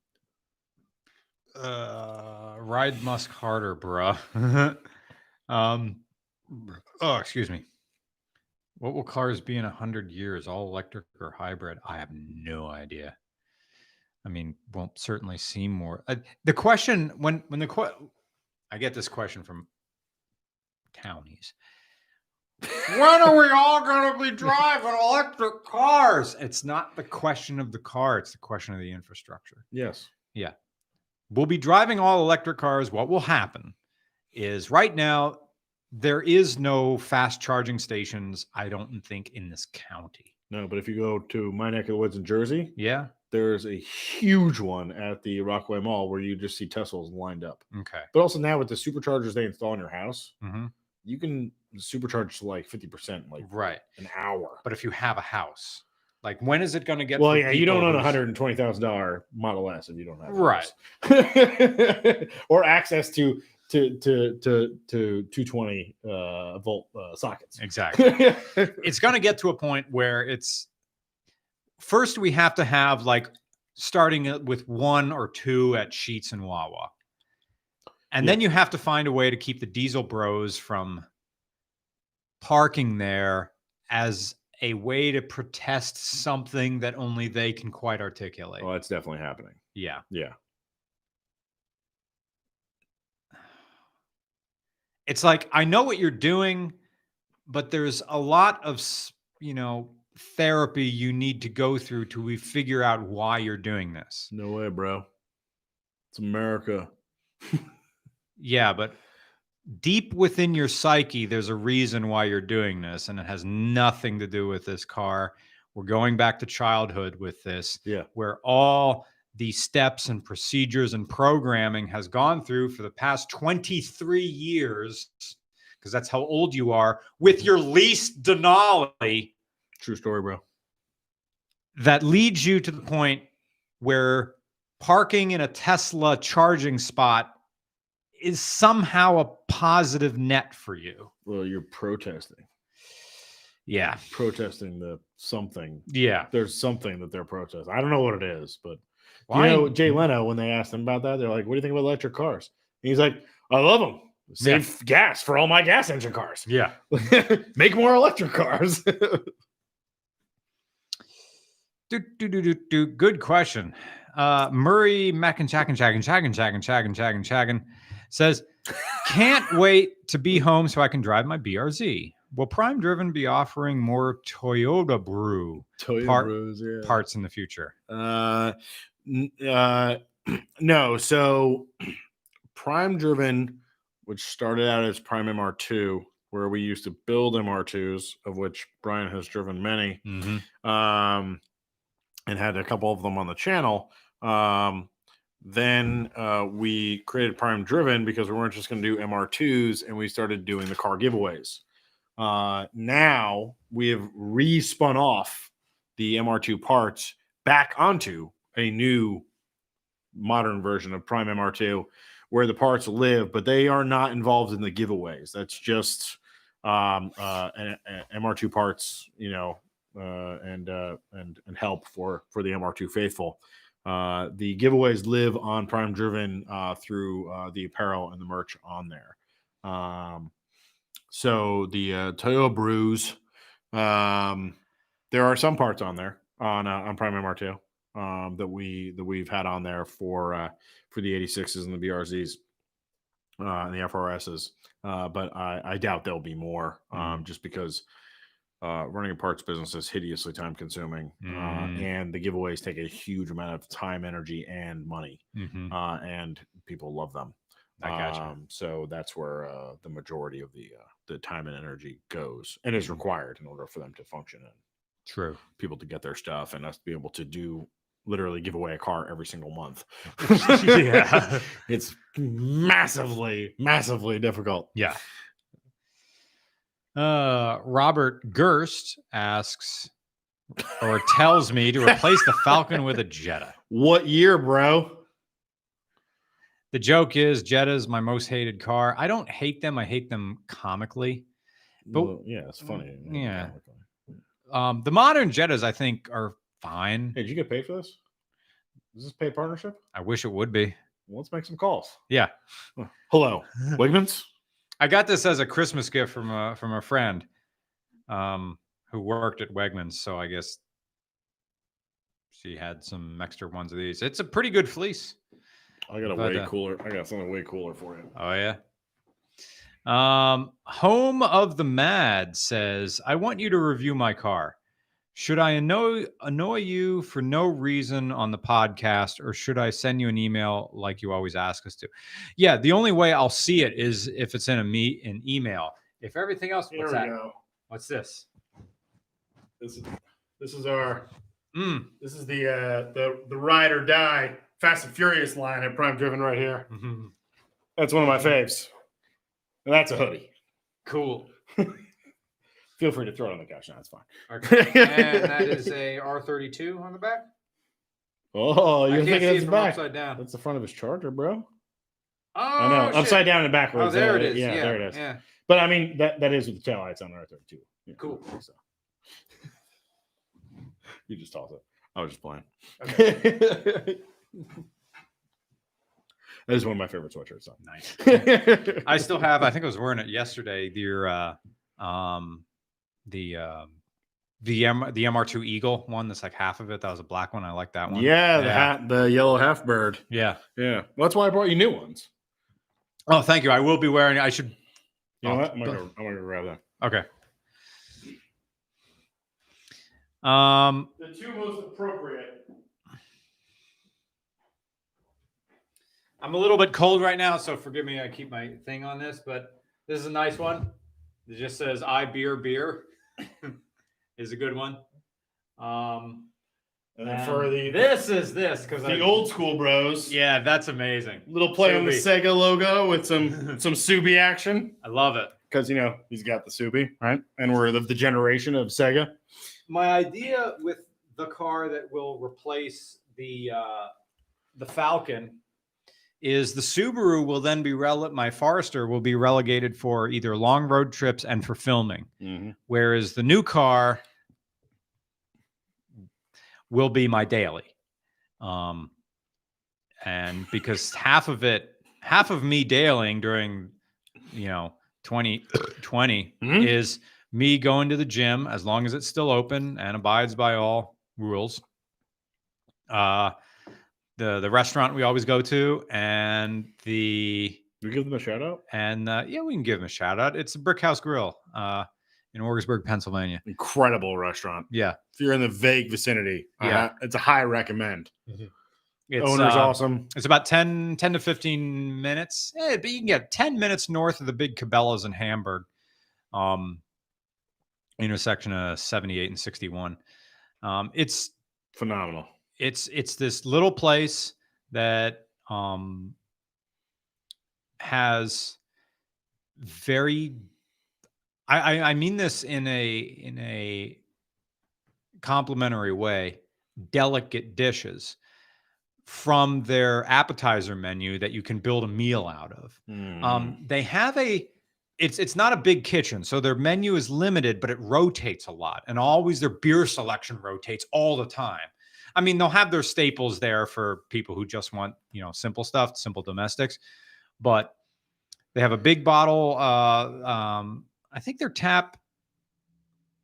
Speaker 2: uh ride musk harder bruh um oh excuse me what will cars be in a hundred years all electric or hybrid i have no idea i mean won't certainly seem more uh, the question when when the que- i get this question from townies when are we all going to be driving electric cars? It's not the question of the car, it's the question of the infrastructure.
Speaker 1: yes.
Speaker 2: We'll be driving all electric cars. What will happen is right now, there is no fast charging stations, I don't think, in this county.
Speaker 1: No, but if you go to my neck of the woods in Jersey,
Speaker 2: Yeah.
Speaker 1: there's a huge one at the Rockaway Mall where you just see Teslas lined up.
Speaker 2: Okay.
Speaker 1: But also now with the superchargers they install in your house,
Speaker 2: hmm
Speaker 1: you can supercharge to like 50% in like
Speaker 2: Right.
Speaker 1: an hour.
Speaker 2: But if you have a house, like when is it going to get?
Speaker 1: Well,
Speaker 2: for
Speaker 1: yeah, you don't
Speaker 2: people
Speaker 1: own a
Speaker 2: who's-
Speaker 1: hundred and twenty thousand dollar Model S if you don't have
Speaker 2: Right.
Speaker 1: right or access to to to to to two twenty uh, volt uh, sockets.
Speaker 2: Exactly. it's going to get to a point where it's first we have to have like starting it with one or two at Sheets and Wawa. And then you have to find a way to keep the diesel bros from parking there as a way to protest something that only they can quite articulate.
Speaker 1: well, that's definitely happening.
Speaker 2: Yeah.
Speaker 1: Yeah.
Speaker 2: It's like I know what you're doing, but there's a lot of, s- you know, therapy you need to go through to we figure out why you're doing this.
Speaker 1: No way, bro. It's America.
Speaker 2: Yeah, but deep within your psyche there's a reason why you're doing this and it has nothing to do with this car. We're going back to childhood with this.
Speaker 1: Yeah.
Speaker 2: Where all the steps and procedures and programming has gone through for the past 23 years because that's how old you are with your least Denali
Speaker 1: True story, bro.
Speaker 2: that leads you to the point where parking in a Tesla charging spot is somehow a positive net for you.
Speaker 1: Well, you're protesting,
Speaker 2: Yeah.
Speaker 1: protesting the something.
Speaker 2: Yeah.
Speaker 1: There's something that they're protesting. I don't know what it is, but
Speaker 2: Why?
Speaker 1: You know, Jay Leno, when they asked him about that, they're like, "What do you think about electric cars?" And he's like, "I love them. Save gas for all my gas engine cars.
Speaker 2: yeah.
Speaker 1: Make more electric cars."
Speaker 2: Do, do, do, do, do. Good question. Uh, Murray Mackin Chaggin Chaggin Chaggin Chaggin Chaggin Chaggin Chaggin says, Can't wait to be home so I can drive my BRZ. Will Prime Driven be offering more Toyota Brew
Speaker 1: Toyota
Speaker 2: Part-
Speaker 1: Bros, yeah.
Speaker 2: parts in the future?
Speaker 1: Uh, n- uh, no. So, Prime Driven, which started out as Prime MR2, where we used to build MR2s, of which Brian has driven many.
Speaker 2: Mm-hmm.
Speaker 1: um, and had a couple of them on the channel. Um, then uh, we created Prime Driven because we weren't just going to do MR2s and we started doing the car giveaways. Uh, now we have respun off the MR2 parts back onto a new modern version of Prime MR2 where the parts live, but they are not involved in the giveaways. That's just um, uh, a- a- MR2 parts, you know, uh, and uh, and and help for for the MR2 faithful. Uh, the giveaways live on Prime Driven uh, through uh, the apparel and the merch on there. Um, so the uh, Toyota Brews, um, there are some parts on there on uh, on Prime MR2 um, that we that we've had on there for uh, for the 86s and the BRZs uh, and the FRSs. Uh, but I, I doubt there'll be more um, just because uh, running a parts business is hideously time consuming
Speaker 2: Mm.
Speaker 1: uh, and the giveaways take a huge amount of time, energy, and money.
Speaker 2: Mm-hmm.
Speaker 1: Uh, and people love them.
Speaker 2: I gotcha.
Speaker 1: Um, so that's where uh, the majority of the uh, the time and energy goes and is
Speaker 2: Mhm.
Speaker 1: required in order for them to function and
Speaker 2: True.
Speaker 1: people to get their stuff and us to be able to do literally give away a car every single month.
Speaker 2: Yeah.
Speaker 1: It's massively, massively difficult.
Speaker 2: Yeah. Uh, Robert Gerst asks or tells me to replace the Falcon with a Jetta.
Speaker 1: What year, bro?
Speaker 2: The joke is Jetta is my most hated car. I don't hate them. I hate them comically. But-
Speaker 1: Well, yeah, it's funny.
Speaker 2: yeah. Um, the modern Jettas, I think, are fine.
Speaker 1: Hey, did you get paid for this? Is this paid partnership?
Speaker 2: I wish it would be.
Speaker 1: Well, let's make some calls.
Speaker 2: Yeah.
Speaker 1: Hello, Wigman's.
Speaker 2: I got this as a Christmas gift from a from a friend, um, who worked at Wegmans. So I guess she had some extra ones of these. It's a pretty good fleece.
Speaker 1: I got a
Speaker 2: But,
Speaker 1: way
Speaker 2: uh,
Speaker 1: cooler. I got something way cooler for you.
Speaker 2: Oh yeah. Um, Home of the Mad says, "I want you to review my car. Should I annoy annoy you for no reason on the podcast, or should I send you an email like you always ask us to?" Yeah, the only way I'll see it is if it's in a me an email. If everything else, what's that?
Speaker 1: go.
Speaker 2: What's this?
Speaker 1: This is
Speaker 4: This is our
Speaker 2: Mm.
Speaker 4: this is the uh the the ride or die Fast and Furious line at Prime Driven right here.
Speaker 2: mhm.
Speaker 4: That's one of my faves. And that's a hoodie.
Speaker 2: Cool.
Speaker 4: Feel free to throw it on the couch. No, it's fine.
Speaker 2: Okay. and that is a R32 on the back.
Speaker 4: Oh,
Speaker 2: I
Speaker 4: you're
Speaker 2: can't see
Speaker 4: thinking
Speaker 2: it from
Speaker 4: that's the back.
Speaker 2: upside down.
Speaker 4: That's the front of his charger, bro.
Speaker 2: Oh,
Speaker 4: I know.
Speaker 2: shit.
Speaker 4: Upside down and backwards.
Speaker 2: Oh, there
Speaker 4: Uh,
Speaker 2: it is.
Speaker 4: Yeah, there it is.
Speaker 2: Yeah.
Speaker 4: But I mean, that, that is with the taillights on the R32. Yeah,
Speaker 2: Cool.
Speaker 4: So. you just toss it.
Speaker 1: I was just playing.
Speaker 4: That is one of my favorite sweatshirts. So.
Speaker 2: Nice.
Speaker 4: Nice.
Speaker 2: I still have. I think I was wearing it yesterday. The uh, um, the um, the M the MR2 Eagle one. That's like half of it. That was a black one. I like that one.
Speaker 4: Yeah, the
Speaker 2: Yeah.
Speaker 4: hat, the yellow half bird.
Speaker 2: Yeah.
Speaker 4: Yeah, well, that's why I brought you new ones.
Speaker 2: Oh, thank you. I will be wearing. I should.
Speaker 4: You know
Speaker 2: Oh,
Speaker 4: what? I'm gonna,
Speaker 2: but-
Speaker 4: go- I'm gonna grab that.
Speaker 2: Okay. Um.
Speaker 4: The two most appropriate.
Speaker 2: I'm a little bit cold right now, so forgive me. I keep my thing on this, but this is a nice one. It just says "I beer beer" is a good one. Um,
Speaker 4: And then for the
Speaker 2: this is this because
Speaker 4: the old school bros.
Speaker 2: Yeah, that's amazing.
Speaker 4: Little play on the
Speaker 2: Subi.
Speaker 4: Sega logo with some some Subi action
Speaker 2: I love it.
Speaker 4: because you know he's got the Subi right, and we're of the generation of Sega.
Speaker 2: My idea with the car that will replace the uh, the Falcon is the Subaru will then be rele- my Forester will be relegated for either long road trips and for filming, whereas the new car will be my daily. Um, and because half of it, half of me dailying during, you know, 2020
Speaker 4: Mhm.
Speaker 2: is me going to the gym as long as it's still open and abides by all rules. Uh, the the restaurant we always go to and the
Speaker 4: We give them a shout out.
Speaker 2: and uh, yeah we can give them a shout out. It's a Brick House Grill uh, in Orgersburg, Pennsylvania.
Speaker 4: Incredible restaurant.
Speaker 2: Yeah,
Speaker 4: If you're in the vague vicinity,
Speaker 2: Yeah.
Speaker 4: uh, it's a high recommend.
Speaker 2: Mm-hmm. it's
Speaker 4: Owner's
Speaker 2: uh,
Speaker 4: awesome.
Speaker 2: It's about 10, 10 to 15 minutes. Eh, but you can get 10 minutes north of the big Cabela's in Hamburg, um, intersection of 78 and 61. Um, it's,
Speaker 4: Phenomenal.
Speaker 2: it's, it's this little place that, um, has very, I, I, I mean this in a, in a complimentary way, delicate dishes from their appetizer menu that you can build a meal out of. Um, they have a it's it's not a big kitchen, so their menu is limited, but it rotates a lot, and always their beer selection rotates all the time. I mean, they'll have their staples there for people who just want you know simple stuff, simple domestics, but they have a big bottle. Uh, um, I think their tap.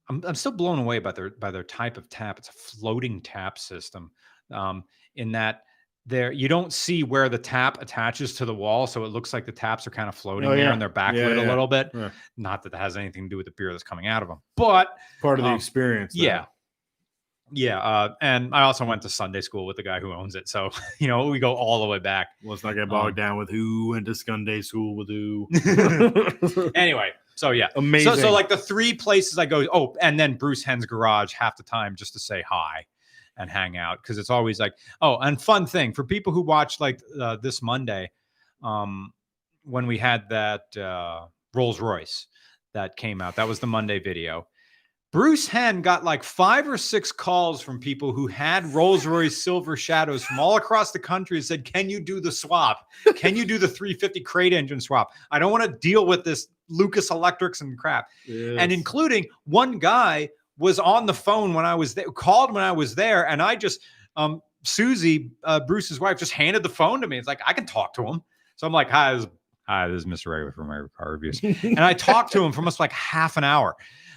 Speaker 2: I'm, I'm still blown away by their by their type of tap. It's a floating tap system. Um, in that there you don't see where the tap attaches to the wall, so it looks like the taps are kind of floating
Speaker 4: Oh,
Speaker 2: there
Speaker 4: yeah.
Speaker 2: and they're backlit
Speaker 4: Yeah,
Speaker 2: a
Speaker 4: yeah,
Speaker 2: little bit.
Speaker 4: yeah.
Speaker 2: Not that that has anything to do with the beer that's coming out of them, but
Speaker 4: part of the
Speaker 2: um,
Speaker 4: experience. there.
Speaker 2: yeah. Yeah, uh, and I also went to Sunday school with the guy who owns it, so you know we go all the way back.
Speaker 1: Let's not get bogged
Speaker 2: Um,
Speaker 1: down with who went to Sunday school with who.
Speaker 2: Anyway, so yeah,
Speaker 1: Amazing.
Speaker 2: So, so like the three places I go. Oh, and then Bruce Hen's garage half the time just to say hi and hang out because it's always like oh, and fun thing for people who watch like uh, this Monday um, when we had that uh, Rolls Royce that came out. That was the Monday video. Bruce Hen got like five or six calls from people who had Rolls Royce Silver Shadows from all across the country and said, Can you do the swap? Can you do the 350 crate engine swap? I don't want to deal with this Lucas Electrics and crap and
Speaker 1: Yes.
Speaker 2: including one guy was on the phone when I was there, called when I was there, and I just um Susie, uh, Bruce's wife, just handed the phone to me. It's like I can talk to him, so I'm like, "Hi, this, hi, this is Mr. Regular from Regular Car Reviews," and I talked to him for almost like half an hour.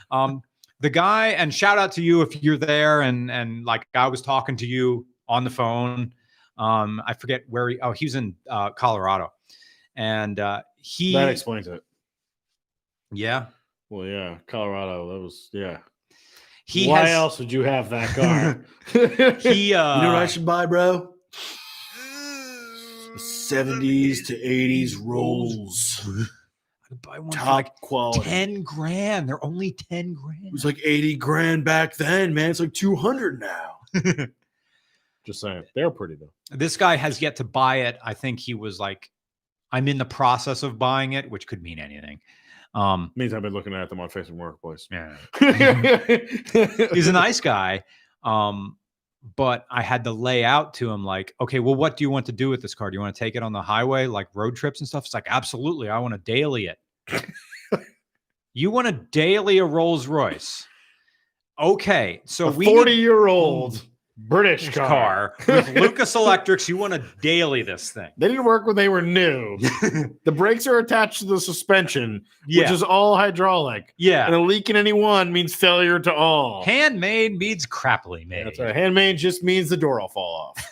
Speaker 2: Um, the guy, and shout out to you if you're there, and and like I was talking to you on the phone. Um, I forget where he. Oh, he was in uh, Colorado, and uh, he.
Speaker 1: that explains it.
Speaker 2: yeah,
Speaker 1: Well, yeah, Colorado. That was yeah.
Speaker 2: he
Speaker 1: Why
Speaker 2: has.
Speaker 1: else would you have that car? you
Speaker 2: He. Uh,
Speaker 1: know what I should buy, bro? Seventies to eighties rolls.
Speaker 2: I'd buy one for
Speaker 1: Top
Speaker 2: like
Speaker 1: quality.
Speaker 2: 10 grand. They're only 10
Speaker 1: It
Speaker 2: grand.
Speaker 1: was like 80 grand back then, man. It's like 200 now. Just saying. They're pretty, though.
Speaker 2: this guy has yet to buy it. I think he was like, I'm in the process of buying it, which could mean anything. Um,
Speaker 1: Means I've been looking at them on Facebook Marketplace.
Speaker 2: yeah.
Speaker 1: He's
Speaker 2: he's a nice guy. Um, but I had to lay out to him like, okay, well, what do you want to do with this car? Do you want to take it on the highway, like road trips and stuff? It's like, absolutely, I want to daily it. you want to daily a Rolls Royce? Okay, so
Speaker 1: a
Speaker 2: we
Speaker 1: 40 year old British
Speaker 2: this
Speaker 1: car.
Speaker 2: car with Lucas Electrics. You want to daily this thing?
Speaker 1: They didn't work when they were new. the brakes are attached to the suspension, which
Speaker 2: Yeah,
Speaker 1: is all hydraulic.
Speaker 2: yeah.
Speaker 1: And a leak in any one means failure to all.
Speaker 2: Handmade means crappily made.
Speaker 1: That's right. Handmade just means the door will fall off.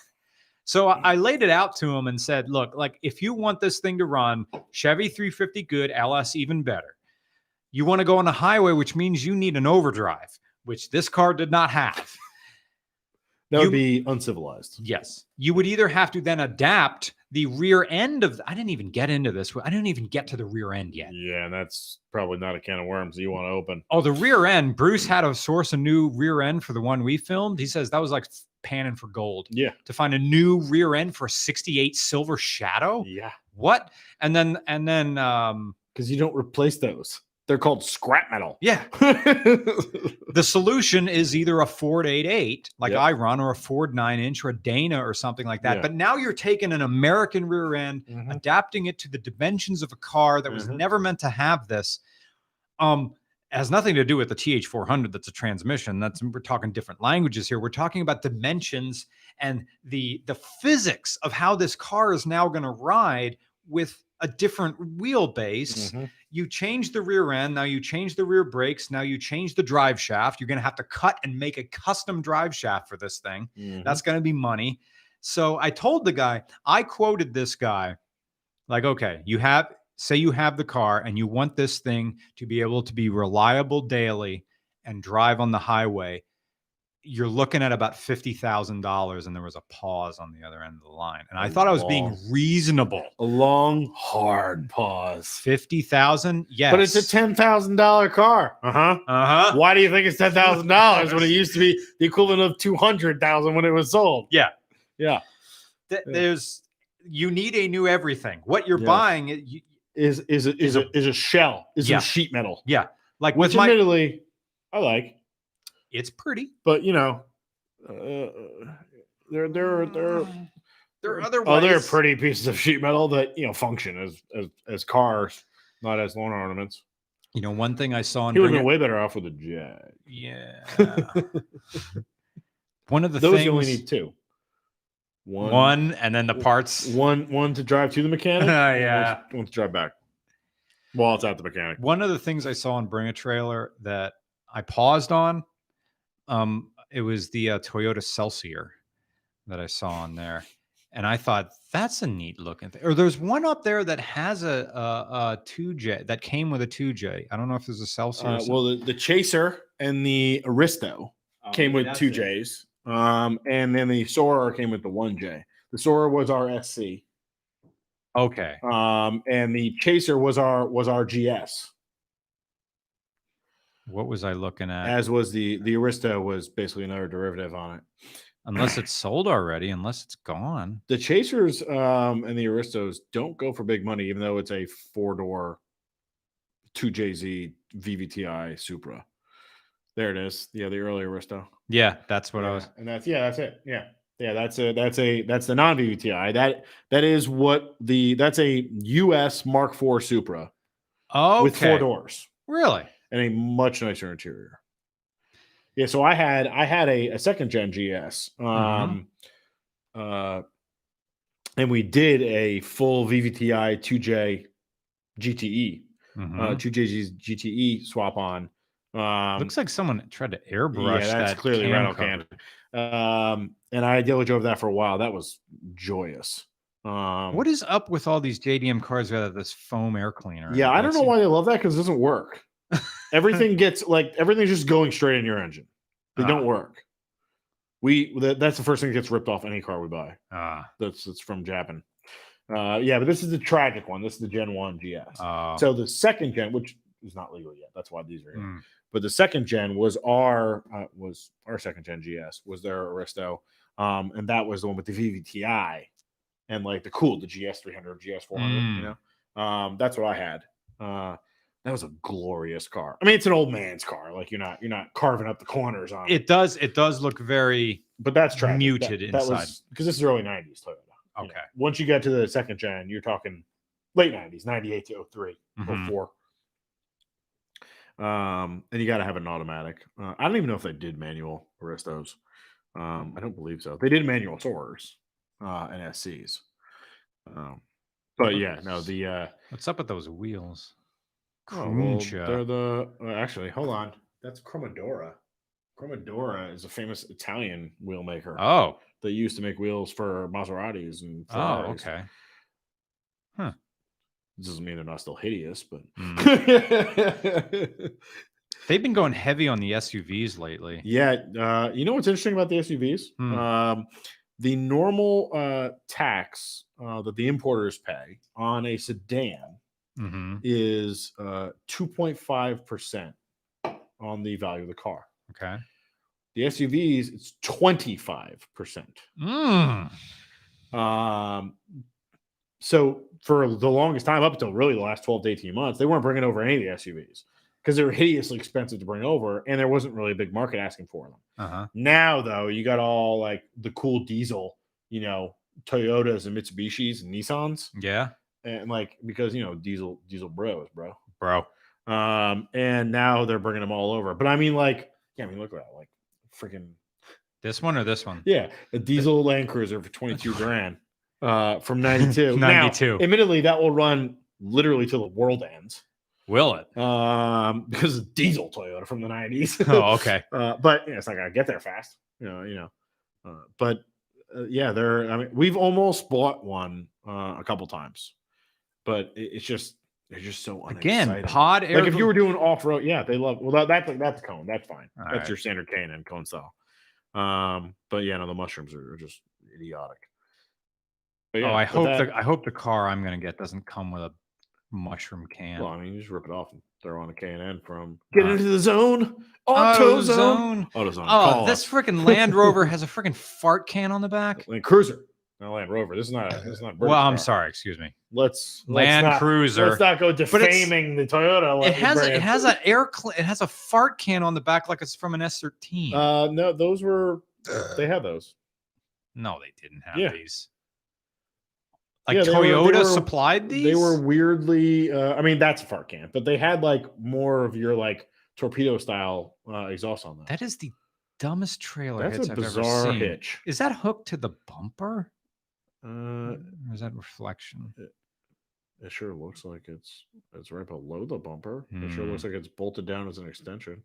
Speaker 2: So I, I laid it out to him and said, look, like if you want this thing to run, Chevy 350 good, LS even better. You want to go on the highway, which means you need an overdrive, which this car did not have.
Speaker 1: That would be
Speaker 2: You-
Speaker 1: uncivilized.
Speaker 2: Yes. You would either have to then adapt the rear end of, I didn't even get into this. I didn't even get to the rear end yet.
Speaker 1: Yeah, and that's probably not a can of worms that you want to open.
Speaker 2: Oh, the rear end. Bruce had to source a new rear end for the one we filmed. He says that was like panning for gold
Speaker 1: Yeah.
Speaker 2: to find a new rear end for a 68 Silver Shadow.
Speaker 1: Yeah.
Speaker 2: What? And then, and then, um,
Speaker 1: Because you don't replace those. They're called scrap metal.
Speaker 2: Yeah. The solution is either a Ford 88, like
Speaker 1: Yep.
Speaker 2: I run, or a Ford 9 inch or a Dana or something like that.
Speaker 1: Yeah. Mm-hmm.
Speaker 2: But now you're taking an American rear end, adapting it to the dimensions of a car that was
Speaker 1: Mhm.
Speaker 2: never meant to have this. Um, has nothing to do with the TH400 that's a transmission. That's we're talking different languages here. We're talking about dimensions and the the physics of how this car is now going to ride with a different wheelbase you change the rear end now you change the rear brakes now you change the drive shaft you're going to have to cut and make a custom drive shaft for this thing
Speaker 1: Mm-hmm. Mm.
Speaker 2: that's going to be money so i told the guy i quoted this guy like okay you have say you have the car and you want this thing to be able to be reliable daily and drive on the highway you're looking at about $50000 and there was a pause on the other end of the line and i
Speaker 1: Oh,
Speaker 2: thought i was being
Speaker 1: wow.
Speaker 2: reasonable
Speaker 1: A long, hard pause.
Speaker 2: 50000 yes
Speaker 1: But it's a ten thousand dollar car. Uh huh.
Speaker 2: uh-huh
Speaker 1: Why do you think it's ten thousand dollars when it used to be the equivalent of two hundred thousand when it was sold?
Speaker 2: th-
Speaker 1: Yeah.
Speaker 2: there's you need a new everything. What you're
Speaker 1: Yes.
Speaker 2: buying, it- you,
Speaker 1: Is is a, is a is a shell? Is
Speaker 2: Yeah.
Speaker 1: some sheet metal?
Speaker 2: like
Speaker 1: Which
Speaker 2: with my,
Speaker 1: admittedly, I like,
Speaker 2: it's pretty.
Speaker 1: but you know, uh, there there there are
Speaker 2: there are other
Speaker 1: other
Speaker 2: ways.
Speaker 1: Oh, pretty pieces of sheet metal that you know function as as as cars, not as lawn ornaments.
Speaker 2: You know, one thing I saw in
Speaker 1: He would have
Speaker 2: Bring
Speaker 1: been
Speaker 2: It-
Speaker 1: way better off with a jet.
Speaker 2: yeah. one of the
Speaker 1: Those
Speaker 2: things
Speaker 1: you only need two.
Speaker 2: one,
Speaker 1: one
Speaker 2: and then the parts.
Speaker 1: one one to drive to the mechanic. and
Speaker 2: Yeah.
Speaker 1: one to, one to drive back. Well, it's at the mechanic.
Speaker 2: One of the things I saw in Bring a Trailer that I paused on, um, it was the uh, Toyota Celsior that I saw on there, and I thought that's a neat looking thing. Or there's one up there that has a a, a two J that came with a two J. I don't know if there's a Celsior.
Speaker 1: Uh, well, the, the Chaser and the Aristo
Speaker 2: Oh,
Speaker 1: came with two J's, um, and then the Sora came with the one J. The Sora was our SC,
Speaker 2: okay,
Speaker 1: um, and the Chaser was our was our GS.
Speaker 2: what was I looking at?
Speaker 1: As was the the Aristo was basically another derivative on it.
Speaker 2: Unless it's sold already, unless it's gone.
Speaker 1: The Chasers um, and the Aristos don't go for big money, even though it's a four door, two JZ VVTi Supra. There it is. Yeah, the early Aristo.
Speaker 2: Yeah, that's what
Speaker 1: yeah.
Speaker 2: I was.
Speaker 1: and that's yeah, that's it. Yeah, yeah, that's a that's a that's the non VVTi. That that is what the that's a US Mark IV Supra
Speaker 2: Oh,
Speaker 1: with four doors
Speaker 2: Really?
Speaker 1: and a much nicer interior. Yeah, so I had I had a, a second gen GS,
Speaker 2: Mm-hmm.
Speaker 1: um, uh, and we did a full VVTi 2J GTE, uh,
Speaker 2: Mhm.
Speaker 1: 2J GTE E swap on. Um,
Speaker 2: Looks like someone tried to airbrush
Speaker 1: yeah, that's
Speaker 2: that
Speaker 1: clearly
Speaker 2: cam
Speaker 1: rattle
Speaker 2: cover.
Speaker 1: can. Um, and I daily drove that for a while. That was joyous. Um,
Speaker 2: What is up with all these JDM cars that have this foam air cleaner? in
Speaker 1: yeah,
Speaker 2: it?
Speaker 1: I don't know
Speaker 2: That's-
Speaker 1: why they love that because it doesn't work. Everything gets like everything's just going straight in your engine. They
Speaker 2: Ah.
Speaker 1: don't work. We that, that's the first thing that gets ripped off any car we buy.
Speaker 2: Ah,
Speaker 1: That's that's from Japan. Uh, yeah, but this is the tragic one. This is the Gen 1 GS.
Speaker 2: Uh,
Speaker 1: so the second gen, which is not legal yet, that's why these are here.
Speaker 2: mm,
Speaker 1: But the second gen was our uh, was our second gen GS was their Aristo, um, and that was the one with the VVTi and like the cool the GS 300, GS 400.
Speaker 2: Mm.
Speaker 1: You know, um, that's what I had. Uh, that was a glorious car. I mean, it's an old man's car. Like you're not you're not carving up the corners on it,
Speaker 2: it does. It does look very
Speaker 1: but that's tragic.
Speaker 2: muted inside.
Speaker 1: because this is early 90s Toyota. you know.
Speaker 2: okay.
Speaker 1: Once you get to the second gen, you're talking late 90s, 98 to 03
Speaker 2: Mhm.
Speaker 1: or four. Um, and you got to have an automatic. Uh, I don't even know if they did manual Aristos. Um, I don't believe so. They did manual Saurers uh, and SCs. Um, but yeah, no, the uh,
Speaker 2: What's up with those wheels?
Speaker 1: oh, well,
Speaker 2: Cruncha.
Speaker 1: they're the uh, actually hold on, that's Cromodora. Cromodora is a famous Italian wheel maker
Speaker 2: oh,
Speaker 1: that used to make wheels for Maseratis and
Speaker 2: oh,
Speaker 1: Ferraris.
Speaker 2: okay.
Speaker 1: This doesn't mean they're not still hideous, but Hmm.
Speaker 2: Mm. They've been going heavy on the SUVs lately.
Speaker 1: yeah. Uh, you know what's interesting about the SUVs?
Speaker 2: Hmm.
Speaker 1: Um, the normal uh, tax uh, that the importers pay on a sedan
Speaker 2: hmm
Speaker 1: is uh, 2.5% on the value of the car.
Speaker 2: Okay.
Speaker 1: The SUVs, it's 25%.
Speaker 2: Mm.
Speaker 1: Um, so for the longest time, up until really the last 12 to 18 months, they weren't bringing over any of the SUVs because they were hideously expensive to bring over and there wasn't really a big market asking for them.
Speaker 2: Uh huh.
Speaker 1: Now, though, you got all like the cool diesel, you know, Toyotas and Mitsubishis and Nissans,
Speaker 2: Yeah,
Speaker 1: and like because you know, diesel, diesel bros, bro.
Speaker 2: bro.
Speaker 1: Um, and now they're bringing them all over, but I mean, like, yeah, I mean, look at that, like, freaking
Speaker 2: This one or this one?
Speaker 1: yeah, a diesel Land Cruiser for 22 grand uh, from 92. Now,
Speaker 2: 92.
Speaker 1: admittedly, that will run literally till the world ends
Speaker 2: Will it?
Speaker 1: um, because it's diesel Toyota from the 90s.
Speaker 2: Oh, okay.
Speaker 1: uh, but you know, it's not going to get there fast. You know, you know. Uh, but uh, yeah, there. I mean, we've almost bought one uh, a couple times, but it, it's just they're just so
Speaker 2: Again,
Speaker 1: unexciting.
Speaker 2: pod air.
Speaker 1: Like if you were doing off road, yeah, they love. Well, that, that's that's cone. That's fine.
Speaker 2: All
Speaker 1: that's
Speaker 2: right.
Speaker 1: your standard cane and cone style. Um, but yeah, no, the mushrooms are, are just idiotic. But yeah,
Speaker 2: oh, I
Speaker 1: but
Speaker 2: hope
Speaker 1: that-
Speaker 2: the I hope the car I'm gonna get doesn't come with a mushroom can.
Speaker 1: Well, I mean, you just rip it off and throw on a K and N from uh,
Speaker 2: Get
Speaker 1: get
Speaker 2: into
Speaker 1: into the zone, auto zone,
Speaker 2: AutoZone.
Speaker 1: auto zone.
Speaker 2: Oh, this freaking Land Rover has a freaking fart can on the back.
Speaker 1: Land Cruiser, not Land Rover. This is not. This is not. a British
Speaker 2: Well, I'm
Speaker 1: car.
Speaker 2: sorry. Excuse me.
Speaker 1: Let's let's
Speaker 2: Land
Speaker 1: not-
Speaker 2: Cruiser.
Speaker 1: Let's not go
Speaker 2: it's-
Speaker 1: defaming the Toyota.
Speaker 2: It
Speaker 1: let me
Speaker 2: has
Speaker 1: bring
Speaker 2: a, it has an air cl- it has a fart can on the back like it's from an S13.
Speaker 1: Uh, no, those were they had those.
Speaker 2: no, they didn't have
Speaker 1: yeah.
Speaker 2: these. Like
Speaker 1: Yeah, they were- they
Speaker 2: Toyota
Speaker 1: were-
Speaker 2: supplied these.
Speaker 1: They were weirdly. Uh, I mean, that's a fart can, but they had like more of your like torpedo style uh, exhaust on them.
Speaker 2: That is the dumbest trailer
Speaker 1: that's
Speaker 2: hitch
Speaker 1: a
Speaker 2: I've
Speaker 1: bizarre
Speaker 2: ever seen.
Speaker 1: hitch.
Speaker 2: Is that hooked to the bumper?
Speaker 1: Uh,
Speaker 2: Or is that reflection?
Speaker 1: it sure looks like it's it's right below the bumper. It sure
Speaker 2: Hmm.
Speaker 1: looks like it's bolted down as an extension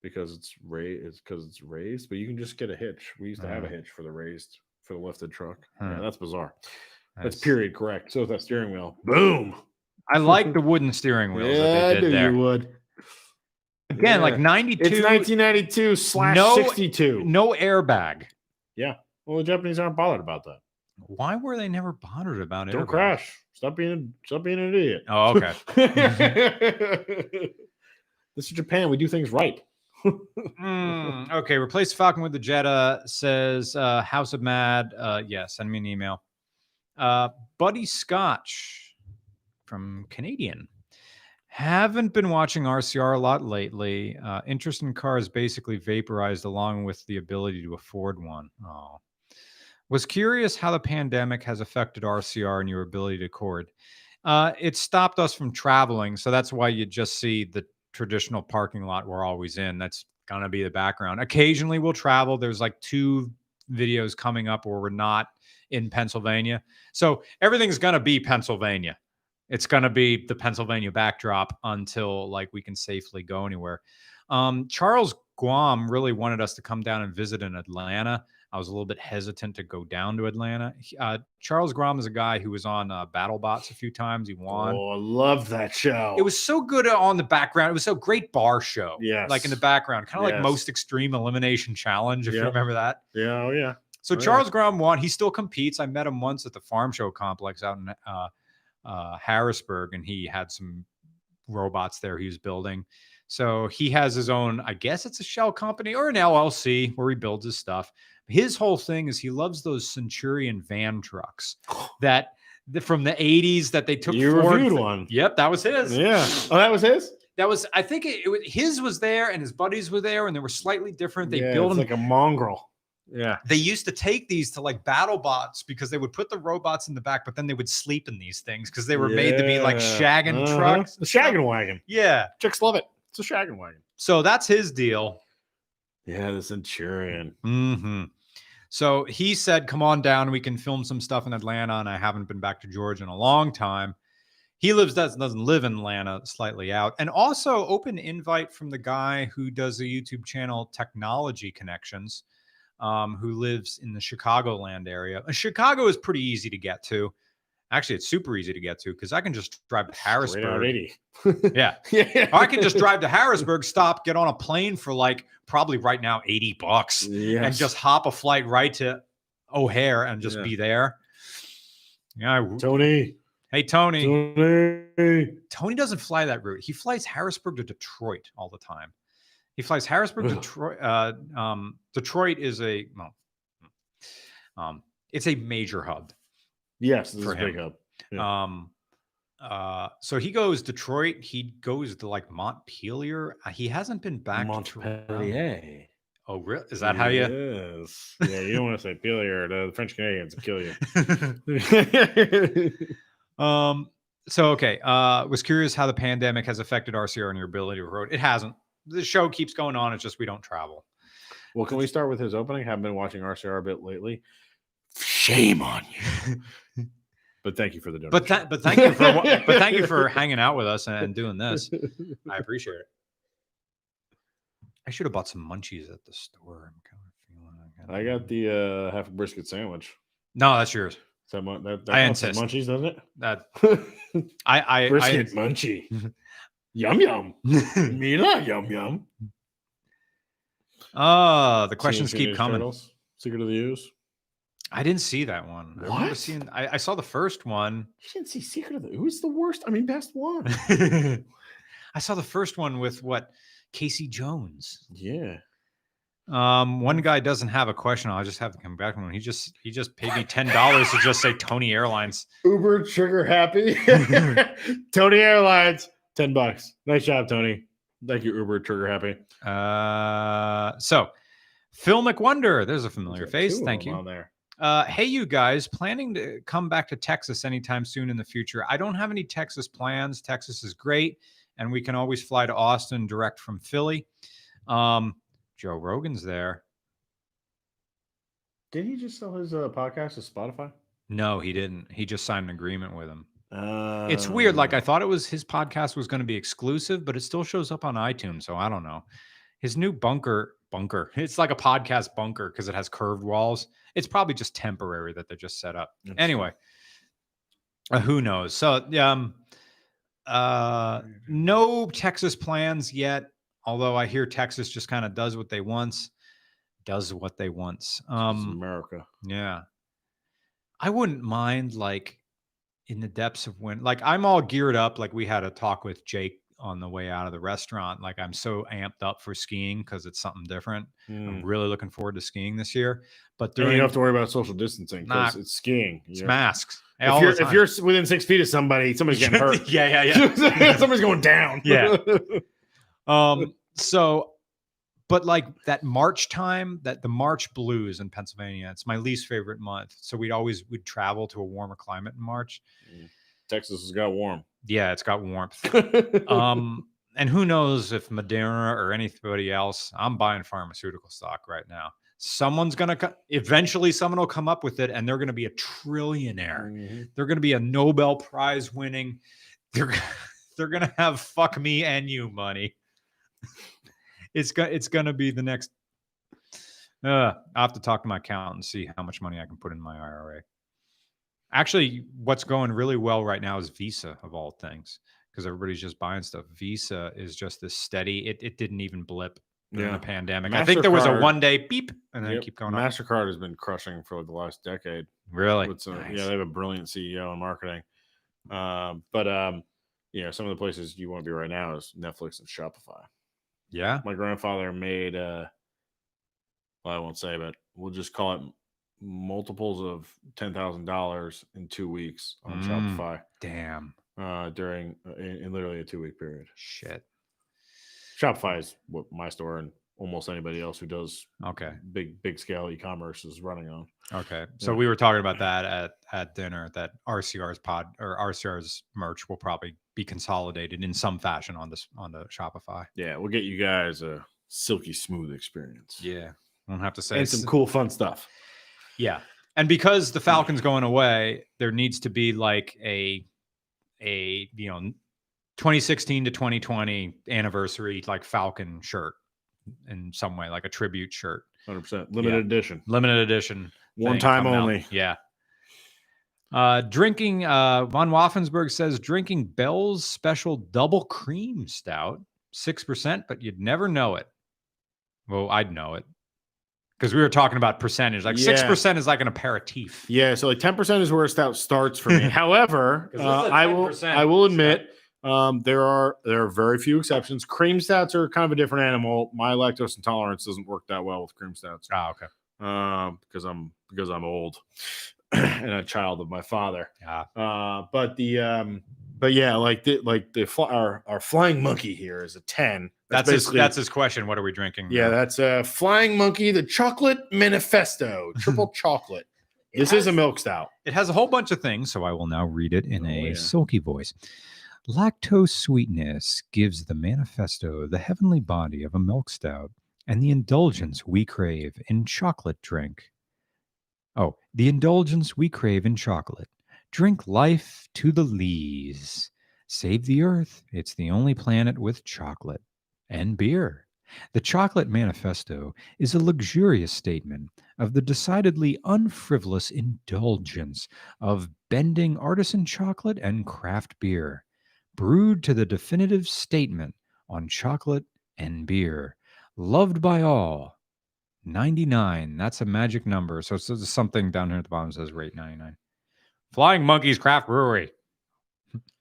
Speaker 1: because it's raised. It's because it's raised, but you can just get a hitch. We used to have a
Speaker 2: Uh.
Speaker 1: hitch for the raised for the lifted truck. Yeah,
Speaker 2: Huh.
Speaker 1: that's bizarre. That's
Speaker 2: Nice.
Speaker 1: period correct. So is that steering wheel. Boom.
Speaker 2: I like the wooden steering wheels
Speaker 1: Yeah,
Speaker 2: that
Speaker 1: I
Speaker 2: they did
Speaker 1: knew
Speaker 2: there.
Speaker 1: you would.
Speaker 2: Again, like
Speaker 1: Yeah.
Speaker 2: 92,
Speaker 1: It's 1992 slash
Speaker 2: No-
Speaker 1: 62.
Speaker 2: no airbag.
Speaker 1: Well, the Japanese aren't bothered about that.
Speaker 2: Why were they never bothered about it?
Speaker 1: Don't crash. Stop being stop being an idiot.
Speaker 2: Oh, okay.
Speaker 1: Mm-hmm. this is Japan. We do things right.
Speaker 2: Mm, okay, replace Falcon with the Jetta says uh, House of Mad. Uh, yeah, send me an email. Uh, Buddy Scotch from Canadian. Haven't been watching RCR a lot lately. Uh, interest in cars basically vaporized along with the ability to afford one. Oh. Was curious how the pandemic has affected RCR and your ability to cord. Uh, it stopped us from traveling, so that's why you just see the traditional parking lot we're always in. That's gonna be the background. Occasionally we'll travel. There's like two videos coming up where we're not in Pennsylvania. So everything's gonna be Pennsylvania. It's gonna be the Pennsylvania backdrop until like we can safely go anywhere. Um, Charles Guam really wanted us to come down and visit in Atlanta. I was a little bit hesitant to go down to Atlanta. He- Uh, Charles Guam is a guy who was on uh, BattleBots a few times. He won.
Speaker 1: Oh, I love that show.
Speaker 2: It was so good on the background. It was so great bar show.
Speaker 1: Yes.
Speaker 2: Like in the background, kind of like
Speaker 1: Yes.
Speaker 2: most extreme elimination challenge, if you
Speaker 1: Yep.
Speaker 2: remember that.
Speaker 1: yeah, oh yeah.
Speaker 2: So
Speaker 1: Oh, yeah.
Speaker 2: Charles Grom won. He still competes. I met him once at the farm show complex out in uh, uh, Harrisburg, and he had some robots there he was building. So he has his own, I guess it's a shell company or an LLC where he builds his stuff. His whole thing is he loves those Centurion van trucks that the, from the 80s that they took
Speaker 1: You
Speaker 2: Ford-
Speaker 1: reviewed one.
Speaker 2: Yep, that was his
Speaker 1: Yeah. Oh, that was his.
Speaker 2: that was I think it, it was his was there and his buddies were there and they were slightly different. They
Speaker 1: yeah,
Speaker 2: built
Speaker 1: it's
Speaker 2: them.
Speaker 1: like a mongrel. Yeah.
Speaker 2: they used to take these to like battle bots because they would put the robots in the back, but then they would sleep in these things because they were made to be like
Speaker 1: Yeah.
Speaker 2: shagging
Speaker 1: Uh-huh.
Speaker 2: trucks.
Speaker 1: The shagging wagon.
Speaker 2: Yeah.
Speaker 1: Chicks love it. It's a shagging wagon.
Speaker 2: So that's his deal.
Speaker 1: Yeah, the Centurion.
Speaker 2: hmm So he said, Come on down. We can film some stuff in Atlanta. And I haven't been back to Georgia in a long time. He lives, doesn't, doesn't live in Atlanta, slightly out. And also, open invite from the guy who does the YouTube channel Technology Connections, um, who lives in the Chicagoland area. Uh, Chicago is pretty easy to get to. Actually, it's super easy to get to because I can just drive to
Speaker 1: Straight out
Speaker 2: Harrisburg.
Speaker 1: 80.
Speaker 2: Yeah.
Speaker 1: Yeah.
Speaker 2: Or I can just drive to Harrisburg, stop, get on a plane for like probably right now 80 bucks
Speaker 1: Yes.
Speaker 2: and just hop a flight right to O'Hare and just
Speaker 1: Yeah.
Speaker 2: be there. Yeah. I w-
Speaker 1: Tony.
Speaker 2: hey, Tony. Tony.
Speaker 1: Tony.
Speaker 2: doesn't fly that route. He flies Harrisburg to Detroit all the time. He flies Harrisburg,
Speaker 1: Ugh.
Speaker 2: Detroit. Uh, um, Detroit is a well, um, it's a major hub.
Speaker 1: Yes, this
Speaker 2: For
Speaker 1: is a big
Speaker 2: him.
Speaker 1: hub. Yeah.
Speaker 2: Um, uh, so he goes Detroit. He goes to like Montpelier. Uh, He hasn't been back. to Toronto.
Speaker 1: Montpellier.
Speaker 2: Oh, really? Is that how you?
Speaker 1: Yes. Yeah, you don't want to say Pillier. The French Canadians will kill you.
Speaker 2: Um. So okay. Uh, was curious how the pandemic has affected RCR and your ability to road. It hasn't. The show keeps going on. It's just we don't travel.
Speaker 1: well, can we start with his opening? Haven't been watching RCR a bit lately. Shame on you. but thank you for the donation.
Speaker 2: But tha- but thank you for wa- but thank you for hanging out with us and doing this. I appreciate it. I should have bought some munchies at the store. I'm kind of feeling. like
Speaker 1: I got the uh, half a brisket sandwich.
Speaker 2: No, that's yours.
Speaker 1: Is that, mu- that, that
Speaker 2: I
Speaker 1: counts as munchies, doesn't it?
Speaker 2: That I I, I-
Speaker 1: brisket munchie. yum yum. Mila yum yum.
Speaker 2: Ah, the questions keep
Speaker 1: Teenage
Speaker 2: coming.
Speaker 1: Turtles, Secret of the Ooze.
Speaker 2: I didn't see that one. I remember
Speaker 1: What?
Speaker 2: seeing. I, I saw the first one.
Speaker 1: You didn't see Secret of the Ooze? The worst. I mean, best one.
Speaker 2: I saw the first one with what Casey Jones.
Speaker 1: yeah.
Speaker 2: Um, one guy doesn't have a question. I'll just have to come back to him. He just he just paid me ten dollars to just say Tony Airlines.
Speaker 1: Uber trigger happy. Tony Airlines, 10 bucks. Nice job, Tony. Thank you, Uber trigger happy.
Speaker 2: Uh, so Phil McWonder, there's a
Speaker 1: There's
Speaker 2: familiar
Speaker 1: like
Speaker 2: face.
Speaker 1: two of
Speaker 2: Thank
Speaker 1: them
Speaker 2: you.
Speaker 1: On there.
Speaker 2: Uh, hey, you guys, planning to come back to Texas anytime soon in the future? I don't have any Texas plans. Texas is great, and we can always fly to Austin direct from Philly. Um, Joe Rogan's there.
Speaker 1: Didn't he just sell his uh, podcast to Spotify?
Speaker 2: No, he didn't. He just signed an agreement with him.
Speaker 1: Uh,
Speaker 2: It's weird. Like I thought it was his podcast was going to be exclusive, but it still shows up on iTunes. So I don't know. His new bunker bunker. It's like a podcast bunker because it has curved walls. It's probably just temporary that they're just set up.
Speaker 1: Interesting.
Speaker 2: Anyway, uh, who knows? So um, uh, no Texas plans yet. Although I hear Texas just kind of does what they wants, does what they wants.
Speaker 1: This is
Speaker 2: Um,
Speaker 1: America.
Speaker 2: yeah. I wouldn't mind like in the depths of when like I'm all geared up like we had a talk with Jake on the way out of the restaurant like I'm so amped up for skiing cuz it's something different. I'm really looking forward to skiing this year. But
Speaker 1: Mm. And Hmm. you
Speaker 2: during
Speaker 1: don't have to worry about social distancing because
Speaker 2: Nah.
Speaker 1: it's skiing.
Speaker 2: it's
Speaker 1: You're-
Speaker 2: masks. eh, all
Speaker 1: If
Speaker 2: the
Speaker 1: you're, if
Speaker 2: time.
Speaker 1: you're s- within six feet of somebody, somebody's getting hurt.
Speaker 2: yeah, yeah, yeah.
Speaker 1: Somebody's going down.
Speaker 2: Yeah. Um, so, but like that March time, that the March blues in Pennsylvania, it's my least favorite month. So we'd always would travel to a warmer climate in March.
Speaker 1: Texas has got warm.
Speaker 2: Yeah, it's got warmth. um, and who knows if Moderna or anybody else? I'm buying pharmaceutical stock right now. Someone's gonna co- eventually. Someone will come up with it, and they're gonna be a trillionaire.
Speaker 1: Mhm.
Speaker 2: They're gonna be a Nobel Prize winning. They're g- they're gonna have fuck me and you money. it's gonna it's gonna be the next. Uh, I have to talk to my accountant and see how much money I can put in my IRA. Actually, what's going really well right now is Visa of all things because everybody's just buying stuff. Visa is just this steady. It it didn't even blip. during
Speaker 1: Yeah.
Speaker 2: the pandemic. I think there was a
Speaker 1: MasterCard-
Speaker 2: one day beep and then
Speaker 1: Yep.
Speaker 2: keep going up.
Speaker 1: Mastercard has been crushing for the last decade.
Speaker 2: Really?
Speaker 1: with some-
Speaker 2: Nice.
Speaker 1: Yeah, they have a brilliant CEO in marketing. Um, but um, you know, some of the places you want to be right now is Netflix and Shopify.
Speaker 2: Yeah.
Speaker 1: My grandfather made uh well, I won't say, but we'll just call it multiples of ten thousand dollars in two weeks on
Speaker 2: Mm.
Speaker 1: Shopify
Speaker 2: Damn.
Speaker 1: uh during in, in literally a two week period.
Speaker 2: Shit.
Speaker 1: Shopify is what my store and almost anybody else who does
Speaker 2: Okay.
Speaker 1: big big scale e-commerce is running on.
Speaker 2: Okay. So
Speaker 1: Yeah.
Speaker 2: we were talking about that at at dinner that RCR's pod or RCR's merch will probably be consolidated in some fashion on this on the Shopify.
Speaker 1: Yeah, we'll get you guys a silky smooth experience.
Speaker 2: Yeah. I don't have to say
Speaker 1: And
Speaker 2: it's-
Speaker 1: some cool fun stuff.
Speaker 2: Yeah. And because the Falcons going away, there needs to be like a a you know 2016 to 2020 anniversary like Falcon shirt in some way, like a tribute shirt.
Speaker 1: Hundred percent limited edition,
Speaker 2: Limited edition.
Speaker 1: one
Speaker 2: thing
Speaker 1: time
Speaker 2: coming out.
Speaker 1: only.
Speaker 2: Yeah. Uh, drinking, uh, Von Waffensberg says drinking Bell's special double cream stout, 6%, but you'd never know it. Well, I'd know it because we were talking about percentage. Like
Speaker 1: Yeah.
Speaker 2: 6% is like an aperitif.
Speaker 1: Yeah, so like ten percent is where a stout starts for me. However,
Speaker 2: 'Cause this
Speaker 1: uh,
Speaker 2: is a
Speaker 1: I will
Speaker 2: 10%
Speaker 1: I will
Speaker 2: stout.
Speaker 1: admit um, there are there are very few exceptions. Cream stouts are kind of a different animal. My lactose intolerance doesn't work that well with cream stouts
Speaker 2: Oh, okay.
Speaker 1: um, because I'm because I'm old and a child of my father.
Speaker 2: Yeah.
Speaker 1: Uh, but the um, but yeah, like the like the fl- our our flying monkey here is a ten.
Speaker 2: That's, his, that's his question. What are we drinking?
Speaker 1: Yeah,
Speaker 2: now?
Speaker 1: that's a flying monkey, the chocolate manifesto, triple chocolate. This is a milk stout.
Speaker 2: It has a whole bunch of things, so I will now read it in
Speaker 1: Oh,
Speaker 2: a
Speaker 1: yeah.
Speaker 2: silky voice. Lactose sweetness gives the manifesto the heavenly body of a milk stout and the indulgence we crave in chocolate drink. Oh, the indulgence we crave in chocolate. Drink life to the lees. Save the earth. It's the only planet with chocolate and beer. The Chocolate Manifesto is a luxurious statement of the decidedly unfrivolous indulgence of bending artisan chocolate and craft beer, brewed to the definitive statement on chocolate and beer, loved by all. 99, that's a magic number. So, so there's something down here at the bottom says rate 99. Flying Monkeys Craft Brewery,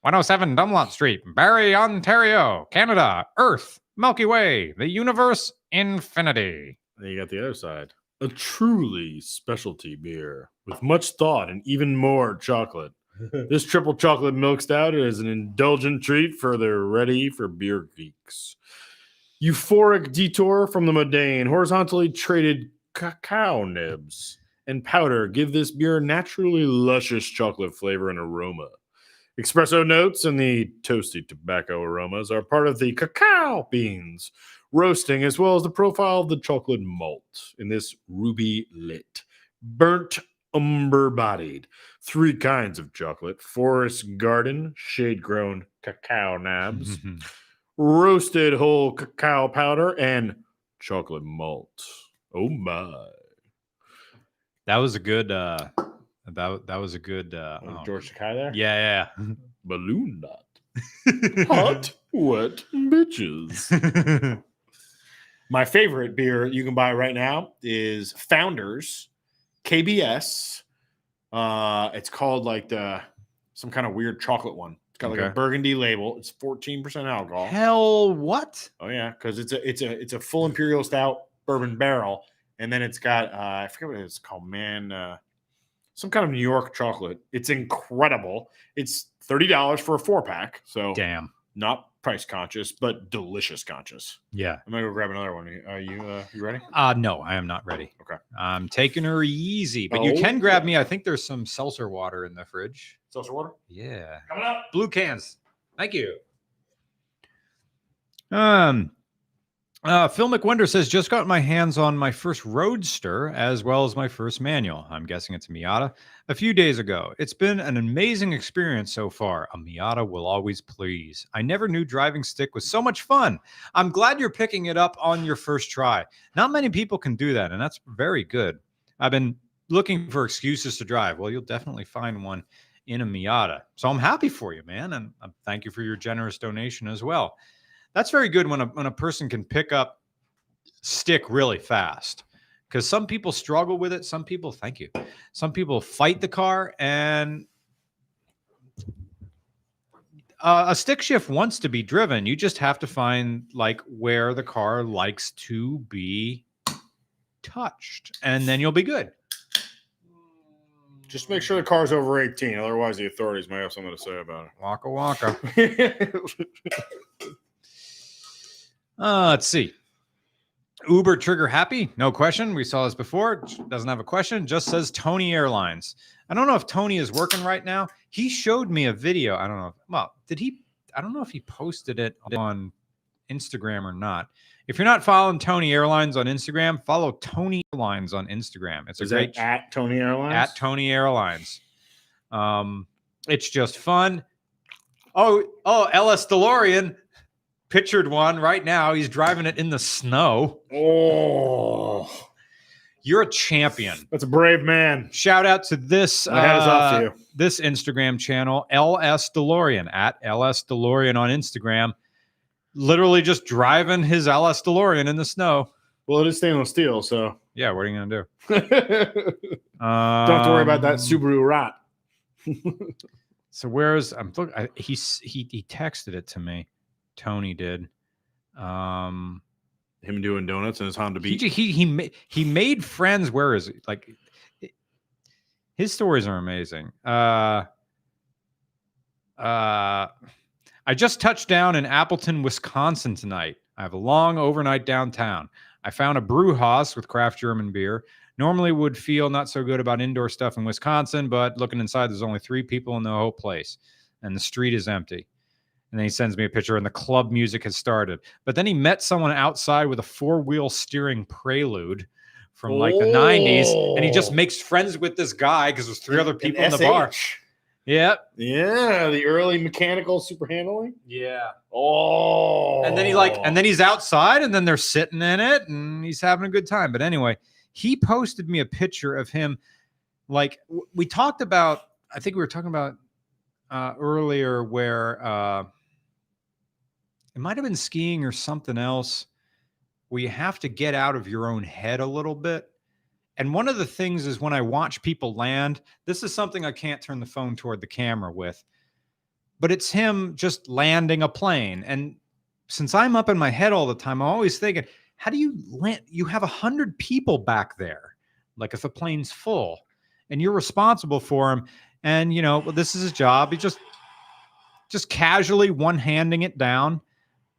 Speaker 2: 107 Dunlop Street, Barrie, Ontario, Canada, Earth, Milky Way, the universe, infinity.
Speaker 1: Then you got the other side. A truly specialty beer with much thought and even more chocolate. this triple chocolate milk stout is an indulgent treat for the ready for beer geeks. Euphoric detour from the mundane, horizontally traded cacao nibs and powder give this beer naturally luscious chocolate flavor and aroma. Espresso notes and the toasty tobacco aromas are part of the cacao beans roasting, as well as the profile of the chocolate malt in this ruby lit, burnt umber bodied. Three kinds of chocolate forest garden, shade grown cacao nabs, roasted whole cacao powder, and chocolate malt. Oh my.
Speaker 2: That was a good. uh That that was a good. uh
Speaker 1: Oh,
Speaker 2: oh,
Speaker 1: George Sakai there?
Speaker 2: Yeah,
Speaker 1: Balloon knot.
Speaker 2: yeah.
Speaker 1: Hot, wet bitches. My favorite beer you can buy right now is Founders KBS. Uh, it's called like the some kind of weird chocolate one. It's got like a
Speaker 2: Okay.
Speaker 1: burgundy label. It's fourteen percent alcohol.
Speaker 2: Hell, what?
Speaker 1: Oh yeah, because it's a it's a it's a full imperial stout bourbon barrel, and then it's got uh, I forget what it's called, man. Uh, some kind of New York chocolate. It's incredible. It's thirty dollars for a four pack, so
Speaker 2: Damn.
Speaker 1: not price conscious, but delicious conscious.
Speaker 2: Yeah.
Speaker 1: I'm gonna go grab another one. Are you uh, you ready?
Speaker 2: Uh no, I am not ready.
Speaker 1: Okay.
Speaker 2: I'm taking her easy, but you
Speaker 1: Oh,
Speaker 2: can grab
Speaker 1: yeah.
Speaker 2: me. I think there's some seltzer water in the fridge.
Speaker 1: Seltzer water.
Speaker 2: Yeah.
Speaker 4: Coming up.
Speaker 2: blue cans. Thank you. Um, uh, Phil McWender says just got my hands on my first Roadster as well as my first manual. I'm guessing it's a Miata. A few days ago, it's been an amazing experience so far. A Miata will always please. I never knew driving stick was so much fun. I'm glad you're picking it up on your first try. Not many people can do that, and that's very good. I've been looking for excuses to drive. Well, you'll definitely find one in a Miata. So I'm happy for you, man, and I thank you for your generous donation as well. That's very good when a when a person can pick up stick really fast because some people struggle with it. Some people, thank you. Some people fight the car and uh, a stick shift wants to be driven. You just have to find like where the car likes to be touched, and then you'll be good.
Speaker 1: Just make sure the car's over 18. Otherwise, the authorities may have something to say about
Speaker 2: Waka waka.
Speaker 1: it.
Speaker 2: Uh, let's see. Uber trigger happy? No question. We saw this before. Doesn't have a question. Just says Tony Airlines. I don't know if Tony is working right now. He showed me a video. I don't know. Well, did he? I don't know if he posted it on Instagram or not. If you're not following Tony Airlines on Instagram, follow Tony Airlines on Instagram. It's a
Speaker 1: Is
Speaker 2: great
Speaker 1: that at Tony Airlines?
Speaker 2: at Tony Airlines. Um, it's just fun. Oh, oh, LS DeLorean pictured one right now. He's driving it in the snow.
Speaker 1: oh,
Speaker 2: You're a champion.
Speaker 1: that's a brave man.
Speaker 2: Shout out to this uh,
Speaker 1: My hat is off to you.
Speaker 2: this Instagram channel, LS DeLorean at LS DeLorean on Instagram. Literally just driving his LS DeLorean in the snow.
Speaker 1: Well, it is stainless steel, so
Speaker 2: Yeah, what are you gonna do?
Speaker 1: don't have
Speaker 2: Um,
Speaker 1: to worry about that Subaru rot.
Speaker 2: So where's I'm look I, he s- he he texted it to me. Tony did. Um
Speaker 1: Him doing donuts in his Honda
Speaker 2: he ju- he he, ma- he made friends where is it? Like it- his stories are amazing. Uh uh I just touched down in Appleton, Wisconsin tonight. I have a long overnight downtown. I found a brewhaus with craft German beer. Normally would feel not so good about indoor stuff in Wisconsin, but looking inside, there's only three people in the whole place, and the street is empty. And then he sends me a picture, and the club music has started. But then he met someone outside with a four wheel steering prelude from like the 90s, and he just
Speaker 1: Oh.
Speaker 2: makes friends with this guy because there's three other
Speaker 1: An
Speaker 2: people in the bar.
Speaker 1: SH.
Speaker 2: Yep.
Speaker 1: Yeah, the early mechanical super handling.
Speaker 2: Yeah.
Speaker 1: Oh,
Speaker 2: and then he like and then he's outside and then they're sitting in it and he's having a good time but anyway he posted me a picture of him like w- we talked about i think we were talking about uh, earlier where uh, it might have been skiing or something else where you have to get out of your own head a little bit and one of the things is when i watch people land this is something i can't turn the phone toward the camera with but it's him just landing a plane and since I'm up in my head all the time, I'm always thinking, how do you land? You have a hundred people back there. Like if a plane's full and you're responsible for him and you know, well, this is his job. He just, just casually one handing it down.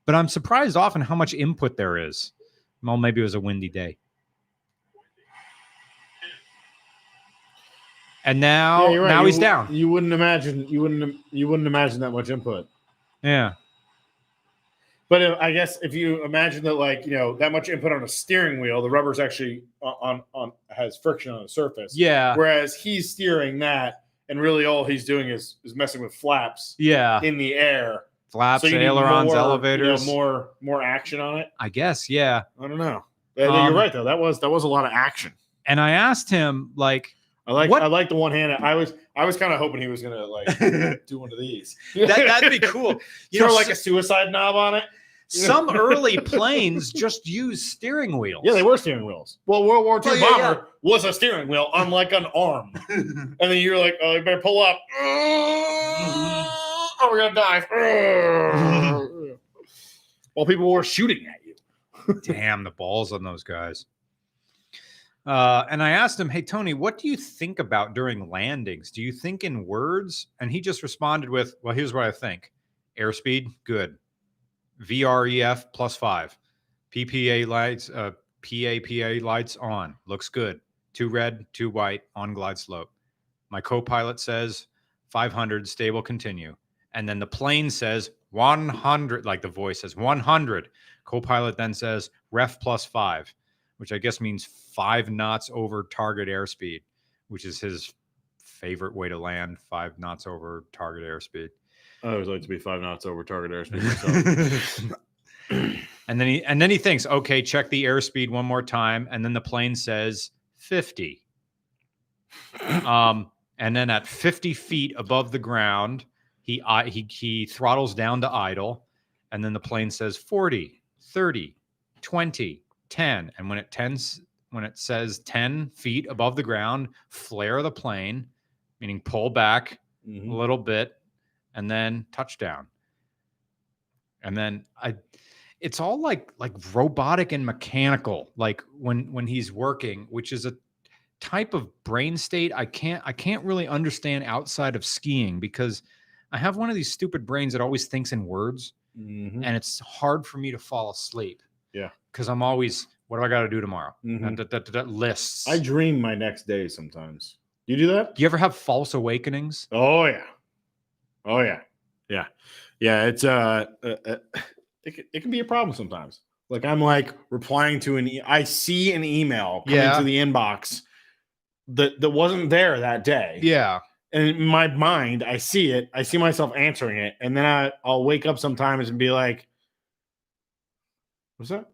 Speaker 2: But I'm surprised often how much input there is. Well, maybe it was a windy day. And now, now he's down.
Speaker 1: You wouldn't imagine. You wouldn't. You wouldn't imagine that much input.
Speaker 2: Yeah.
Speaker 4: But if, I guess if you imagine that, like you know, that much input on a steering wheel, the rubber's actually on on, on has friction on the surface.
Speaker 2: Yeah.
Speaker 4: Whereas he's steering that, and really all he's doing is is messing with flaps
Speaker 2: Yeah.
Speaker 4: in the air.
Speaker 2: Flaps,
Speaker 4: you need
Speaker 2: ailerons,
Speaker 4: more, you know,
Speaker 2: elevators.
Speaker 4: more more action on it.
Speaker 2: I guess. Yeah.
Speaker 1: I don't know.
Speaker 4: I think
Speaker 2: Um,
Speaker 4: you're right though. That was that was a lot of action.
Speaker 2: and I asked him like
Speaker 4: I like
Speaker 2: What-
Speaker 4: I like the one hand. I was I was kind of hoping he was gonna like do one of these.
Speaker 2: that, would be cool. You know,
Speaker 4: Throw
Speaker 2: like
Speaker 4: like a suicide knob on it.
Speaker 2: some early planes just use steering wheels.
Speaker 1: Yeah, they were steering wheels.
Speaker 4: Well, World War II
Speaker 2: Well, yeah,
Speaker 4: bomber was a steering wheel, unlike an arm. and then you're like, oh, you better pull up. Oh, we're gonna dive. While people were shooting at you.
Speaker 2: Damn the balls on those guys. Uh, and I asked him, "Hey Tony, what do you think about during landings? Do you think in words?" And he just responded with, "Well, here's what I think: airspeed, good. VREF plus five. PPA lights, uh, PAPA lights on. Looks good. Two red, two white on glide slope. My co-pilot says 500 stable continue, and then the plane says 100. Like the voice says 100. Co-pilot then says ref plus five, which I guess means five knots over target airspeed, which is his favorite way to land. Five knots over target airspeed.
Speaker 1: I always like to be five knots over target airspeed.
Speaker 2: and then he and then he thinks, okay, check the airspeed one more time, and then the plane says fifty. Um, and then at fifty feet above the ground, he I, he he throttles down to idle, and then the plane says 40, 30, 20, 10. And when it tends, when it says 10 feet above the ground, flare the plane, meaning pull back
Speaker 4: Mm-hmm.
Speaker 2: a
Speaker 1: Mm-hmm.
Speaker 2: little bit, and then touchdown. And then I it's all like like robotic and mechanical, like when when he's working, which is a type of brain state I can't I can't really understand outside of skiing because I have one of these stupid brains that always thinks in words
Speaker 1: Mhm.
Speaker 2: and it's hard for me to fall asleep.
Speaker 1: Yeah.
Speaker 2: Because I'm always, what do I got to do tomorrow?
Speaker 1: Mhm.
Speaker 2: Da- da- da- da- da- lists.
Speaker 1: I dream my next day sometimes. You do that?
Speaker 2: do you ever have false awakenings?
Speaker 1: Oh yeah, oh yeah, yeah, yeah. It's uh, uh, uh it, c- it can be a problem sometimes. Like I'm like replying to an, e- I see an email coming
Speaker 2: Yeah.
Speaker 1: to the inbox that that wasn't there that day.
Speaker 2: Yeah.
Speaker 1: and in my mind, I see it. I see myself answering it, and then I, I'll wake up sometimes and be like, "What's that?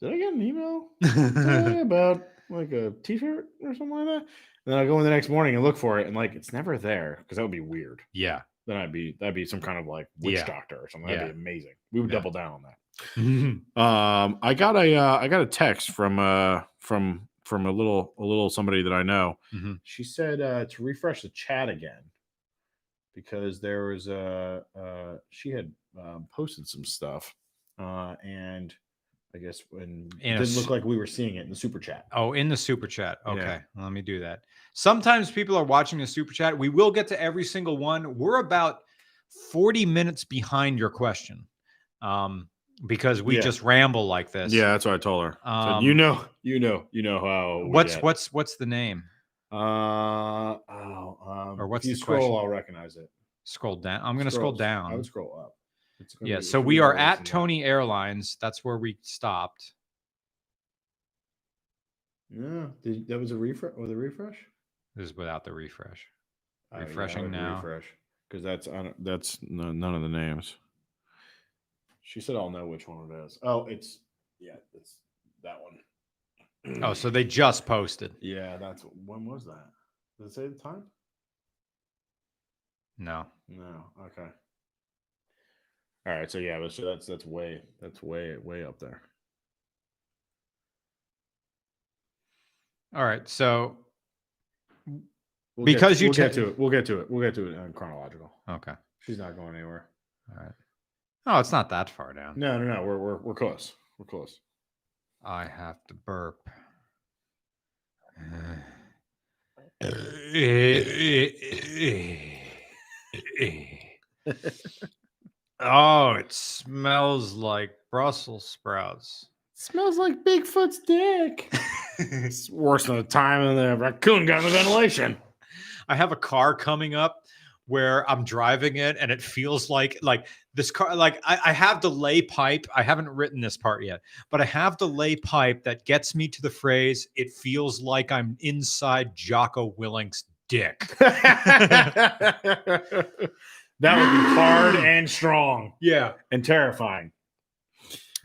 Speaker 1: Did I get an email today Eh, about like a T-shirt or something like that?" And then I go in the next morning and look for it, and like it's never there because that would be weird.
Speaker 2: yeah.
Speaker 1: Then I'd be that'd be some kind of like witch
Speaker 2: Yeah.
Speaker 1: doctor or something. That'd
Speaker 2: Yeah.
Speaker 1: be amazing. We would
Speaker 2: Yeah.
Speaker 1: double down on that.
Speaker 2: Mhm.
Speaker 1: Um, I got a uh, I got a text from uh from from a little a little somebody that I know.
Speaker 2: Mhm.
Speaker 1: She said uh, to refresh the chat again because there was a uh, she had um, posted some stuff uh, and I guess when it
Speaker 2: In a
Speaker 1: didn't look
Speaker 2: s-
Speaker 1: like we were seeing it in the super chat.
Speaker 2: oh, in the super chat.
Speaker 1: Yeah.
Speaker 2: Okay. Let me do that. Sometimes people are watching the super chat. We will get to every single one. We're about 40 minutes behind your question um, because we
Speaker 1: Yeah.
Speaker 2: just ramble like this.
Speaker 1: Yeah, that's what I told her. I said, you
Speaker 2: Um,
Speaker 1: know, you know, you know how. we
Speaker 2: What's
Speaker 1: get."
Speaker 2: what's what's the name?
Speaker 1: Uh oh. Um,
Speaker 2: Or
Speaker 1: if
Speaker 2: what's
Speaker 1: you
Speaker 2: the
Speaker 1: scroll?
Speaker 2: question?
Speaker 1: I'll recognize it.
Speaker 2: Scroll down. I'm gonna scroll down.
Speaker 1: I would scroll up. It's gonna
Speaker 2: Yeah,
Speaker 1: be-
Speaker 2: so
Speaker 1: it's
Speaker 2: we
Speaker 1: gonna be
Speaker 2: are
Speaker 1: all
Speaker 2: at
Speaker 1: listed there.
Speaker 2: Tony Airlines. That's where we stopped.
Speaker 1: Yeah, did, that was a refresh. Was a refresh?
Speaker 2: This is without the refresh.
Speaker 1: Oh, yeah, I
Speaker 2: Refreshing
Speaker 1: would
Speaker 2: now.
Speaker 1: Refresh, because that's I don't, that's no, none of the names. She said, "I'll know which one it is." Oh, it's yeah, it's that one.
Speaker 2: Oh, so they just posted.
Speaker 1: yeah, that's when was that? Did it say the time?
Speaker 2: No.
Speaker 1: No. Okay. All right. So yeah, but so that's that's way that's way way up there.
Speaker 2: All right. So
Speaker 1: We'll get,
Speaker 2: Because you
Speaker 1: we'll get
Speaker 2: te-
Speaker 1: to it. We'll get to it. We'll get to it in chronological.
Speaker 2: okay.
Speaker 1: She's not going anywhere.
Speaker 2: All right. Oh, it's not that far down.
Speaker 1: No, no, no. We're we're we're close. We're close.
Speaker 2: I have to burp. oh, it smells like Brussels sprouts.
Speaker 1: Smells like Bigfoot's dick. it's worse than the time when the raccoon got in the ventilation.
Speaker 2: I have a car coming up where I'm driving it and it feels like like this car like I, I have delay pipe. I haven't written this part yet, but I have delay pipe that gets me to the phrase, it feels like I'm inside Jocko Willink's dick.
Speaker 1: that would be hard and strong
Speaker 2: Yeah.
Speaker 1: and terrifying.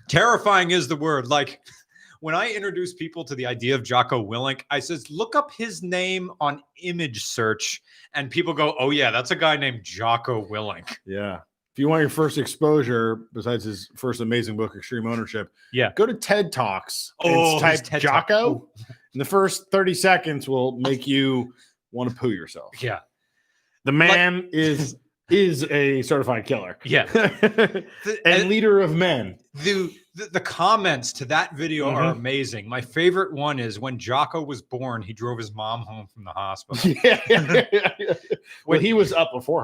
Speaker 2: Terrifying is the word. Like when I introduce people to the idea of Jocko Willink, I says, look up his name on image search. And people go, Oh yeah, that's a guy named Jocko Willink.
Speaker 1: Yeah. If you want your first exposure, besides his first amazing book, Extreme Ownership,
Speaker 2: Yeah.
Speaker 1: go to TED Talks
Speaker 2: Oh,
Speaker 1: and
Speaker 2: his
Speaker 1: type
Speaker 2: TED Talk. Oh.
Speaker 1: Jocko.
Speaker 2: Ooh.
Speaker 1: And the first 30 seconds will make you want to poo yourself.
Speaker 2: Yeah.
Speaker 1: The man is is a certified killer.
Speaker 2: Yeah. Th-
Speaker 1: and leader of men.
Speaker 2: the the, the comments to that video are
Speaker 1: Mm-hmm.
Speaker 2: amazing. My favorite one is when Jocko was born, he drove his mom home from the hospital.
Speaker 1: yeah. well,
Speaker 2: When-
Speaker 1: he was up before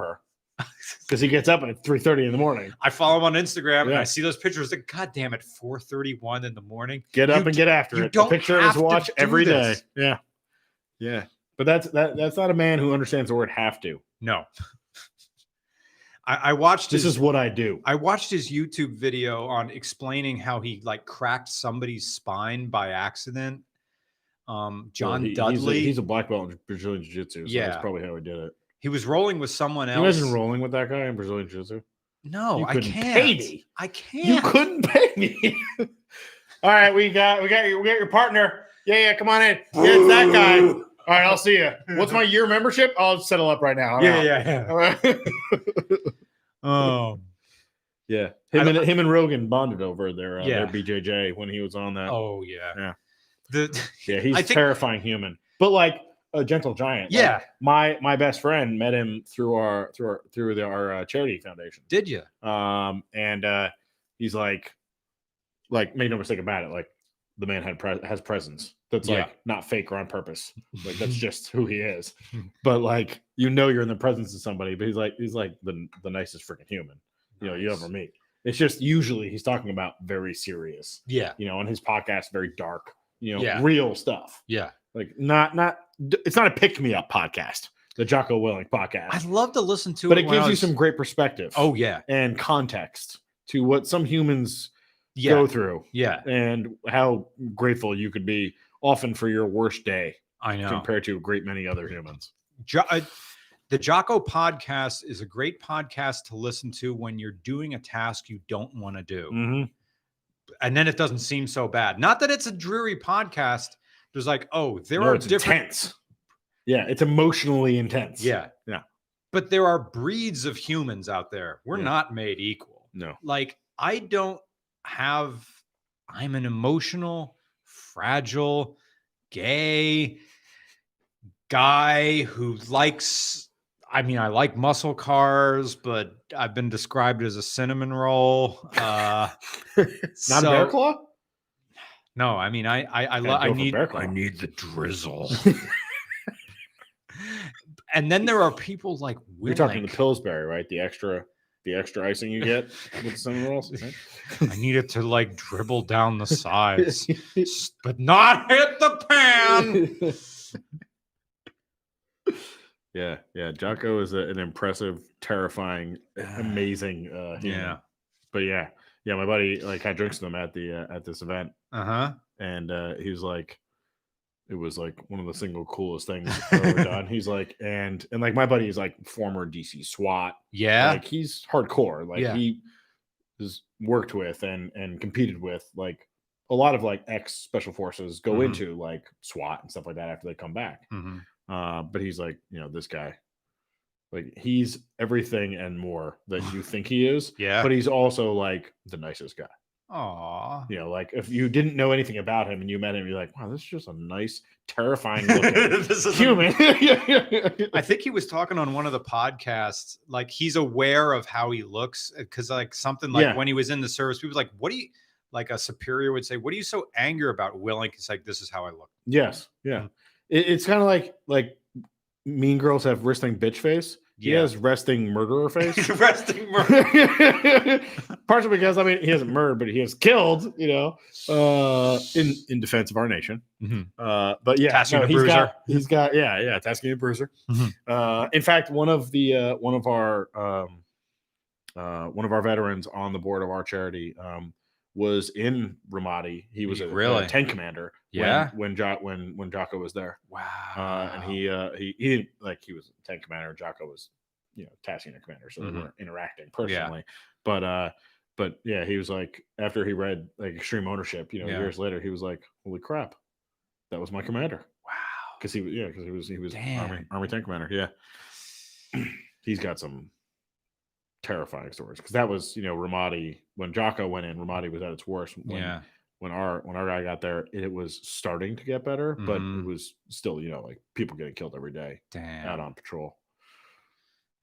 Speaker 1: her because he gets up at three thirty in the morning.
Speaker 2: I follow him on Instagram and
Speaker 1: Yeah.
Speaker 2: I see those pictures. Like, God damn it, 4:31 in the morning.
Speaker 1: Get
Speaker 2: You
Speaker 1: up and
Speaker 2: d-
Speaker 1: get after
Speaker 2: you
Speaker 1: it.
Speaker 2: don't
Speaker 1: a picture of his
Speaker 2: have to
Speaker 1: watch
Speaker 2: do
Speaker 1: every day.
Speaker 2: this.
Speaker 1: Yeah, yeah. But that's that. That's not a man who understands the word "have to."
Speaker 2: No, I, I watched
Speaker 1: This
Speaker 2: his,
Speaker 1: is what I do.
Speaker 2: I watched his YouTube video on explaining how he like cracked somebody's spine by accident. Um, John
Speaker 1: He- he's a-
Speaker 2: Dudley.
Speaker 1: He's a, black belt in Brazilian jiu-jitsu. So that's
Speaker 2: Yeah.
Speaker 1: probably how he did it.
Speaker 2: he was rolling with someone
Speaker 1: Can you
Speaker 2: else.
Speaker 1: imagine rolling with that guy in Brazilian jiu-jitsu.
Speaker 2: no,
Speaker 1: You
Speaker 2: Oh, I
Speaker 1: couldn't
Speaker 2: can't.
Speaker 1: pay me.
Speaker 2: I can't.
Speaker 1: You couldn't pay me. All right, we got we got your we got your partner. Yeah, yeah, come on in. Yeah, it's that guy. All right, I'll see you. What's my year membership? I'll settle up right now. I'm
Speaker 2: Yeah,
Speaker 1: out.
Speaker 2: yeah, yeah.
Speaker 1: All right.
Speaker 2: Oh,
Speaker 1: Yeah,
Speaker 2: I
Speaker 1: him
Speaker 2: don't-
Speaker 1: and him and Rogan bonded over their uh,
Speaker 2: Yeah.
Speaker 1: their BJJ when he was on that.
Speaker 2: Oh yeah.
Speaker 1: Yeah.
Speaker 2: The
Speaker 1: Yeah, he's
Speaker 2: I
Speaker 1: a
Speaker 2: think-
Speaker 1: terrifying human, but like a gentle giant. Like,
Speaker 2: yeah.
Speaker 1: my my best friend met him through our through our through the, our uh, charity foundation.
Speaker 2: Did you?
Speaker 1: Um, and uh, he's like, like make no mistake about it, like the man had pre- has presence. That's
Speaker 2: Yeah.
Speaker 1: like not fake or on purpose. Like that's just who he is. But like you know you're in the presence of somebody. But he's like he's like the the nicest freaking human you know you
Speaker 2: Nice.
Speaker 1: ever meet. It's just usually he's talking about very serious
Speaker 2: Yeah.
Speaker 1: you know, on his podcast, very dark, you know,
Speaker 2: Yeah.
Speaker 1: real stuff.
Speaker 2: Yeah.
Speaker 1: Like not not d- it's not a pick me up podcast, the Jocko Willing podcast,
Speaker 2: I'd love to listen to
Speaker 1: but
Speaker 2: it.
Speaker 1: it
Speaker 2: when
Speaker 1: gives
Speaker 2: I
Speaker 1: you
Speaker 2: was-
Speaker 1: some great perspective.
Speaker 2: Oh yeah.
Speaker 1: and context to what some humans
Speaker 2: Yeah.
Speaker 1: go through
Speaker 2: yeah.
Speaker 1: and how grateful you could be often for your worst day
Speaker 2: I know.
Speaker 1: compared to a great many other humans.
Speaker 2: Jo- uh, the Jocko podcast is a great podcast to listen to when you're doing a task you don't want to do.
Speaker 1: Mhm.
Speaker 2: And then it doesn't seem so bad. Not that it's a dreary podcast. There's like, oh, there
Speaker 1: No,
Speaker 2: are
Speaker 1: it's
Speaker 2: different.
Speaker 1: intense. Yeah, it's emotionally intense.
Speaker 2: Yeah.
Speaker 1: Yeah.
Speaker 2: But there are breeds of humans out there. We're
Speaker 1: Yeah.
Speaker 2: not made equal.
Speaker 1: No.
Speaker 2: Like, I don't have, I'm an emotional, fragile, gay guy who likes, I mean, I like muscle cars, but I've been described as a cinnamon roll. Uh,
Speaker 1: Not
Speaker 2: so-
Speaker 1: a bear claw?
Speaker 2: no, I mean, I I I,
Speaker 1: Gotta
Speaker 2: lo- I
Speaker 1: go for
Speaker 2: need
Speaker 1: bear claw.
Speaker 2: I need the drizzle. and then there are people like
Speaker 1: You're talking
Speaker 2: Willink.
Speaker 1: the Pillsbury, right? The extra the extra icing you get with someone else. right?
Speaker 2: I need it to like dribble down the sides, s- but not hit the pan.
Speaker 1: yeah, yeah. Jocko is a, an impressive, terrifying, amazing. Uh, human.
Speaker 2: Yeah.
Speaker 1: but yeah, yeah. My buddy like had drinks with him at the uh, at this event,
Speaker 2: Uh huh.
Speaker 1: and uh, he was like, it was like one of the single coolest things I've ever done. He's like, and and like my buddy is like former DC SWAT.
Speaker 2: Yeah.
Speaker 1: Like he's hardcore. Like
Speaker 2: Yeah.
Speaker 1: he has worked with and and competed with like a lot of like ex special forces go
Speaker 2: Mhm.
Speaker 1: into like SWAT and stuff like that after they come back.
Speaker 2: Mhm.
Speaker 1: Uh, but he's like, you know, this guy, like he's everything and more that you think he is.
Speaker 2: Yeah.
Speaker 1: But he's also like the nicest guy.
Speaker 2: Aw.
Speaker 1: You know, like if you didn't know anything about him and you met him, you're like, wow, this is just a nice, terrifying looking
Speaker 2: This is a-
Speaker 1: human.
Speaker 2: I think he was talking on one of the podcasts. Like he's aware of how he looks because like something like
Speaker 1: Yeah.
Speaker 2: when he was in the service, people was like, "What do you?" Like a superior would say, "What are you so angry about?" Willink is like, "This is how I look."
Speaker 1: yes. Yeah.
Speaker 2: Mm.
Speaker 1: It, it's kind of like like mean girls have resting bitch face. He has resting murderer face.
Speaker 2: Resting murder.
Speaker 1: Partially because I mean he hasn't murdered, but he has killed, you know, uh, in in defense of our nation.
Speaker 2: Mhm.
Speaker 1: Uh, but yeah,
Speaker 2: Tasking the
Speaker 1: he's
Speaker 2: bruiser.
Speaker 1: got he's got yeah yeah tasking a bruiser.
Speaker 2: Mhm.
Speaker 1: Uh, in fact, one of the uh, one of our um, uh, one of our veterans on the board of our charity um, was in Ramadi. He was a, a
Speaker 2: Really?
Speaker 1: tank commander.
Speaker 2: Yeah.
Speaker 1: when when, jo- when when Jocko was there
Speaker 2: Wow.
Speaker 1: uh, and he uh, he he didn't like he was tank commander. Jocko was you know tasking the commander, so
Speaker 2: Mhm.
Speaker 1: they weren't interacting personally. But uh, but yeah, he was like after he read like Extreme Ownership, you know,
Speaker 2: Yeah.
Speaker 1: years later, he was like, "Holy crap, that was my commander!"
Speaker 2: Wow.
Speaker 1: Because he was yeah, because he was he was army
Speaker 2: Damn.
Speaker 1: army tank commander. Yeah, he's got some terrifying stories because that was you know Ramadi when Jocko went in, Ramadi was at its worst. When,
Speaker 2: yeah.
Speaker 1: when our when our guy got there, it was starting to get better, but it
Speaker 2: Mhm.
Speaker 1: was still, you know, like people getting killed every day
Speaker 2: Damn.
Speaker 1: out on patrol.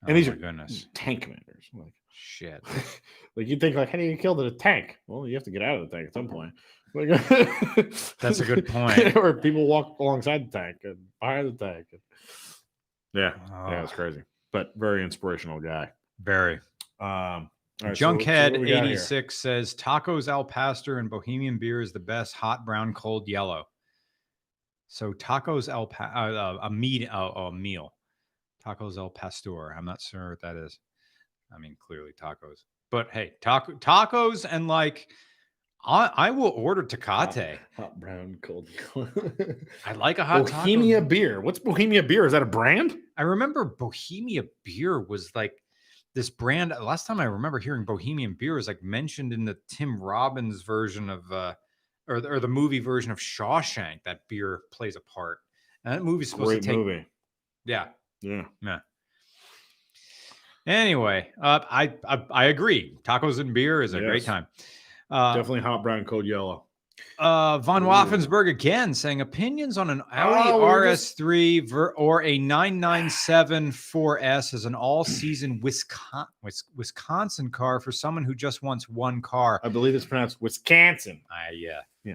Speaker 2: Oh
Speaker 1: and these
Speaker 2: my
Speaker 1: are-
Speaker 2: goodness.
Speaker 1: Tank commanders. Like,
Speaker 2: Shit.
Speaker 1: like you'd think, like, how do you get killed in a tank? Well, you have to get out of the tank at some point. Like,
Speaker 2: Mm-hmm. That's a good point.
Speaker 1: or people walk alongside the tank and behind the tank. Yeah. Yeah,
Speaker 2: Oh,
Speaker 1: it's crazy. But very inspirational guy.
Speaker 2: very.
Speaker 1: Um all right, so what- so what
Speaker 2: Junkhead
Speaker 1: do we got here?
Speaker 2: eighty six says tacos al pastor and Bohemian beer is the best hot brown cold yellow. So tacos al pa- uh, uh, a meat uh, a meal, tacos al pastor. I'm not sure what that is. I mean, clearly tacos, but hey, taco tacos and like I, I will order tecate.
Speaker 1: Hot brown cold.
Speaker 2: I like a hot
Speaker 1: Bohemia
Speaker 2: taco.
Speaker 1: beer. What's Bohemia beer? Is that a brand?
Speaker 2: I remember Bohemia beer was like this brand. Last time I remember hearing Bohemian beer was like mentioned in the Tim Robbins version of, uh, or the, or the movie version of Shawshank. That beer plays a part, and that movie's supposed
Speaker 1: Great
Speaker 2: to take.
Speaker 1: movie.
Speaker 2: Yeah,
Speaker 1: Yeah.
Speaker 2: Yeah. Anyway, uh, I, I I agree. Tacos and beer is a great
Speaker 4: Yes.
Speaker 2: time. Uh,
Speaker 1: Definitely hot brown, cold yellow.
Speaker 2: uh, Von
Speaker 1: Ooh.
Speaker 2: Waffensberg again saying opinions on an Audi
Speaker 4: Oh, we were just-
Speaker 2: RS3 ver- or a 997 4S as an all season Wisconsin, Wisconsin car for someone who just wants one car.
Speaker 1: I believe it's pronounced Wisconsin.
Speaker 2: I, uh,
Speaker 1: Yeah.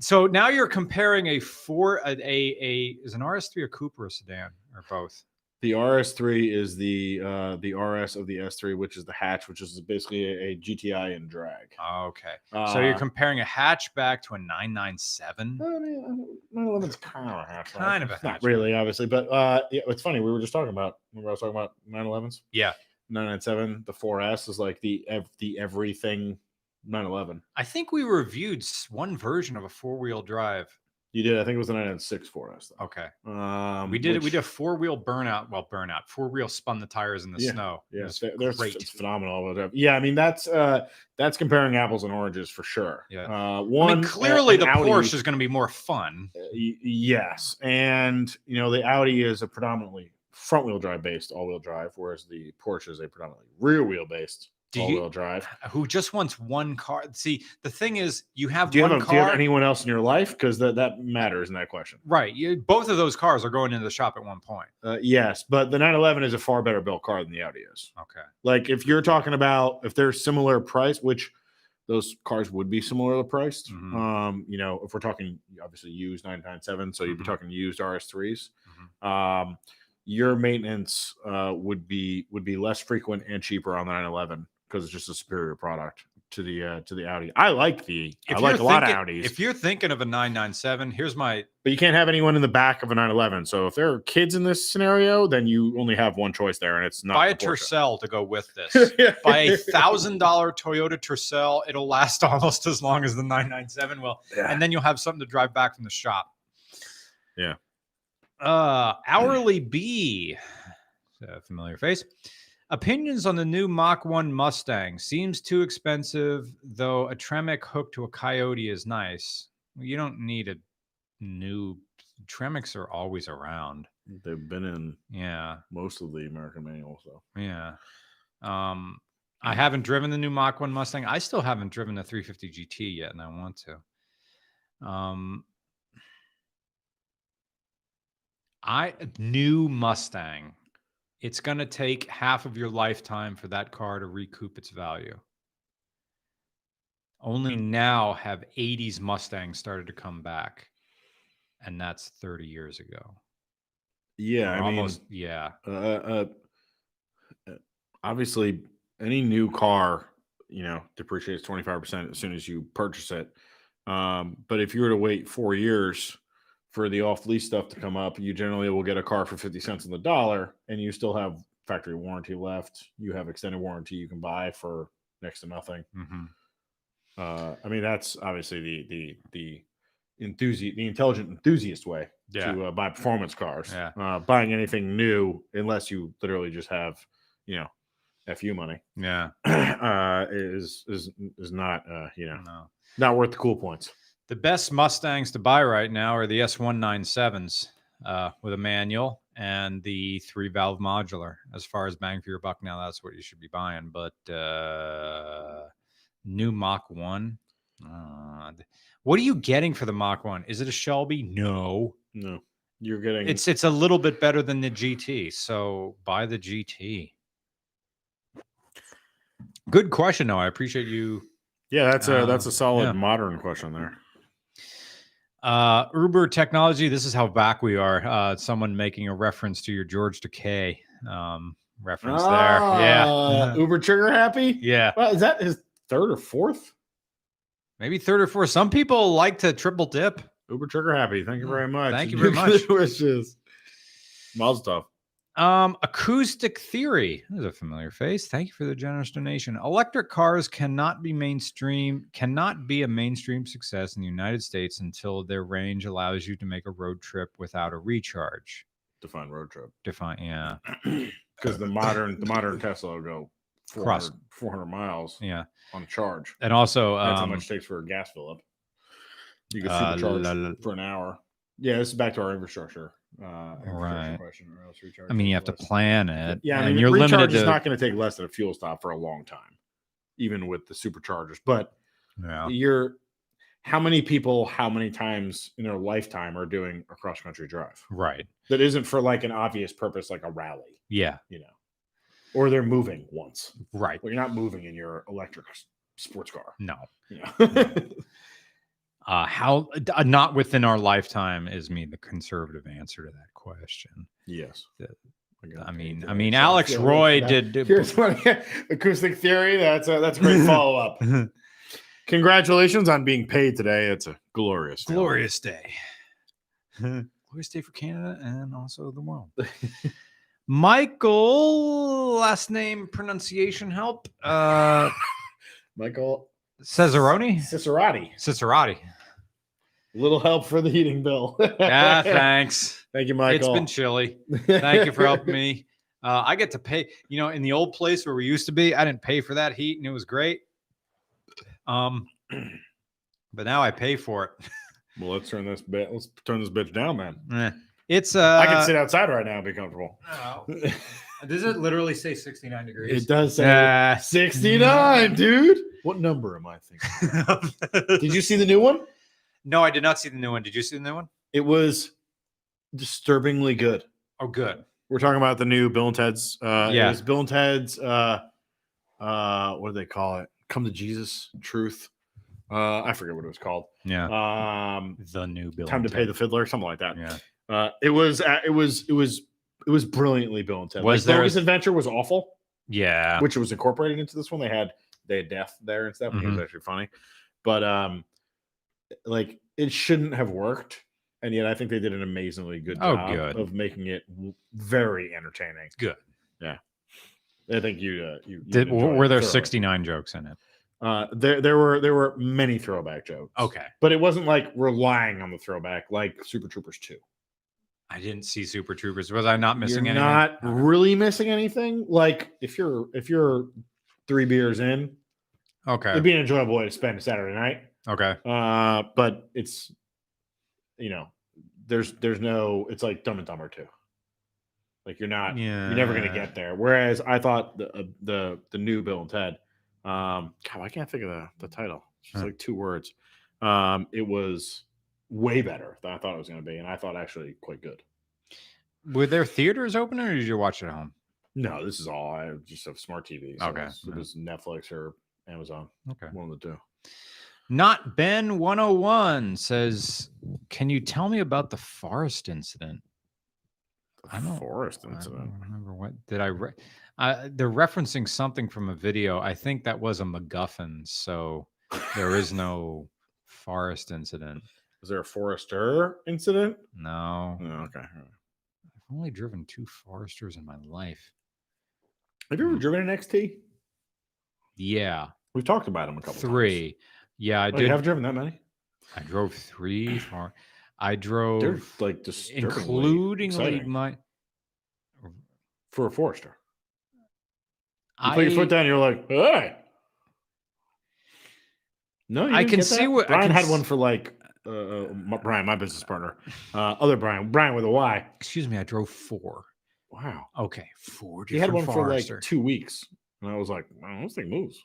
Speaker 2: So now you're comparing a four, a, a, a is an RS3 a coupe or a sedan or both?
Speaker 1: The RS3 is the uh, the RS of the S3, which is the hatch, which is basically a, a GTI and drag.
Speaker 2: Okay. so you're comparing a hatchback to a 997?
Speaker 1: Uh, I mean, 911's kind of a hatch. right?
Speaker 2: Kind of a
Speaker 1: It's not
Speaker 2: hatch.
Speaker 1: really, obviously, but uh, yeah, it's funny. We were just talking about remember I was talking about 911s.
Speaker 2: Yeah.
Speaker 1: 997. The 4S is like the ev- the everything 911.
Speaker 2: I think we reviewed s- one version of a four wheel drive.
Speaker 1: You did. I think it was the 996 4S. Though.
Speaker 2: Okay.
Speaker 1: Um,
Speaker 2: We did it. We
Speaker 1: which-
Speaker 2: did a four wheel burnout. Well, burnout. Four wheel spun the tires in the
Speaker 1: Yeah,
Speaker 2: snow. It
Speaker 1: Yeah,
Speaker 2: was
Speaker 1: they- they're, f-
Speaker 2: great.
Speaker 1: It's phenomenal. but, uh, Yeah, I mean that's uh that's comparing apples and oranges for sure.
Speaker 2: Yeah.
Speaker 1: Uh,
Speaker 2: I
Speaker 1: one
Speaker 2: mean,
Speaker 1: uh,
Speaker 2: clearly
Speaker 1: an
Speaker 2: the
Speaker 1: Audi-
Speaker 2: Porsche is going to be more fun.
Speaker 1: uh, y- yes, and you know the Audi is a predominantly front wheel drive based all wheel drive, whereas the Porsche is a predominantly rear wheel based
Speaker 2: Do
Speaker 1: all
Speaker 2: you-
Speaker 1: wheel drive.
Speaker 2: Who just wants one car? See, the thing is, you have
Speaker 1: Do you,
Speaker 2: one
Speaker 1: have a,
Speaker 2: car.
Speaker 1: do you have anyone else in your life? Because that that matters in that question.
Speaker 2: Right. You, both of those cars are going into the shop at one point.
Speaker 1: Uh, yes, but the 911 is a far better built car than the Audi is.
Speaker 2: Okay.
Speaker 1: Like if you're talking about if they're similar price, which those cars would be similarly priced.
Speaker 2: Mhm.
Speaker 1: Um, you know, if we're talking obviously used 997, so you'd
Speaker 2: Mhm.
Speaker 1: be talking used RS3s.
Speaker 2: Mm-hmm.
Speaker 1: Um, your maintenance uh, would be would be less frequent and cheaper on the 911 because it's just a superior product to the uh, to the Audi. I like the I
Speaker 2: If
Speaker 1: like a
Speaker 2: you're
Speaker 1: lot of
Speaker 2: thinking-
Speaker 1: Audis,
Speaker 2: If you're thinking of a 997, here's my
Speaker 1: but you can't have anyone in the back of a 911. So if there are kids in this scenario, then you only have one choice there, and it's not
Speaker 2: buy a
Speaker 1: the Porsche.
Speaker 2: Tercel to go with this. buy a thousand dollar Toyota Tercel. It'll last almost as long as the 997 will,
Speaker 1: Yeah.
Speaker 2: and then you'll have something to drive back from the shop.
Speaker 1: Yeah.
Speaker 2: Uh, hourly B, uh, familiar face. Opinions on the new Mach 1 Mustang seems too expensive, though a Tremec hook to a Coyote is nice. You don't need a new Tremeks are always around.
Speaker 1: They've been in
Speaker 2: Yeah.
Speaker 1: most of the American manual. So
Speaker 2: Yeah. Um, I haven't driven the new Mach 1 Mustang. I still haven't driven the 350 GT yet, and I want to. Um, I new Mustang. It's going to take half of your lifetime for that car to recoup its value. Only now have 80s Mustangs started to come back, and that's 30 years ago.
Speaker 1: yeah,
Speaker 2: Or
Speaker 1: I
Speaker 2: almost, yeah.
Speaker 1: mean, uh, uh, uh, obviously, any new car, you know, depreciates twenty five percent as soon as you purchase it. Um, but if you were to wait four years for the off lease stuff to come up, you generally will get a car for fifty cents on the dollar, and you still have factory warranty left. You have extended warranty you can buy for next to nothing.
Speaker 2: hmm
Speaker 1: Uh, I mean, that's obviously the the the enthusiast, the intelligent enthusiast way
Speaker 2: Yeah.
Speaker 1: to uh, buy performance cars.
Speaker 2: Yeah.
Speaker 1: Uh, buying anything new, unless you literally just have, you know, fu money,
Speaker 2: Yeah.
Speaker 1: uh, is is is not uh, you know
Speaker 2: No.
Speaker 1: not worth the cool points.
Speaker 2: The best Mustangs to buy right now are the S197s uh, with a manual and the three valve modular. As far as bang for your buck, now that's what you should be buying. But uh, new Mach 1. uh, th- what are you getting for the Mach 1? Is it a Shelby? No.
Speaker 1: No, you're getting
Speaker 2: It's it's a little bit better than the GT. So buy the GT. Good question, though. I appreciate you
Speaker 1: yeah. That's a that's
Speaker 2: uh,
Speaker 1: a solid
Speaker 2: yeah.
Speaker 1: modern question there.
Speaker 2: Uh, Uber technology. This is how back we are. Uh, someone making a reference to your George Decay um, reference there. Yeah,
Speaker 1: Ah, Uber trigger happy.
Speaker 2: yeah.
Speaker 1: Well, is that his third or fourth?
Speaker 2: Maybe third or fourth. Some people like to triple dip.
Speaker 1: Uber trigger happy. Thank you
Speaker 2: Mm,
Speaker 1: very much.
Speaker 2: thank you very much.
Speaker 1: Wishes. Mazel tov.
Speaker 2: Um, acoustic theory. That is a familiar face. Thank you for the generous donation. Electric cars cannot be mainstream, cannot be a mainstream success in the United States until their range allows you to make a road trip without a recharge.
Speaker 1: Define road trip.
Speaker 2: Define. Yeah.
Speaker 1: because the modern the modern Tesla will go
Speaker 2: Cross.
Speaker 1: 400, 400 miles
Speaker 2: Yeah.
Speaker 1: on a charge.
Speaker 2: And also,
Speaker 1: That's
Speaker 2: um,
Speaker 1: how much it takes for a gas fill up. You can
Speaker 2: uh,
Speaker 1: supercharge
Speaker 2: la- la-
Speaker 1: for an hour. Yeah, this is back to our infrastructure uh,
Speaker 2: Right.
Speaker 1: infrastructure question or else recharge.
Speaker 2: I mean, you have
Speaker 1: takes
Speaker 2: to
Speaker 1: less-
Speaker 2: plan it.
Speaker 1: Yeah, I
Speaker 2: and
Speaker 1: mean,
Speaker 2: you're
Speaker 1: recharge
Speaker 2: limited
Speaker 1: is
Speaker 2: to.
Speaker 1: not going to take less than a fuel stop for a long time, even with the superchargers. But
Speaker 2: yeah.
Speaker 1: you're how many people, how many times in their lifetime are doing a cross country drive
Speaker 2: Right.
Speaker 1: that isn't for like an obvious purpose, like a rally,
Speaker 2: Yeah.
Speaker 1: you know, or they're moving once.
Speaker 2: Right.
Speaker 1: Well, you're not moving in your electric s- sports car.
Speaker 2: No.
Speaker 1: You know?
Speaker 2: Uh, how d- uh, not within our lifetime is me the conservative answer to that question.
Speaker 1: yes.
Speaker 2: Yeah.
Speaker 1: got
Speaker 2: I
Speaker 1: the
Speaker 2: mean, I
Speaker 1: exact
Speaker 2: mean,
Speaker 1: same
Speaker 2: Alex
Speaker 1: feeling for
Speaker 2: Roy
Speaker 1: that.
Speaker 2: did. do-
Speaker 4: Here's one acoustic theory. That's a, that's a great follow up.
Speaker 1: Congratulations on being paid today. It's a glorious, day.
Speaker 2: glorious day. glorious day for Canada and also the world. Michael, last name pronunciation help. Uh,
Speaker 1: Michael
Speaker 2: Cesaroni,
Speaker 4: Cicerati.
Speaker 2: Cicerati.
Speaker 1: little help for the heating bill.
Speaker 2: Yeah, thanks.
Speaker 1: Thank you,
Speaker 2: It's been chilly. Thank you for helping me. Uh, I get to pay, you know, in the old place where we used to be, I didn't pay for that heat and it was great. Um, but now I pay for it.
Speaker 1: Well, let's turn this bit. Let's turn this bitch down, man.
Speaker 2: Eh. It's uh,
Speaker 4: I can sit outside right now and be comfortable.
Speaker 2: no. Does it literally say 69 degrees?
Speaker 1: It does say
Speaker 2: Yeah.
Speaker 1: 69, dude. What number am I thinking? Did you see the new one?
Speaker 2: no, I did not see the new one. Did you see the new one?
Speaker 1: It was disturbingly good.
Speaker 2: Oh, good.
Speaker 1: We're talking about the new Bill and Ted's. Uh,
Speaker 2: Yeah.
Speaker 1: It was Bill and Ted's. Uh, uh, what do they call it? Come to Jesus, truth. Uh, I forget what it was called.
Speaker 2: Yeah.
Speaker 1: Um,
Speaker 2: The new bill.
Speaker 1: time to pay the fiddler, something like that.
Speaker 2: Yeah.
Speaker 1: Uh, it was. Uh, it was. It was. It was brilliantly Bill and Ted.
Speaker 2: Was
Speaker 1: like,
Speaker 2: there a-
Speaker 1: Bogus Adventure was awful.
Speaker 2: Yeah.
Speaker 1: which was incorporated into this one. They had they had death there and stuff. and
Speaker 2: Mm-hmm.
Speaker 1: It was actually funny, but um, like it shouldn't have worked, and yet I think they did an amazingly good
Speaker 2: Oh,
Speaker 1: job
Speaker 2: good.
Speaker 1: of making it w- very entertaining.
Speaker 2: Good.
Speaker 1: yeah. I think you uh, you, you
Speaker 2: Did,
Speaker 1: would enjoy
Speaker 2: were
Speaker 1: it
Speaker 2: there
Speaker 1: thoroughly.
Speaker 2: 69 jokes in it?
Speaker 1: Uh, there there were there were many throwback jokes.
Speaker 2: Okay.
Speaker 1: but it wasn't like relying on the throwback like Super Troopers two.
Speaker 2: I didn't see Super Troopers. Was I not missing
Speaker 1: you're
Speaker 2: anything?
Speaker 1: not
Speaker 2: Okay.
Speaker 1: really missing anything. Like if you're if you're three beers in,
Speaker 2: Okay.
Speaker 1: it'd be an enjoyable way to spend a Saturday night.
Speaker 2: okay.
Speaker 1: Uh, but it's you know, there's there's no it's like Dumb and Dumber too. Like you're not
Speaker 2: Yeah.
Speaker 1: you're never gonna get there. Whereas I thought the uh, the the new Bill and Ted, um, God, I can't think of the the title. It's just
Speaker 2: Huh.
Speaker 1: like two words. Um, it was way better than I thought it was gonna be, and I thought actually quite good.
Speaker 2: Were there theaters open or did you watch it at home?
Speaker 1: No, this is all I just have smart TV.
Speaker 2: Okay,
Speaker 1: it's- it
Speaker 2: yeah.
Speaker 1: was Netflix or Amazon,
Speaker 2: Okay.
Speaker 1: one of the two.
Speaker 2: Not Ben 101 says, Can you tell me about the forest incident? I don't-
Speaker 1: Forest
Speaker 2: I
Speaker 1: incident.
Speaker 2: don't remember what did I re- uh, they're referencing something from a video. I think that was a MacGuffin, so there is no forest incident.
Speaker 1: Was there a Forester incident?
Speaker 2: No.
Speaker 1: Oh, okay.
Speaker 2: I've only driven two foresters in my life.
Speaker 1: Have you ever driven an XT?
Speaker 2: Yeah.
Speaker 1: We've talked about them a couple.
Speaker 2: Three. Yeah, I
Speaker 1: Times. Oh,
Speaker 2: did
Speaker 1: You have driven that many?
Speaker 2: I drove three far I drove
Speaker 1: They're like disturbingly
Speaker 2: including
Speaker 1: exciting
Speaker 2: my
Speaker 1: for a Forester. You
Speaker 2: I,
Speaker 1: put your foot down. You're like, hey. No, you
Speaker 2: I
Speaker 1: didn't
Speaker 2: can
Speaker 1: get
Speaker 2: see
Speaker 1: that?
Speaker 2: what- I
Speaker 1: Brian
Speaker 2: can
Speaker 1: had
Speaker 2: s-
Speaker 1: one for like uh, uh, my- Brian, my business partner, uh, other Brian, Brian with a Y.
Speaker 2: excuse me, I drove four.
Speaker 1: Wow,
Speaker 2: Okay, four different
Speaker 1: he had one for
Speaker 2: forester.
Speaker 1: like two weeks, and I was like, wow, this thing moves.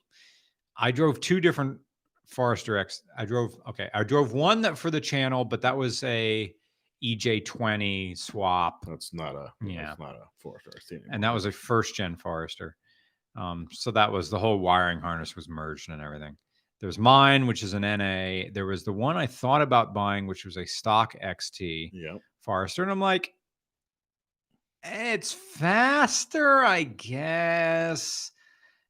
Speaker 2: I drove two different Forester X. I drove okay. I drove one that for the channel, but that was a EJ20 swap,
Speaker 1: That's not a
Speaker 2: Yeah.
Speaker 1: that's not a Forester. I've seen it.
Speaker 2: and that was a first gen Forester. Um, so that was the whole wiring harness was merged and everything. There was mine, which is an NA. There was the one I thought about buying, which was a stock XT
Speaker 1: yeah.
Speaker 2: Forester, and I'm like, "Eh, it's faster, I guess.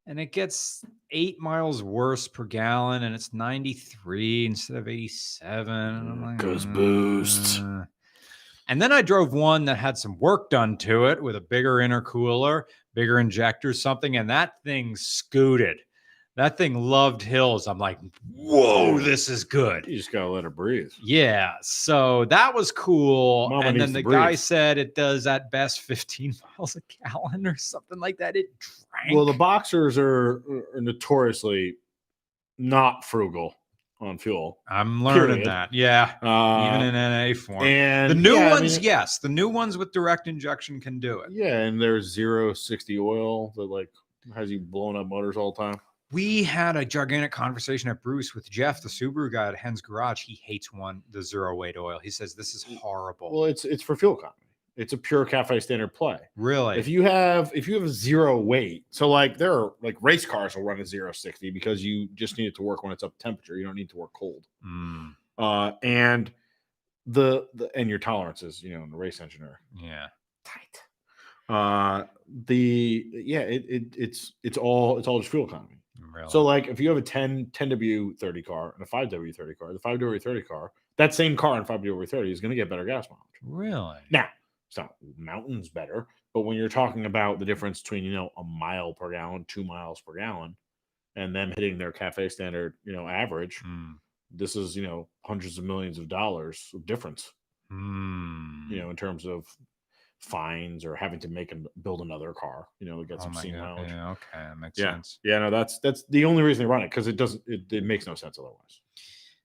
Speaker 2: and it gets eight miles worse per gallon, and it's 93 instead of 87. and I'm
Speaker 1: Mm,
Speaker 2: like,
Speaker 1: 'cause boost."
Speaker 2: "Uh." And then I drove one that had some work done to it with a bigger intercooler, bigger injector, something, and that thing scooted. That thing loved hills. I'm like, whoa, this is good.
Speaker 1: You just gotta let it breathe.
Speaker 2: Yeah. So that was cool.
Speaker 1: Mama
Speaker 2: and
Speaker 1: needs
Speaker 2: then
Speaker 1: to
Speaker 2: the guy
Speaker 1: breathe.
Speaker 2: said it does at best 15 miles a gallon or something like that. It drank.
Speaker 1: Well, the boxers are, are notoriously not frugal on fuel.
Speaker 2: I'm learning
Speaker 1: Period.
Speaker 2: that. Yeah.
Speaker 1: Uh,
Speaker 2: Even in NA form.
Speaker 1: and
Speaker 2: the new
Speaker 1: yeah, I
Speaker 2: ones,
Speaker 1: mean,
Speaker 2: yes. The new ones with direct injection can do it.
Speaker 1: yeah, and there's zero sixty oil that like has you blowing up motors all the time.
Speaker 2: We had a gigantic conversation at Bruce with Jeff, the Subaru guy at Hen's Garage. He hates one, the zero weight oil. He says this is horrible.
Speaker 1: Mm, Well, it's it's for fuel economy. It's a pure cafe standard play.
Speaker 2: really?
Speaker 1: If you have if you have zero weight, so like there are like race cars will run a zero sixty because you just need it to work when it's up temperature. You don't need to work cold.
Speaker 2: Mm,
Speaker 1: Uh, and the, the and your tolerances, you know, in the race engine are
Speaker 2: yeah.
Speaker 1: tight. Uh, the yeah, it, it it's it's all it's all just fuel economy.
Speaker 2: Really.
Speaker 1: So like if you have a 10 10W30 car and a 5W30 car, the 5W30 car, that same car in 5W30 is going to get better gas mileage.
Speaker 2: really?
Speaker 1: It's not mountains better, but when you're talking about the difference between, you know, a mile per gallon, 2 miles per gallon and them hitting their cafe standard, you know, average,
Speaker 2: Mm,
Speaker 1: this is, you know, hundreds of millions of dollars of difference,
Speaker 2: mm.
Speaker 1: you know, in terms of fines or having to make and build another car, you know, that gets
Speaker 2: Oh my
Speaker 1: obscene
Speaker 2: God.
Speaker 1: mileage. Yeah.
Speaker 2: Yeah, okay, that makes
Speaker 1: Yeah.
Speaker 2: sense.
Speaker 1: no, that's that's the only reason they run it because it doesn't it, it makes no sense otherwise.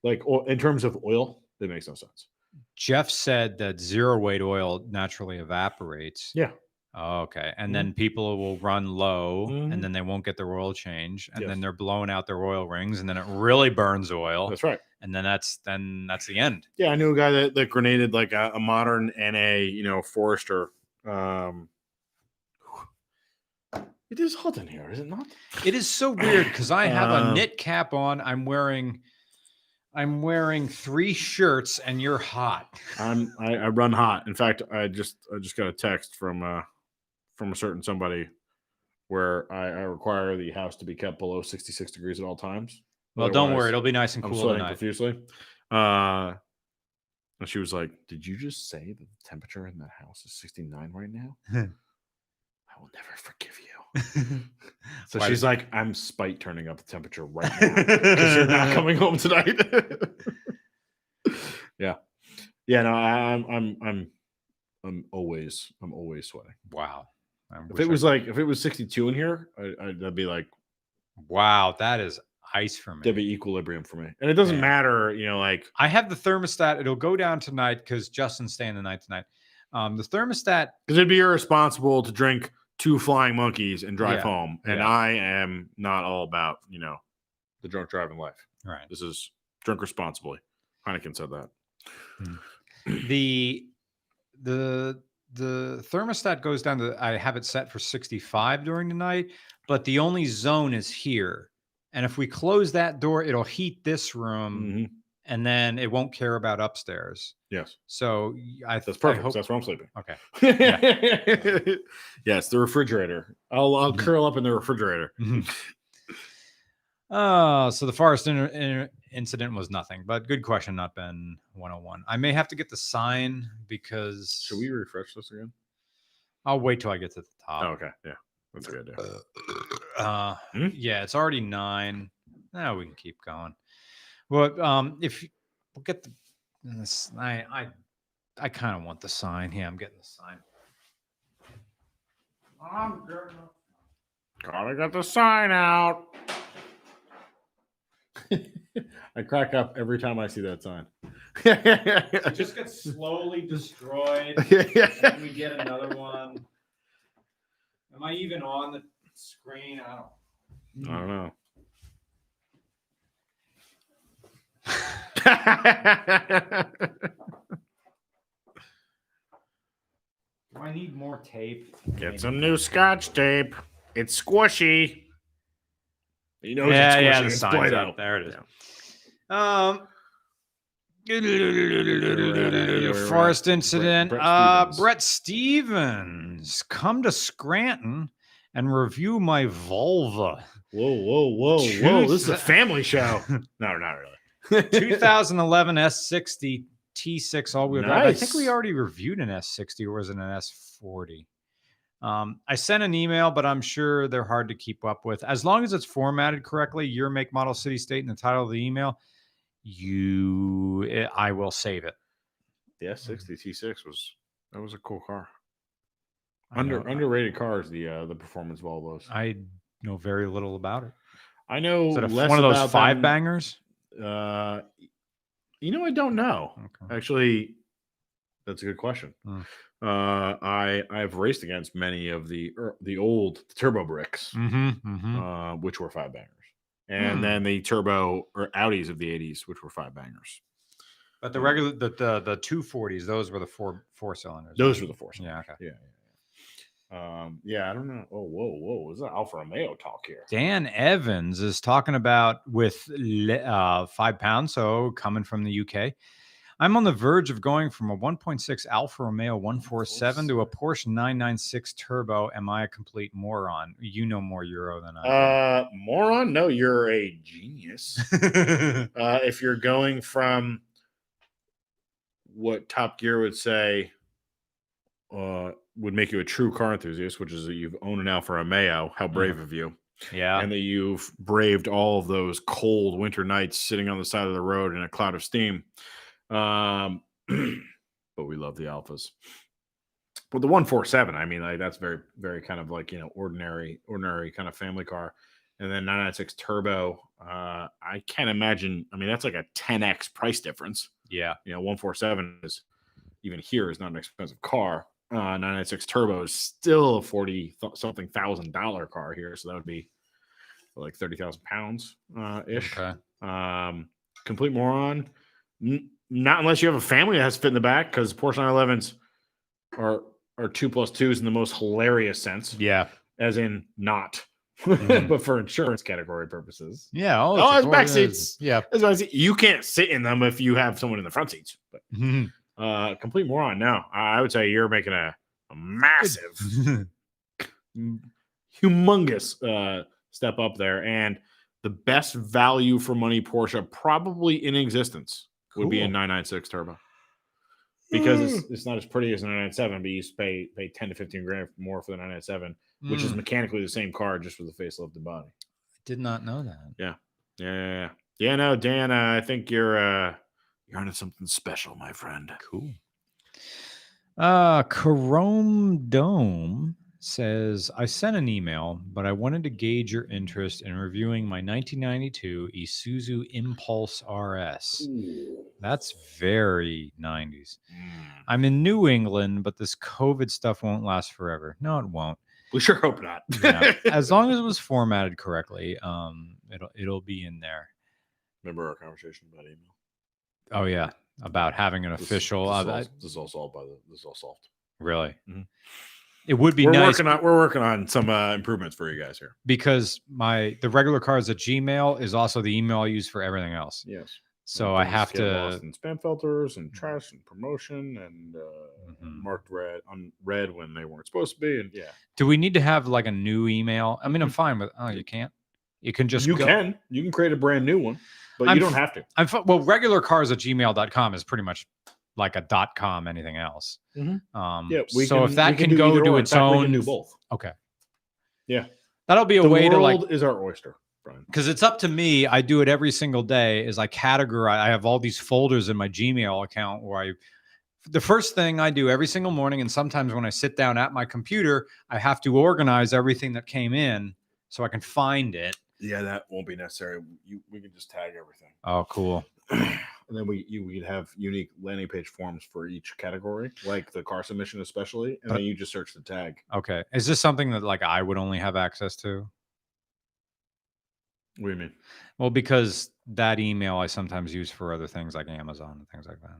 Speaker 1: Like o- in terms of oil, it makes no sense.
Speaker 2: Jeff said that zero weight oil naturally evaporates.
Speaker 1: Yeah.
Speaker 2: Oh, okay. And
Speaker 1: Mhm.
Speaker 2: then people will run low
Speaker 1: Mhm.
Speaker 2: and then they won't get their oil change. And
Speaker 1: Yes.
Speaker 2: then they're blowing out their oil rings and then it really burns oil.
Speaker 1: That's right.
Speaker 2: And then that's then that's the end.
Speaker 1: Yeah, I knew a guy that, that grenaded like a, a modern NA, you know, Forester. Um, it is hot in here, is it not?
Speaker 2: It is so weird because I have a
Speaker 1: Um,
Speaker 2: knit cap on. I'm wearing I'm wearing three shirts and you're hot.
Speaker 1: I'm I, I run hot. In fact, I just I just got a text from uh from a certain somebody where I, I require the house to be kept below 66 degrees at all times.
Speaker 2: Well, don't worry,
Speaker 1: Otherwise,
Speaker 2: it'll be nice and
Speaker 1: I'm
Speaker 2: cool
Speaker 1: sweating
Speaker 2: tonight.
Speaker 1: profusely. Uh, and she was like, "Did you just say that the temperature in that house is 69 right now?" I will never forgive you. So
Speaker 2: Why
Speaker 1: she's
Speaker 2: did-
Speaker 1: like, "I'm spite turning up the temperature right now because you're not coming home tonight." yeah, yeah. No, I- I'm, I'm, I'm, I'm always, I'm always sweating.
Speaker 2: Wow. I
Speaker 1: If
Speaker 2: wish I
Speaker 1: it was like, if it was 62 in here, I, I'd that'd be like,
Speaker 2: Wow, that is ice for me.
Speaker 1: that'd be equilibrium for me. And it doesn't
Speaker 2: Yeah.
Speaker 1: matter, you know, like
Speaker 2: I have the thermostat. It'll go down tonight because Justin's staying the night tonight. Um, the thermostat,
Speaker 1: Because it'd be irresponsible to drink two flying monkeys and drive
Speaker 2: Yeah,
Speaker 1: home. And
Speaker 2: yeah.
Speaker 1: I am not all about, you know, the drunk driving life.
Speaker 2: right?
Speaker 1: This is drink responsibly. Heineken said that.
Speaker 2: The the the thermostat goes down to I have it set for 65 during the night, but the only zone is here. And if we close that door, it'll heat this room
Speaker 1: Mm-hmm.
Speaker 2: and then it won't care about upstairs.
Speaker 1: Yes.
Speaker 2: So y- I
Speaker 1: That's
Speaker 2: th- I
Speaker 1: perfect.
Speaker 2: hope-
Speaker 1: That's where I'm sleeping.
Speaker 2: okay.
Speaker 1: yes, the refrigerator. I'll, I'll
Speaker 2: Mhm.
Speaker 1: curl up in the refrigerator.
Speaker 2: Mm-hmm. Oh, so the forest inter- inter- incident was nothing, but good question, not Ben 101. I may have to get the sign because
Speaker 1: Should we refresh this again?
Speaker 2: I'll wait till I get to the top.
Speaker 1: Oh, okay. Yeah. That's a good idea.
Speaker 2: Uh,
Speaker 1: Hmm?
Speaker 2: Yeah, it's already nine. Now we can keep going. But um, if you- we'll get the, this, I, I, I kind of want the sign. Yeah, I'm getting the sign. I'm getting the
Speaker 1: God, I got the sign out. I crack up every time I see that sign.
Speaker 2: It just gets slowly destroyed. Can we get another one? Am I even on the screen? I don't.
Speaker 1: I don't know.
Speaker 2: Do I need more tape? Maybe.
Speaker 1: Get some new scotch tape. It's squishy. You know,
Speaker 2: yeah, yeah, the
Speaker 1: it's
Speaker 2: sign's
Speaker 1: Play-Doh.
Speaker 2: up. There it is. Um.
Speaker 1: right.
Speaker 2: Forest incident.
Speaker 1: Brett
Speaker 2: uh,
Speaker 1: Stevens.
Speaker 2: Brett Stevens, come to Scranton and review my vulva.
Speaker 1: Whoa, whoa, whoa,
Speaker 2: Two
Speaker 1: whoa. This is a
Speaker 2: thou-
Speaker 1: family show. no, not really.
Speaker 2: 2011 S60 T6 all wheel drive. I think we
Speaker 1: Nice.
Speaker 2: already reviewed an S60 or was it an S40? Um, I sent an email, but I'm sure they're hard to keep up with. As long as it's formatted correctly, your make, model, city, state, and the title of the email, you, eh, I will save it.
Speaker 1: The S60 T6 was that was a cool car.
Speaker 2: I
Speaker 1: Under
Speaker 2: know-
Speaker 1: underrated cars, the uh, the performance Volvos.
Speaker 2: I know very little about it.
Speaker 1: I know
Speaker 2: Is it a,
Speaker 1: Oh, less
Speaker 2: one of those
Speaker 1: about
Speaker 2: five
Speaker 1: them-
Speaker 2: bangers?
Speaker 1: Uh, you know, I don't know.
Speaker 2: Okay.
Speaker 1: Actually, that's a good question.
Speaker 2: Hmm.
Speaker 1: Uh, I I've raced against many of the er, the old turbo bricks,
Speaker 2: Mm-hmm. Mm-hmm.
Speaker 1: uh, which were five bangers, and
Speaker 2: Hmm.
Speaker 1: then the turbo or Audis of the '80s, which were five bangers.
Speaker 2: But the regular the the the two forties, those were the four four cylinders.
Speaker 1: Those were the four.
Speaker 2: Yeah. Okay.
Speaker 1: Yeah. yeah, yeah. Um, yeah, I don't know. Oh, whoa, whoa, is that Alfa Romeo talk here?
Speaker 2: Dan Evans is talking about with le- uh, five pounds, so coming from the UK. I'm on the verge of going from a 1.6 Alfa Romeo 147 to a Porsche 996 Turbo. Am I a complete moron? You know more Euro than I.
Speaker 1: Uh, moron, no, you're a genius.
Speaker 2: do.
Speaker 1: uh, if you're going from what Top Gear would say uh, would make you a true car enthusiast, which is that you've owned an Alfa Romeo, how brave of you,
Speaker 2: yeah.
Speaker 1: and that you've braved all of those cold winter nights sitting on the side of the road in a cloud of steam. Um, but we love the Alphas. But the 147, I mean, like that's very, very kind of like you know, ordinary, ordinary kind of family car. And then 996 Turbo, uh, I can't imagine. I mean, that's like a 10x price difference.
Speaker 2: yeah.
Speaker 1: You know, 147 is even here is not an expensive car. Uh, 996 Turbo is still a 40 th- something thousand dollar car here, so that would be like 30,000 pounds uh, ish.
Speaker 2: Okay.
Speaker 1: Um, complete moron. N- not unless you have a family that has to fit in the back, because Porsche 911s are are two plus twos in the most hilarious sense,
Speaker 2: Yeah.
Speaker 1: as in not,
Speaker 2: Mhm.
Speaker 1: but for insurance category purposes.
Speaker 2: Yeah.
Speaker 1: Oh,
Speaker 2: a
Speaker 1: it's
Speaker 2: four-
Speaker 1: back seats.
Speaker 2: Yeah.
Speaker 1: As I see, you can't sit in them if you have someone in the front seats. But uh, complete moron. No, I I would say you're making a, a massive m- humongous uh, step up there and the best value for money Porsche probably in existence would be a
Speaker 2: Cool. Mm.
Speaker 1: 996 turbo because it's, it's not as pretty as a 997 but you s- pay pay 10 to 15 grand more for the 997 which is
Speaker 2: Mm,
Speaker 1: mechanically the same car just with the facelift and body
Speaker 2: did not know that.
Speaker 1: yeah yeah yeah, yeah no Dan uh, I think you're uh you're onto something special my friend
Speaker 2: Cool. Uh, Chrome Dome says, I sent an email, but I wanted to gauge your interest in reviewing my 1992 Isuzu Impulse RS. That's very 90s.
Speaker 1: Mm.
Speaker 2: I'm in New England, but this COVID stuff won't last forever. No, it won't.
Speaker 1: we sure hope not
Speaker 2: Yeah. as long as it was formatted correctly, um, it'll it'll be in there.
Speaker 1: remember our conversation about email
Speaker 2: Oh yeah, about having an
Speaker 1: This-
Speaker 2: official.
Speaker 1: This,
Speaker 2: uh,
Speaker 1: is all-
Speaker 2: that-
Speaker 1: this is all solved by the. This is all solved.
Speaker 2: really,
Speaker 1: Mhm.
Speaker 2: it would be
Speaker 1: we're
Speaker 2: nice.
Speaker 1: working on. We're working on some uh, improvements for you guys here.
Speaker 2: because my the regular car is a Gmail is also the email I use for everything else.
Speaker 1: Yes.
Speaker 2: So I have to. Mm-hmm.
Speaker 1: in spam filters and trash and promotion and uh,
Speaker 2: Mhm.
Speaker 1: marked red on red when they weren't supposed to be. And yeah,
Speaker 2: Do we need to have like a new email? I mean, I'm fine with. Oh, you can't. You can just.
Speaker 1: you
Speaker 2: go-
Speaker 1: can you can create a brand new one, but
Speaker 2: I'm Mm-hmm.
Speaker 1: you don't have
Speaker 2: f-
Speaker 1: to.
Speaker 2: I'm fi- well. Regular cars at gmail.com is pretty much like a dot com. Anything else.
Speaker 1: Mhm.
Speaker 2: Um,
Speaker 1: Yeah. We
Speaker 2: so
Speaker 1: can,
Speaker 2: if that
Speaker 1: we
Speaker 2: can,
Speaker 1: do
Speaker 2: go
Speaker 1: either
Speaker 2: to
Speaker 1: or. In
Speaker 2: its
Speaker 1: fact, we can
Speaker 2: own,
Speaker 1: do both.
Speaker 2: that'll be a
Speaker 1: The
Speaker 2: way to like
Speaker 1: world is our oyster, Brian.
Speaker 2: because it's up to me i do it every single day is i categorize i have all these folders in my gmail account where i the first thing i do every single morning and sometimes when i sit down at my computer i have to organize everything that came in so i can find it
Speaker 1: Yeah, that won't be necessary. You, we can just tag everything.
Speaker 2: oh cool
Speaker 1: and then we you we'd have unique landing page forms for each category, like the car submission especially, and
Speaker 2: But-
Speaker 1: then you just search the tag.
Speaker 2: okay is this something that like i would only have access to
Speaker 1: What do you mean?
Speaker 2: well because that email i sometimes use for other things like amazon and things like that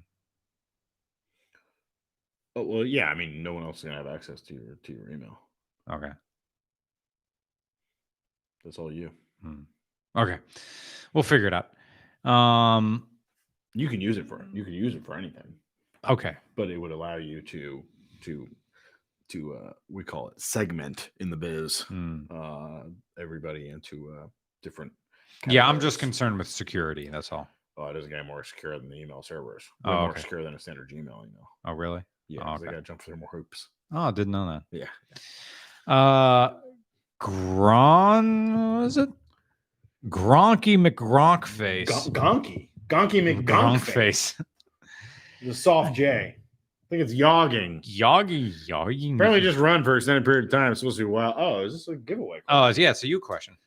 Speaker 1: Oh, well, yeah, I mean, no one else is gonna have access to your to your email.
Speaker 2: okay
Speaker 1: That's all you.
Speaker 2: hmm. okay we'll figure it out um
Speaker 1: You can use it for you can use it for anything,
Speaker 2: okay
Speaker 1: but it would allow you to to to uh, we call it segment in the biz
Speaker 2: hmm.
Speaker 1: uh, everybody into uh, different.
Speaker 2: Yeah, I'm
Speaker 1: categories.
Speaker 2: just concerned with security. That's all.
Speaker 1: Oh, it doesn't get more secure than the email servers. Way
Speaker 2: Oh,
Speaker 1: more
Speaker 2: okay.
Speaker 1: secure than a standard Gmail email.
Speaker 2: Oh, really?
Speaker 1: Yeah,
Speaker 2: Oh,
Speaker 1: 'cause they
Speaker 2: okay.
Speaker 1: got to jump through more hoops.
Speaker 2: Oh, didn't know
Speaker 1: Yeah.
Speaker 2: that. Uh, Gron, was it? Gronky
Speaker 4: Gon-
Speaker 2: McGronkface.
Speaker 4: Gonky. Gonky McGonkface.
Speaker 2: McGronkface.
Speaker 4: The soft J.
Speaker 1: I think it's yogging.
Speaker 2: Yogi, yogi.
Speaker 1: Apparently,
Speaker 2: Mc-
Speaker 1: just run for an extended period of time. It's supposed to be wild. Oh, is this a giveaway?
Speaker 2: Oh, yeah. It's a you question.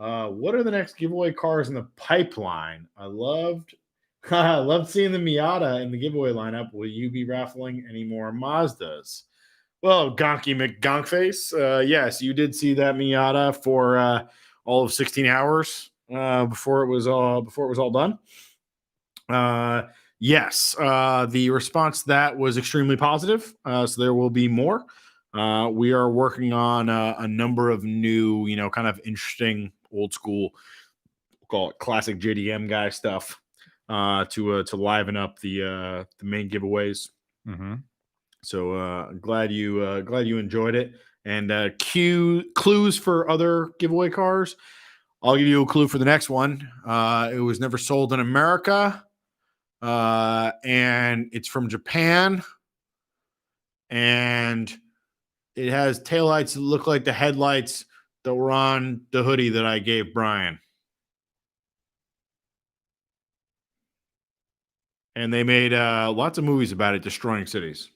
Speaker 1: Uh, what are the next giveaway cars in the pipeline? I loved, I loved seeing the Miata in the giveaway lineup. Will you be raffling any more Mazdas? Well, Gonky McGonkface, uh, yes, you did see that Miata for uh, all of 16 hours uh, before it was all before it was all done. Uh, yes, uh, the response to that was extremely positive. Uh, so there will be more. Uh, we are working on uh, a number of new, you know, kind of interesting old school, we'll call it classic JDM guy stuff uh, to uh, to liven up the uh, the main giveaways.
Speaker 2: Mm-hmm.
Speaker 1: So uh, glad you uh, glad you enjoyed it. And uh, cue clues for other giveaway cars. I'll give you a clue for the next one. Uh, it was never sold in America, uh, and it's from Japan, and it has taillights that look like the headlights that were on the hoodie that I gave Brian. And they made uh, lots of movies about it destroying cities.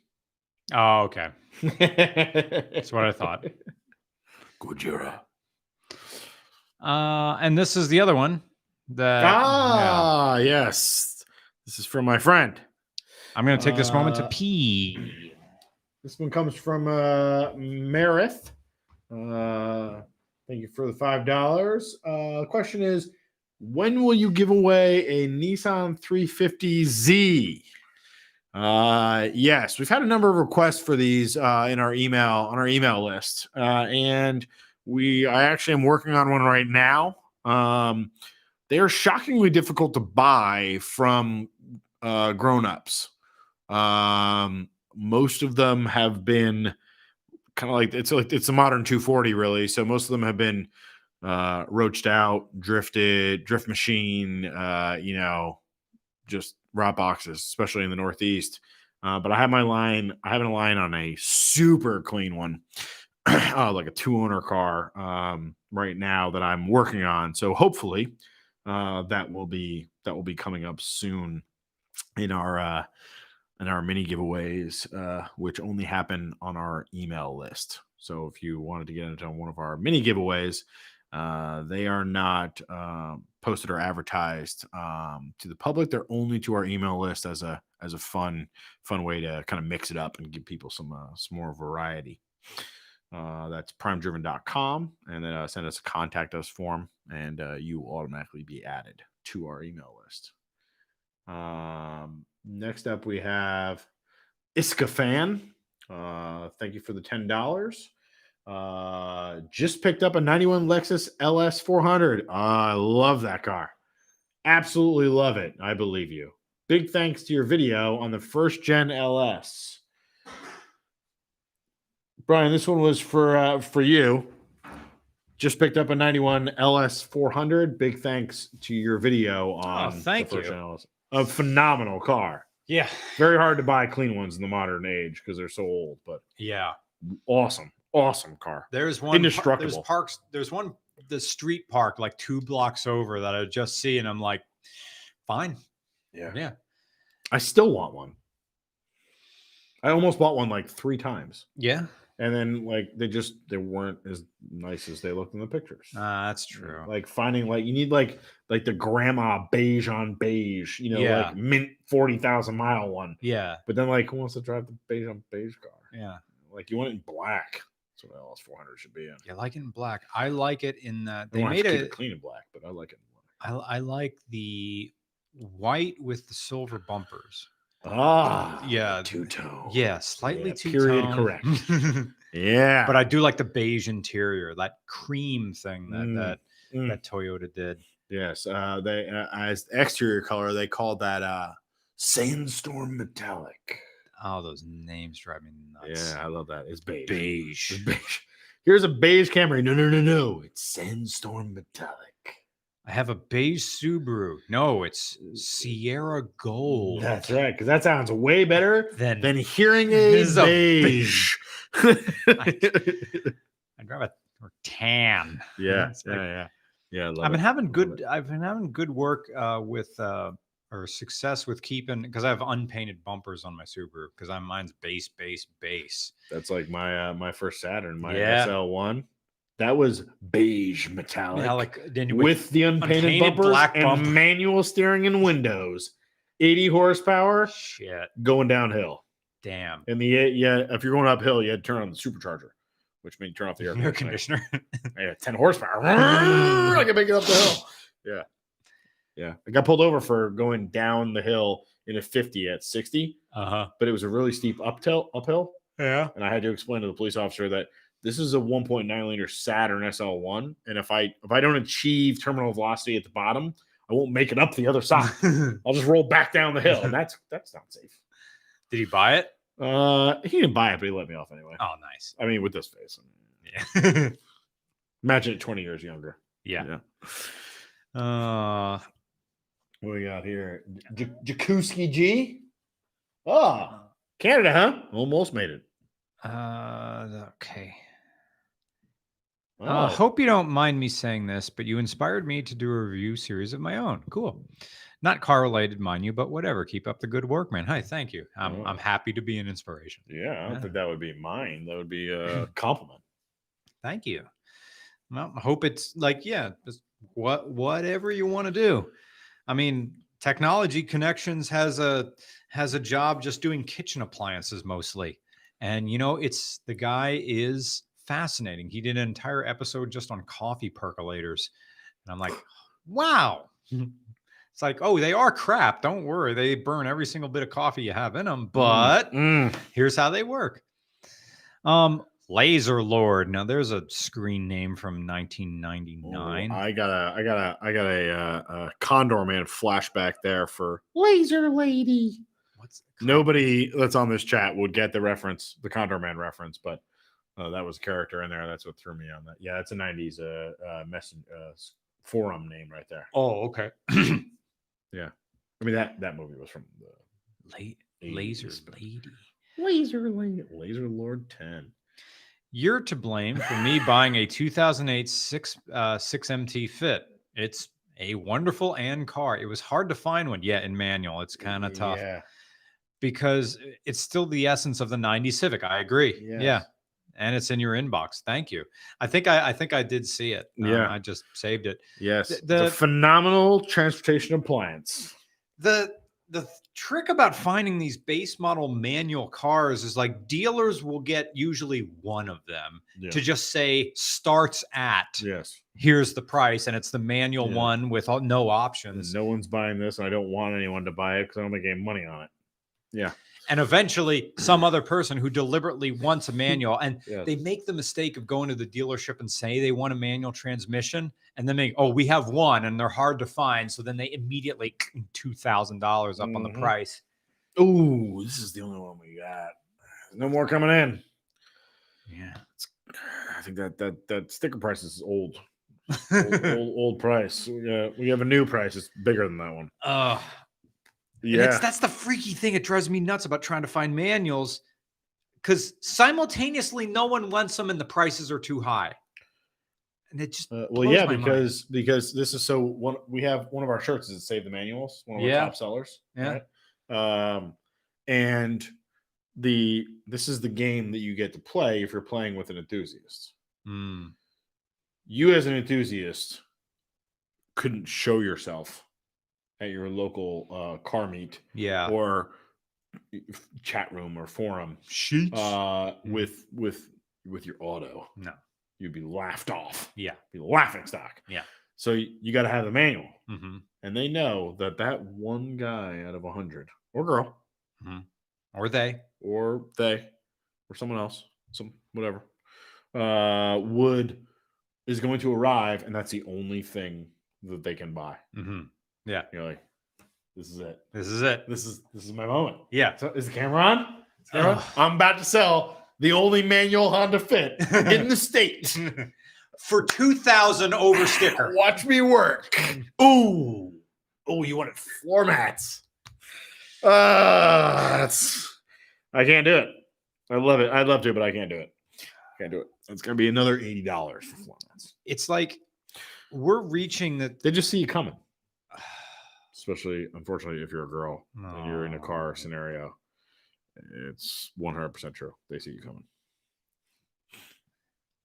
Speaker 2: Oh, okay.
Speaker 1: That's
Speaker 2: That's what I thought.
Speaker 5: Gojira.
Speaker 2: Uh, and this is the other one that yeah.
Speaker 1: Ah, yes. This is from my friend.
Speaker 2: I'm going to take this moment to
Speaker 1: Uh,
Speaker 2: pee.
Speaker 1: This one comes from uh, Marith. Uh, thank you for the five dollars. Uh, question is, when will you give away a Nissan 350Z? Uh, yes, we've had a number of requests for these uh, in our email on our email list, uh, and we I actually am working on one right now. Um, they are shockingly difficult to buy from uh, grown-ups. Um, most of them have been kind of like it's like it's a modern 240 really so most of them have been uh roached out drifted drift machine uh you know just rot boxes especially in the northeast uh but i have my line i have a line on a super clean one uh, like a two owner car um right now that i'm working on so hopefully uh that will be that will be coming up soon in our uh and our mini giveaways, uh, which only happen on our email list. So if you wanted to get into one of our mini giveaways, uh, they are not uh, posted or advertised um, to the public. They're only to our email list as a as a fun fun way to kind of mix it up and give people some uh, some more variety. Uh, that's primedriven.com, and then uh, send us a contact us form, and uh, you will automatically be added to our email list. Um, next up, we have Iskafan. Uh, thank you for the ten dollars. Uh, just picked up a '91 Lexus LS 400. I love that car. Absolutely love it. I believe you. Big thanks to your video on the first gen LS. Brian, this one was for uh, for you. Just picked up a '91 LS 400. Big thanks to your video on
Speaker 2: Oh, thank
Speaker 1: the first
Speaker 2: you.
Speaker 1: gen LS a phenomenal car.
Speaker 2: Yeah.
Speaker 1: Very hard to buy clean ones in the modern age because they're so old, but
Speaker 2: Yeah.
Speaker 1: awesome, awesome car.
Speaker 2: There's one par- There's
Speaker 1: Indestructible.
Speaker 2: parks. There's one the street park like two blocks over that I just see and I'm like, fine.
Speaker 1: Yeah.
Speaker 2: Yeah.
Speaker 1: I still want one. I almost bought one like three times,
Speaker 2: Yeah.
Speaker 1: and then like they just they weren't as nice as they looked in the pictures.
Speaker 2: Uh, that's true.
Speaker 1: Like finding like you need like like the grandma beige on beige, you know,
Speaker 2: Yeah.
Speaker 1: like mint forty thousand mile one.
Speaker 2: yeah.
Speaker 1: But then like who wants to drive the beige on beige car?
Speaker 2: Yeah.
Speaker 1: Like you want it in black. That's what LS four hundred should be in.
Speaker 2: You like it in black. I like it in that
Speaker 1: They
Speaker 2: they made
Speaker 1: to keep
Speaker 2: a
Speaker 1: it clean and black, but I like it. in black.
Speaker 2: I, I like the white with the silver bumpers.
Speaker 1: Ah,
Speaker 2: Yeah.
Speaker 1: two tone.
Speaker 2: Yeah, slightly too
Speaker 1: Oh, period correct. yeah.
Speaker 2: but I do like the beige interior, that cream thing that
Speaker 1: Mm,
Speaker 2: that,
Speaker 1: mm.
Speaker 2: that Toyota did.
Speaker 1: yes, uh, they uh, as exterior color they call that uh, sandstorm metallic.
Speaker 2: Oh, those names drive me nuts.
Speaker 1: Yeah, I love that. It's beige. It's
Speaker 2: Beige.
Speaker 1: beige. Here's a beige Camry. No, no, no, no. It's sandstorm metallic.
Speaker 2: I have a beige Subaru. No, it's Sierra Gold.
Speaker 1: That's right, because that sounds way better
Speaker 2: Then
Speaker 1: than hearing
Speaker 2: Is
Speaker 1: is
Speaker 2: a
Speaker 1: beige.
Speaker 2: I drive a or tan.
Speaker 1: yeah,
Speaker 2: It's
Speaker 1: yeah,
Speaker 2: like-
Speaker 1: yeah, yeah. I love
Speaker 2: I've
Speaker 1: it.
Speaker 2: been having
Speaker 1: Love
Speaker 2: good. I've been having good work uh, with uh, or success with keeping because I have unpainted bumpers on my Subaru because I'm mine's base, base, base.
Speaker 1: That's like my uh, my first Saturn, my
Speaker 2: Yeah.
Speaker 1: SL one. That was beige metallic,
Speaker 2: Metallic, then with,
Speaker 1: with the unpainted
Speaker 2: unpainted
Speaker 1: bumpers
Speaker 2: black
Speaker 1: and
Speaker 2: bumper.
Speaker 1: manual steering and windows. 80 horsepower
Speaker 2: shit.
Speaker 1: going downhill.
Speaker 2: Damn.
Speaker 1: And the yeah, if you're going uphill, you had to turn on the supercharger, which means turn off the air
Speaker 2: Air
Speaker 1: conditioning.
Speaker 2: conditioner.
Speaker 1: Yeah, 10 horsepower. I can make it up the hill. Yeah. Yeah. I got pulled over for going down the hill in a 50 at 60,
Speaker 2: Uh huh.
Speaker 1: but it was a really steep uphill uphill.
Speaker 2: Yeah.
Speaker 1: And I had to explain to the police officer that this is a 1.9 liter Saturn SL1. And if I if I don't achieve terminal velocity at the bottom, I won't make it up the other side.
Speaker 2: Did
Speaker 1: I'll just roll back down the hill. And that's that's not safe.
Speaker 2: he buy it?
Speaker 1: Uh he didn't buy it, but he let me off anyway.
Speaker 2: Oh, nice.
Speaker 1: I mean, with this face.
Speaker 2: Yeah.
Speaker 1: Imagine it 20 years younger.
Speaker 2: yeah.
Speaker 1: Yeah.
Speaker 2: Uh,
Speaker 1: What we got here? J- Jakuski G. Oh, Canada, huh? Almost made it.
Speaker 2: uh, okay.
Speaker 1: Oh,
Speaker 2: Uh, hope you don't mind me saying this, but you inspired me to do a review series of my own. Cool. Not car related, mind you, but whatever. Keep up the good work, man. Hi, thank you. I'm,
Speaker 1: Oh.
Speaker 2: I'm happy to be an inspiration.
Speaker 1: yeah, I don't
Speaker 2: Yeah.
Speaker 1: think that would be mine. That would be a compliment.
Speaker 2: Thank you. Well, I hope it's like, yeah, just what whatever you want to do. I mean, technology connections has a has a job just doing kitchen appliances mostly. And you know, it's the guy is fascinating. He did an entire episode just on coffee percolators. And I'm like, wow. It's like, oh, they are crap. Don't worry. They burn every single bit of coffee you have in them, but
Speaker 1: Mm.
Speaker 2: here's how they work. Um, Laser Lord. Now there's a screen name from
Speaker 1: Ooh,
Speaker 2: 1999.
Speaker 1: Oh, I got a, I got a, I got a, uh, a Condor Man flashback there for Laser Lady.
Speaker 2: What's it called?
Speaker 1: Nobody that's on this chat would get the reference, the Condor Man reference, but uh, that was a character in there. That's what threw me on that. Yeah, that's a '90s uh, uh, message uh, s- forum name right there.
Speaker 2: Oh, okay.
Speaker 1: I mean that that movie was from the
Speaker 2: La-
Speaker 1: 80s,
Speaker 2: Laser
Speaker 1: but-
Speaker 2: Lady.
Speaker 1: Laser Lord, Laser Lord 10.
Speaker 2: You're to blame for me buying a 2008 six uh, six MT Fit. It's a wonderful and car. It was hard to find one yet in manual. It's kind of tough
Speaker 1: Mm, Yeah.
Speaker 2: because it's still the essence of the 90 Civic. I agree. Yeah.
Speaker 1: Yes.
Speaker 2: And it's in your inbox. Thank you. I think I, I think I did see it. Um,
Speaker 1: Yeah.
Speaker 2: I just saved it.
Speaker 1: Yes.
Speaker 2: The-
Speaker 1: The,
Speaker 2: the-
Speaker 1: phenomenal transportation appliance.
Speaker 2: the the th- trick about finding these base model manual cars is like dealers will get usually one of them
Speaker 1: Yeah.
Speaker 2: to just say starts at
Speaker 1: Yes.
Speaker 2: here's the price and it's the manual
Speaker 1: Yeah. Mm-hmm.
Speaker 2: one with all, no
Speaker 1: And
Speaker 2: options
Speaker 1: no one's buying this, and I don't want anyone to buy it because I don't make any money on it.
Speaker 2: and eventually some other person who deliberately wants a manual and
Speaker 1: Yeah.
Speaker 2: they make the mistake of going to the dealership and say they want a manual transmission and then they oh we have one and they're hard to find so then they immediately $2000 up on the
Speaker 1: Mhm.
Speaker 2: price
Speaker 1: Ooh, this is the only one we got. No more coming in.
Speaker 2: yeah
Speaker 1: I think that that that sticker price is old. Old, old, old price. We, uh, we have a new price. It's bigger than that one.
Speaker 2: Ugh. And
Speaker 1: Yeah.
Speaker 2: That's, that's the freaky thing. It drives me nuts about trying to find manuals because simultaneously no one wants them and the prices are too high. And it just,
Speaker 1: Uh, well,
Speaker 2: blows
Speaker 1: yeah,
Speaker 2: my mind.
Speaker 1: because because this is so one. We have one of our shirts is Save the Manuals, one of our
Speaker 2: Yeah.
Speaker 1: top sellers.
Speaker 2: Yeah.
Speaker 1: right? Um, and the this is the game that you get to play if you're playing with an enthusiast.
Speaker 2: Mm,
Speaker 1: You as an enthusiast couldn't show yourself at your local uh, car meet
Speaker 2: yeah.
Speaker 1: or chat room or forum
Speaker 2: Sheets.
Speaker 1: uh, with with with your auto.
Speaker 2: Mm. No.
Speaker 1: you'd be laughed off.
Speaker 2: Yeah.
Speaker 1: be laughing stock.
Speaker 2: Yeah.
Speaker 1: So y- you got to have the manual,
Speaker 2: Mhm.
Speaker 1: and they know that that one guy out of a hundred or girl
Speaker 2: Or they.
Speaker 1: or they or someone else, some whatever, uh, would is going to arrive, and that's the only thing that they can buy.
Speaker 2: Mhm.
Speaker 1: You're like, this is it.
Speaker 2: This is it.
Speaker 1: This is this is my moment.
Speaker 2: Yeah.
Speaker 1: So is the camera on? Is the camera on?
Speaker 2: Ugh.
Speaker 1: I'm about to sell the only manual Honda Fit in the state.
Speaker 2: For 2000 over sticker.
Speaker 1: Watch me work. Ooh. Oh, you wanted floor mats. Uh, that's, I can't do it. I love it. I'd love to, but I can't do it. Can't do it. It's gonna be another eighty dollars for floor mats.
Speaker 2: It's like we're reaching the.
Speaker 1: They just see you coming. Especially, unfortunately, if you're a girl and you're in a car scenario, it's one hundred percent true. They see you coming.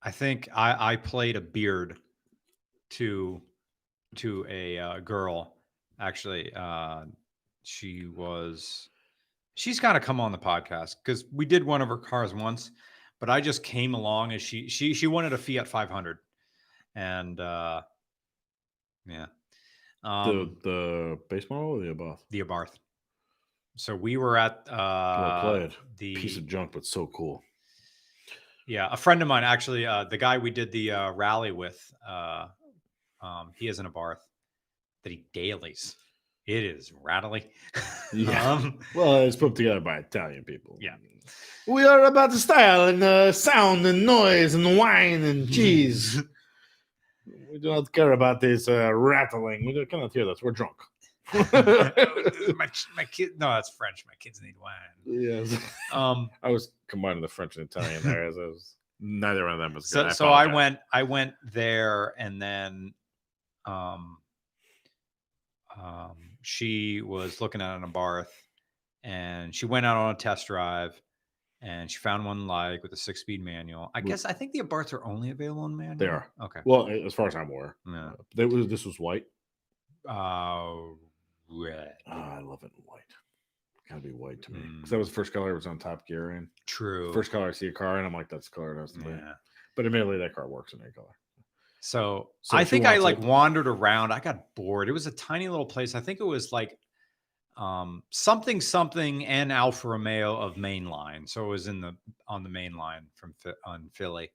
Speaker 2: I think I, I played a beard to to a uh, girl. Actually, uh, she was. She's got to come on the podcast because we did one of her cars once, but I just came along as she she she wanted a Fiat 500, and uh, yeah, um,
Speaker 1: the the base model or the above?
Speaker 2: the Abarth. So we were at uh,
Speaker 1: played.
Speaker 2: the
Speaker 1: Piece of junk, but so cool.
Speaker 2: Yeah, a friend of mine actually, uh, the guy we did the uh, rally with, uh, um, he is in a barth that he dailies. It is rattly.
Speaker 1: Yeah.
Speaker 2: um,
Speaker 1: Well, it's put together by Italian people.
Speaker 2: Yeah.
Speaker 4: We are about the style and uh, sound and noise and wine and cheese. we do not care about this uh, rattling. We cannot hear this. We're drunk.
Speaker 2: my, ch- my kid, no, that's French. My kids need wine.
Speaker 4: yes.
Speaker 2: Um,
Speaker 1: I was combining the French and Italian there as I was. Neither one of them was
Speaker 2: so,
Speaker 1: good.
Speaker 2: so I
Speaker 1: apologize.
Speaker 2: went, I went there, and then, um, um, she was looking at an Abarth, and she went out on a test drive, and she found one like with a six-speed manual. I
Speaker 1: Wo-
Speaker 2: guess I think the Abarths are only available in manual.
Speaker 1: They are.
Speaker 2: okay.
Speaker 1: Well, a- as far as I'm aware,
Speaker 2: Yeah.
Speaker 1: they was, this was white.
Speaker 2: Uh, red.
Speaker 1: Ah, I love it in white. Gotta be white to me. Because
Speaker 2: Mm.
Speaker 1: that was the first color I was on Top Gear in.
Speaker 2: True.
Speaker 1: First color I see a car, and I'm like, that's the color it has to be.
Speaker 2: yeah.
Speaker 1: But admittedly, that car works in any color.
Speaker 2: So,
Speaker 1: So
Speaker 2: I
Speaker 1: if you
Speaker 2: think
Speaker 1: want
Speaker 2: I
Speaker 1: to-
Speaker 2: like wandered around. I got bored. It was a tiny little place. I think it was like um something something and Alfa Romeo of main line. So it was in the on the main line from Phi- on Philly.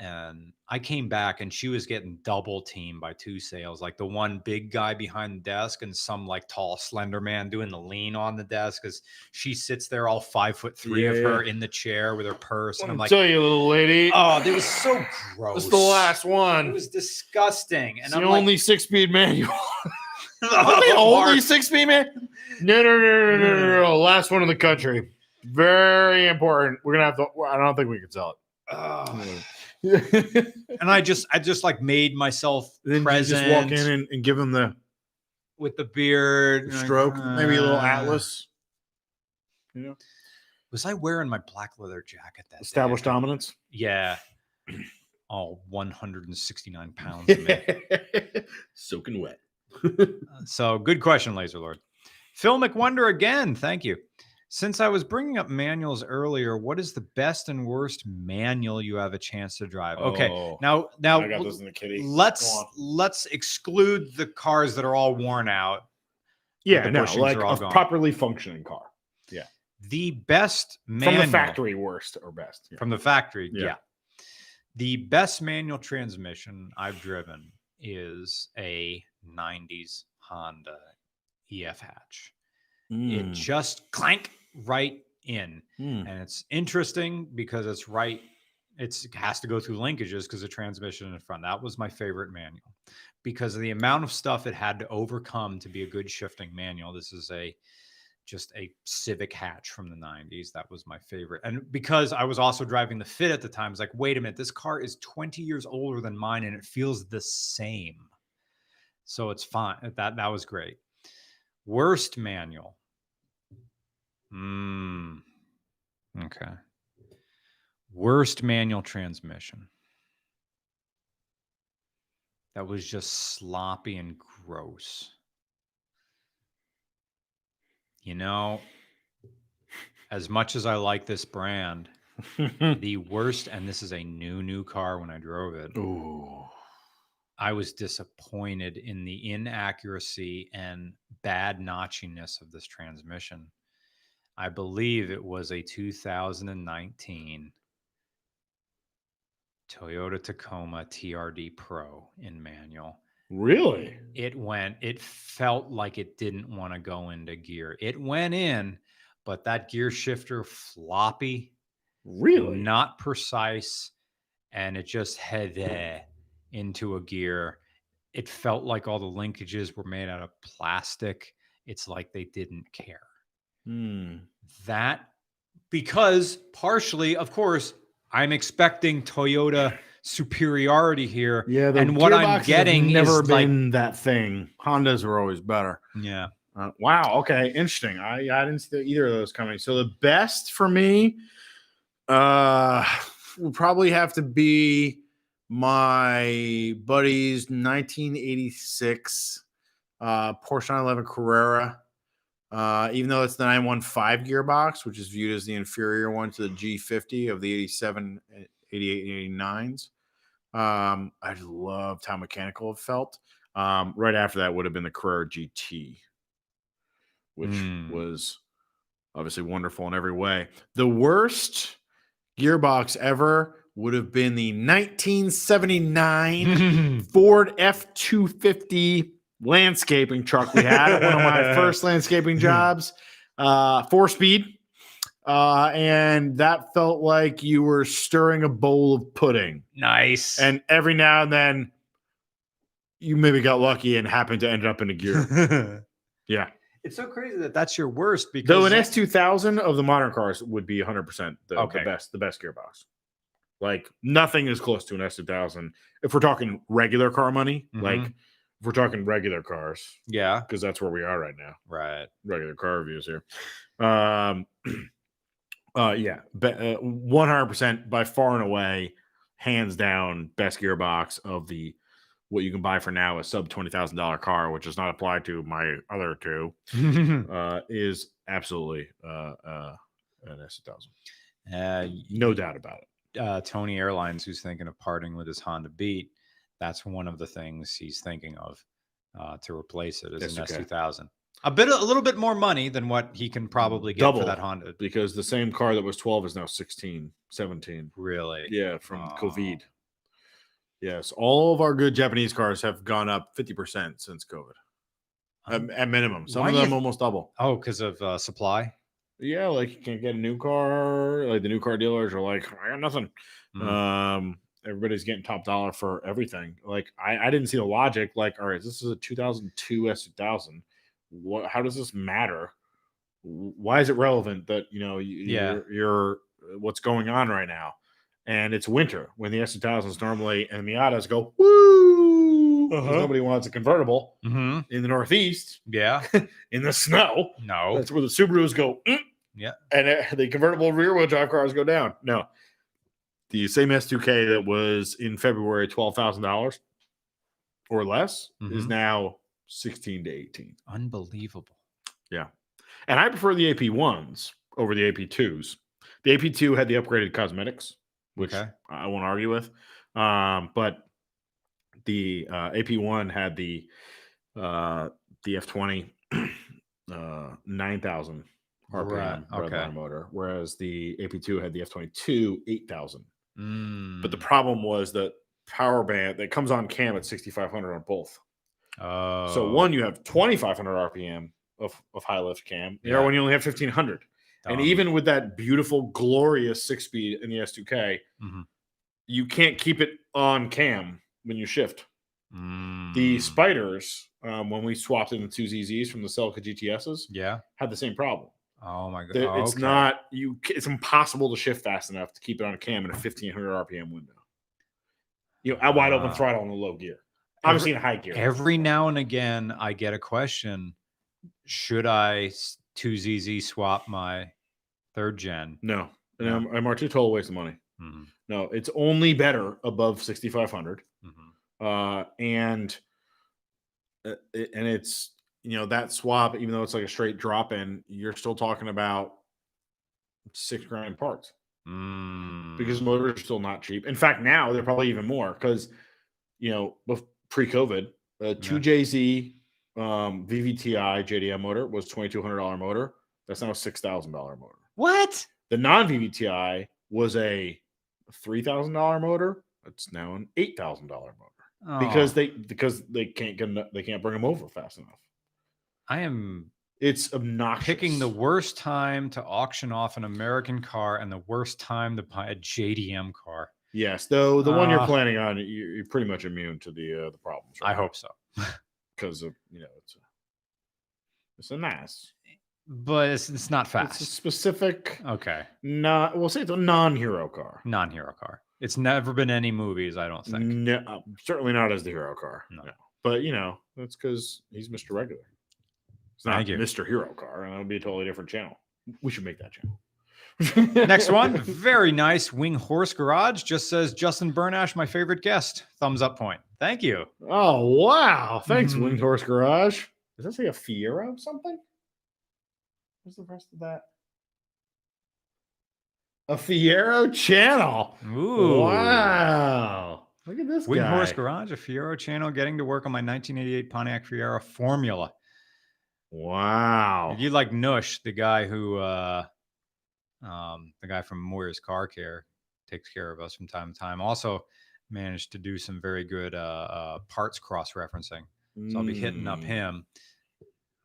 Speaker 2: And I came back and she was getting double teamed by two sales, like the one big guy behind the desk and some like tall slender man doing the lean on the desk as she sits there all five foot three of
Speaker 1: Yeah.
Speaker 2: her in the chair with her purse. And
Speaker 4: Let
Speaker 2: I'm
Speaker 4: me
Speaker 2: like,
Speaker 4: tell you, little lady.
Speaker 2: oh, that was so gross.
Speaker 4: this is the last
Speaker 2: It
Speaker 4: one.
Speaker 2: was disgusting.
Speaker 4: It's
Speaker 2: And
Speaker 4: the
Speaker 2: I'm
Speaker 4: only six-speed manual.
Speaker 2: like,
Speaker 4: Are they
Speaker 2: "Oh,
Speaker 4: only
Speaker 2: Mark."
Speaker 4: six-speed man? No, no, no, no, no, no,
Speaker 2: Hmm.
Speaker 4: no. Last one in the country. Very important. We're gonna have to. I don't think we can sell
Speaker 2: Ugh.
Speaker 4: it.
Speaker 2: and I just, I just like made myself
Speaker 4: then you
Speaker 2: present
Speaker 4: just walk in and, and give them the
Speaker 2: with the beard, and like,
Speaker 4: stroke, maybe a little
Speaker 2: uh,
Speaker 4: atlas.
Speaker 2: Was I wearing my black leather jacket that day?
Speaker 1: Established dominance.
Speaker 2: Yeah, all 169 pounds. Of me.
Speaker 1: Soaking wet.
Speaker 2: So good question, Laser Lord. Phil McWonder again. Thank you. Since I was bringing up manuals earlier, what is the best and worst manual you have a chance to drive? Okay,
Speaker 1: Oh,
Speaker 2: now now
Speaker 1: I got
Speaker 2: l-
Speaker 1: this in the kitty.
Speaker 2: Uh, let's
Speaker 1: Go on.
Speaker 2: let's exclude the cars that are all worn out.
Speaker 1: Yeah,
Speaker 2: the
Speaker 1: no,
Speaker 2: bushings
Speaker 1: like
Speaker 2: are all
Speaker 1: a
Speaker 2: gone.
Speaker 1: properly functioning car
Speaker 2: The best manual
Speaker 1: from the factory, worst or best. Yeah.
Speaker 2: From the factory,
Speaker 1: Yeah.
Speaker 2: yeah. The best manual transmission I've driven is a '90s Honda EF hatch.
Speaker 1: Hmm.
Speaker 2: It just clank right in, and it's interesting because it's right. It's it has to go through linkages because the transmission in front. That was my favorite manual because of the amount of stuff it had to overcome to be a good shifting manual. This is a just a civic hatch from the 90s. That was my favorite. And because I was also driving the fit at the time, I was like, wait a minute, this car is 20 years older than mine and it feels the same. So it's fine. That that was great. Worst manual. Mm. Okay. Worst manual transmission. That was just sloppy and gross. You know, as much as I like this brand, the worst, and this is a new, new car when I drove it,
Speaker 1: Ooh.
Speaker 2: I was disappointed in the inaccuracy and bad notchiness of this transmission. I believe it was a 2019 Toyota Tacoma TRD Pro in manual
Speaker 1: Really?
Speaker 2: it went it felt like it didn't want to go into gear it went in but that gear shifter floppy
Speaker 1: Really?
Speaker 2: not precise and it just headed into a gear it felt like all the linkages were made out of plastic it's like they didn't care
Speaker 1: Hmm.
Speaker 2: that because partially of course i'm expecting toyota superiority here
Speaker 4: Yeah,
Speaker 2: And what I'm
Speaker 4: gearboxes have
Speaker 2: getting
Speaker 4: never
Speaker 2: is, like-
Speaker 4: been that thing. Hondas were always better.
Speaker 2: yeah
Speaker 4: Uh, wow. Okay, interesting. I I didn't see either of those coming. So the best for me, uh,
Speaker 1: will probably have to be my buddy's 1986 uh, Porsche 911 Carrera. Uh, even though it's the 915 gearbox, which is viewed as the inferior one to the G50 of the 87, 88, and 89s, um, I loved how mechanical it felt. Um, right after that would have been the Carrera GT, which
Speaker 2: Mm.
Speaker 1: was obviously wonderful in every way. The worst gearbox ever would have been the 1979 Ford F two fifty landscaping truck we had at one of my first landscaping jobs, uh, four speed, uh, and that felt like you were stirring a bowl of pudding.
Speaker 2: nice.
Speaker 1: And every now and then, you maybe got lucky and happened to end up in a gear. Yeah.
Speaker 2: It's so crazy that that's your worst because
Speaker 1: Though an S two thousand of the modern cars would be one hundred percent the
Speaker 2: Okay.
Speaker 1: best, the best gearbox. Like nothing is close to an S two thousand if we're talking regular car money. Like
Speaker 2: Mhm.
Speaker 1: if we're talking regular cars,
Speaker 2: yeah,
Speaker 1: because that's where we are right now.
Speaker 2: right.
Speaker 1: Regular car reviews here. Um, uh, yeah, one hundred percent by far and away, hands down, best gearbox of the what you can buy for now a sub twenty thousand dollar car, which is not applied to my other two
Speaker 2: uh,
Speaker 1: uh, is absolutely uh, uh, an S thousand. Uh,
Speaker 2: y-
Speaker 1: No doubt about it.
Speaker 2: uh, Tony Airlines, who's thinking of parting with his Honda Beat, that's one of the things he's thinking of uh, to replace it as
Speaker 1: That's
Speaker 2: an
Speaker 1: okay.
Speaker 2: S two thousand. A bit, a little bit more money than what he can probably get
Speaker 1: Double.
Speaker 2: for that Honda.
Speaker 1: Because the same car that was 12 is now 16, 17.
Speaker 2: Really?
Speaker 1: Yeah, from COVID.
Speaker 2: Oh.
Speaker 1: Yes, all of our good Japanese cars have gone up 50% since COVID. Um, at minimum, some
Speaker 2: Why
Speaker 1: of
Speaker 2: do you
Speaker 1: them
Speaker 2: th-
Speaker 1: almost double.
Speaker 2: Oh, because of uh, supply.
Speaker 1: Yeah, like you can't get a new car. Like the new car dealers are like, I got nothing.
Speaker 2: Mm.
Speaker 1: Um, everybody's getting top dollar for everything. Like I, I didn't see the logic. Like, all right, this is a 2002 S 2000. What? How does this matter? W- Why is it relevant that you know y-
Speaker 2: Yeah.
Speaker 1: you're, you're uh, what's going on right now? And it's winter when the S 2000s normally and Miatas go woo. 'cause
Speaker 2: Uh-huh.
Speaker 1: Nobody wants a convertible
Speaker 2: Mhm.
Speaker 1: in the Northeast
Speaker 2: Yeah.
Speaker 1: in the snow.
Speaker 2: No.
Speaker 1: That's where the Subarus go. "Mm,"
Speaker 2: Yeah.
Speaker 1: And uh, the convertible rear wheel drive cars go down. No. The same S2K that was in February $12,000 or less is
Speaker 2: Mhm.
Speaker 1: now 16 to 18.
Speaker 2: Unbelievable.
Speaker 1: And I prefer the AP1s over the AP2s. The AP2 had the upgraded cosmetics, which
Speaker 2: Okay.
Speaker 1: I won't argue with. Um, but the uh, AP1 had the uh, the F20 uh, 9000 RPM
Speaker 2: Right,
Speaker 1: red line
Speaker 2: okay.
Speaker 1: motor, whereas the AP2 had the F22 8000. But the
Speaker 2: Mm.
Speaker 1: problem was that power band that comes on cam at 6500 on both.
Speaker 2: oh.
Speaker 1: So one, you have 2,500 RPM of, of high lift cam. The other
Speaker 2: Yeah.
Speaker 1: one, you only have 1,500.
Speaker 2: dumb.
Speaker 1: And even with that beautiful, glorious six speed in the S2K,
Speaker 2: Mhm.
Speaker 1: you can't keep it on cam when you shift. The
Speaker 2: Mm.
Speaker 1: spiders, um, when we swapped in the two ZZs from the Celica GTSs,
Speaker 2: Yeah.
Speaker 1: had the same problem.
Speaker 2: Oh my god.
Speaker 1: That
Speaker 2: Oh,
Speaker 1: it's
Speaker 2: okay.
Speaker 1: not you. ca- It's impossible to shift fast enough to keep it on cam in a 1,500 RPM window. You know, a wide open
Speaker 2: Ah.
Speaker 1: throttle in the low gear.
Speaker 2: Every-
Speaker 1: Obviously, in high gear.
Speaker 2: Every now and again, I get a question: Should I two ZZ swap my third general
Speaker 1: no, and
Speaker 2: No.
Speaker 1: I'm, I'm R2 total waste of money.
Speaker 2: Mm-hmm.
Speaker 1: No, it's only better above 6500 uh and uh, it- and it's you know that swap even though it's like a straight drop in you're still talking about 6 grand parts
Speaker 2: Mm-hmm.
Speaker 1: because motors are still not cheap. In fact, now they're probably even more because you know bef- pre-COVID, uh, two JZ um, VVTi JDM motor was twenty two hundred dollar motor. That's now a six thousand dollar motor. What? The non VVTi was a three thousand dollar motor. It's now an eight thousand dollar motor because
Speaker 2: Oh,
Speaker 1: they because they can't get eno- they can't bring them over fast enough.
Speaker 2: I am
Speaker 1: It's obnoxious.
Speaker 2: picking the worst time to auction off an American car and the worst time to buy a JDM car.
Speaker 1: yes, though the one you're
Speaker 2: Ah.
Speaker 1: planning on, you're, you're pretty much immune to the uh, the problems.
Speaker 2: I
Speaker 1: right now.
Speaker 2: hope so,
Speaker 1: because of you know it's a, it's a nice
Speaker 2: but it's, it's not fast. Uh.
Speaker 1: it's a specific
Speaker 2: okay,
Speaker 1: not we'll say it's a non-hero car
Speaker 2: non-hero car. It's never been any movies. I don't think.
Speaker 1: no, uh, certainly not as the hero car
Speaker 2: No.
Speaker 1: but you know that's because he's mr regular it's not
Speaker 2: Thank you.
Speaker 1: mr hero car and that would be a totally different channel we should make that channel
Speaker 2: Next one, very nice. Wing Horse Garage just says Justin Burnash, my favorite guest. Thumbs up point. Thank you.
Speaker 4: Oh wow! Thanks,
Speaker 2: Mhm.
Speaker 4: Winged Horse Garage. Does that say a Fiera or something? What's the rest of that? A Fiero channel.
Speaker 2: Ooh.
Speaker 4: Wow! Look at this
Speaker 2: Wing
Speaker 4: guy.
Speaker 2: Horse Garage, a Fiero channel, getting to work on my 1988 Pontiac Fiero formula.
Speaker 4: Wow!
Speaker 2: You like Nush, the guy who, uh, um, the guy from Moyer's Car Care, takes care of us from time to time. Also, managed to do some very good uh, uh, parts cross referencing. So I'll be hitting up
Speaker 1: Mm.
Speaker 2: him.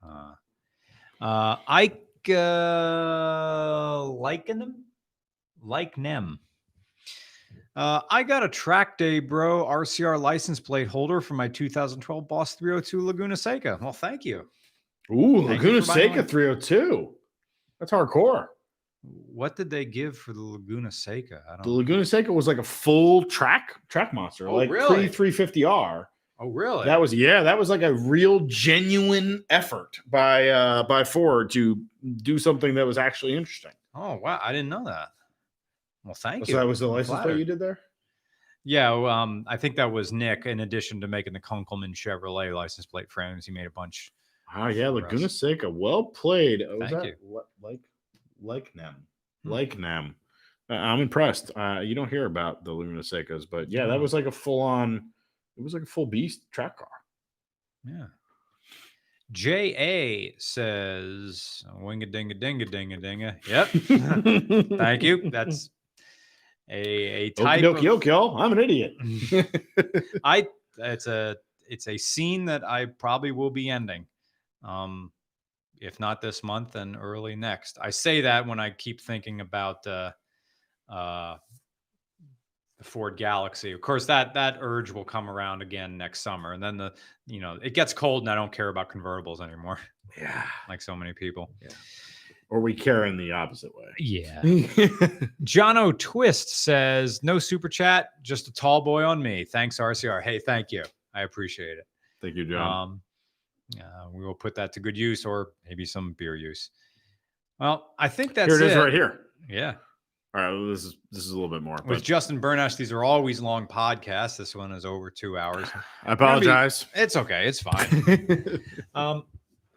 Speaker 2: Uh, uh, Ike uh, Likenem? Likenem. Uh, I got a track day, bro, RCR license plate holder for my 2012 Boss 302 Laguna Seca. Well, thank you. Thank
Speaker 4: Ooh,
Speaker 2: you
Speaker 4: Laguna
Speaker 2: for buying
Speaker 4: Seca
Speaker 2: one.
Speaker 4: 302. That's hardcore.
Speaker 2: What did they give for the Laguna Seca? I
Speaker 4: The
Speaker 2: don't.
Speaker 4: Laguna Seca was like a full track track monster,
Speaker 2: Oh,
Speaker 4: like
Speaker 2: really?
Speaker 4: pre 350R.
Speaker 2: Oh, really?
Speaker 4: That was yeah, that was like a real genuine effort by uh by Ford to do something that was actually interesting.
Speaker 2: oh, wow. I didn't know that. Well, thank
Speaker 4: so
Speaker 2: you.
Speaker 4: that was the
Speaker 2: I'm
Speaker 4: license plate
Speaker 2: flattered.
Speaker 4: you did there?
Speaker 2: Yeah, well, um, I think that was Nick. In addition to making the Kunkelman Chevrolet license plate frames, he made a bunch.
Speaker 4: Ah, yeah,
Speaker 2: For us.
Speaker 4: Laguna Seca. Well played. Oh, was
Speaker 2: Thank
Speaker 4: that
Speaker 2: you.
Speaker 4: what- like like them.
Speaker 2: Hmm.
Speaker 4: Like them. Uh, I'm impressed. Uh, you don't hear about the Laguna Secas, but yeah, that
Speaker 2: No.
Speaker 4: was like a full on it was like a full beast track car.
Speaker 2: Yeah. J.A. says, winga dinga dinga dinga dinga. Yep. Thank you. That's a, a type
Speaker 4: Okey-doke,
Speaker 2: of-
Speaker 4: yoke, y'all. I'm an idiot.
Speaker 2: I it's a it's a scene that I probably will be ending. Um if not this month then early next. I say that when I keep thinking about uh uh the Ford Galaxy. Of course that that urge will come around again next summer and then the you know it gets cold and I don't care about convertibles anymore
Speaker 4: Yeah.
Speaker 2: like so many people.
Speaker 4: Or we care in the opposite way.
Speaker 2: Yeah. Jono Twist says, no super chat, just a tall boy on me. Thanks, RCR. Hey, thank you. I appreciate it.
Speaker 1: Thank you, John.
Speaker 2: Um, uh, we will put that to good use or maybe some beer use. Well, I think Uh, that's
Speaker 4: here it
Speaker 2: it.
Speaker 4: is right here.
Speaker 2: Yeah.
Speaker 1: All right, well, this is this is a little bit more.
Speaker 2: With
Speaker 1: But
Speaker 2: Justin Burnash, these are always long podcasts. This one is over two hours.
Speaker 1: I apologize.
Speaker 2: It's okay. It's fine. Um,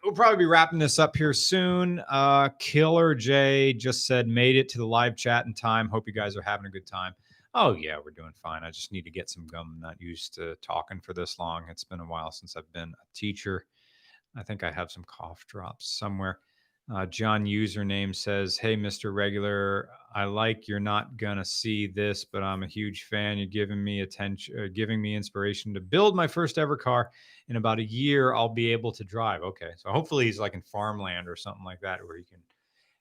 Speaker 2: we'll probably be wrapping this up here soon. Uh, Killer J just said, made it to the live chat in time. Hope you guys are having a good time. Oh, yeah, we're doing fine. I just need to get some gum. I'm not used to talking for this long. It's been a while since I've been a teacher. I think I have some cough drops somewhere. Uh, John username says, Hey, Mr. Regular, I like you're not gonna see this, but I'm a huge fan. You're giving me attention, uh, giving me inspiration to build my first ever car. In about a year, I'll be able to drive. Okay, so hopefully he's like in farmland or something like that, where he can,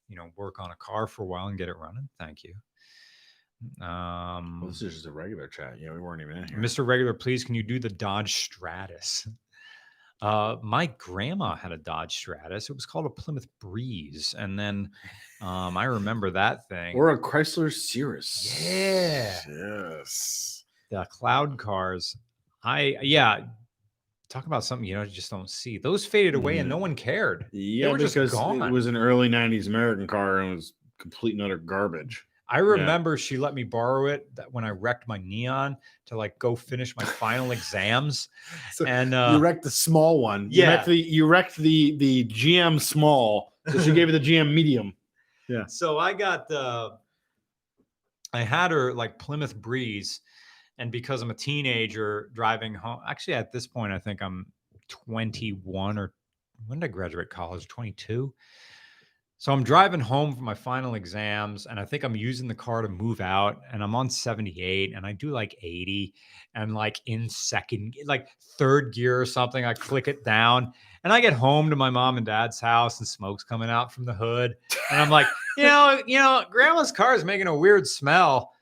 Speaker 2: you know, work on a car for a while and get it running. Thank you. Um,
Speaker 1: Well, this is just a regular chat. Yeah, we weren't even in here.
Speaker 2: Mr. Regular, please can you do the Dodge Stratus? Uh, my grandma had a Dodge Stratus. It was called a Plymouth Breeze, and then um, I remember that thing.
Speaker 1: Or a Chrysler Cirrus.
Speaker 2: Yeah.
Speaker 1: Yes.
Speaker 2: the cloud cars. I yeah, talk about something you know you just don't see. Those faded away,
Speaker 1: Mm-hmm.
Speaker 2: and no one cared.
Speaker 1: Yeah,
Speaker 2: were just
Speaker 1: because it
Speaker 2: gone.
Speaker 1: was an early '90s American car and it was complete and utter garbage.
Speaker 2: I remember she let me borrow it that when I wrecked my neon to like go finish my final exams,
Speaker 1: So
Speaker 2: and
Speaker 4: you
Speaker 2: uh,
Speaker 4: wrecked the small one. You
Speaker 2: yeah.
Speaker 4: wrecked the you wrecked the the GM small. So she gave you the GM medium.
Speaker 2: so I got uh I had her like Plymouth Breeze, and because I'm a teenager driving home. Actually, at this point, I think I'm 21 or when did I graduate college? 22. So I'm driving home for my final exams, and I think I'm using the car to move out. And I'm on 78, and I do like 80, and like in second, like third gear or something, I click it down, and I get home to my mom and dad's house, and smoke's coming out from the hood, and I'm like, you know, you know, grandma's car is making a weird smell.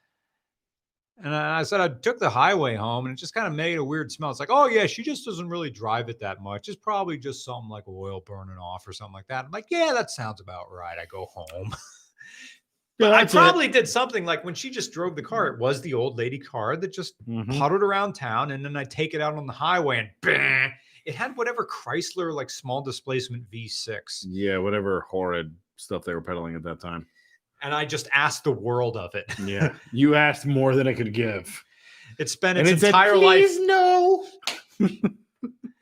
Speaker 2: And I I said I took the highway home, and it just kind of made a weird smell. It's like, oh yeah, she just doesn't really drive it that much. It's probably just something like oil burning off or something like that. I'm like, yeah, that sounds about right. I go home.
Speaker 4: Yeah,
Speaker 2: I
Speaker 4: that's it.
Speaker 2: probably did something like when she just drove the car. It was the old lady car that just
Speaker 4: Mm-hmm.
Speaker 1: Mhm.
Speaker 2: puddled around town, and then I take it out on the highway, and bang, it had whatever Chrysler like small displacement V6.
Speaker 4: Mm.
Speaker 1: Yeah, whatever horrid stuff they were peddling at that time.
Speaker 2: and I just asked the world of it.
Speaker 4: Mm.
Speaker 1: Yeah.
Speaker 4: You asked more than I could give.
Speaker 2: It's spent
Speaker 4: And
Speaker 2: its
Speaker 4: it said,
Speaker 2: entire life.
Speaker 4: "Please, No.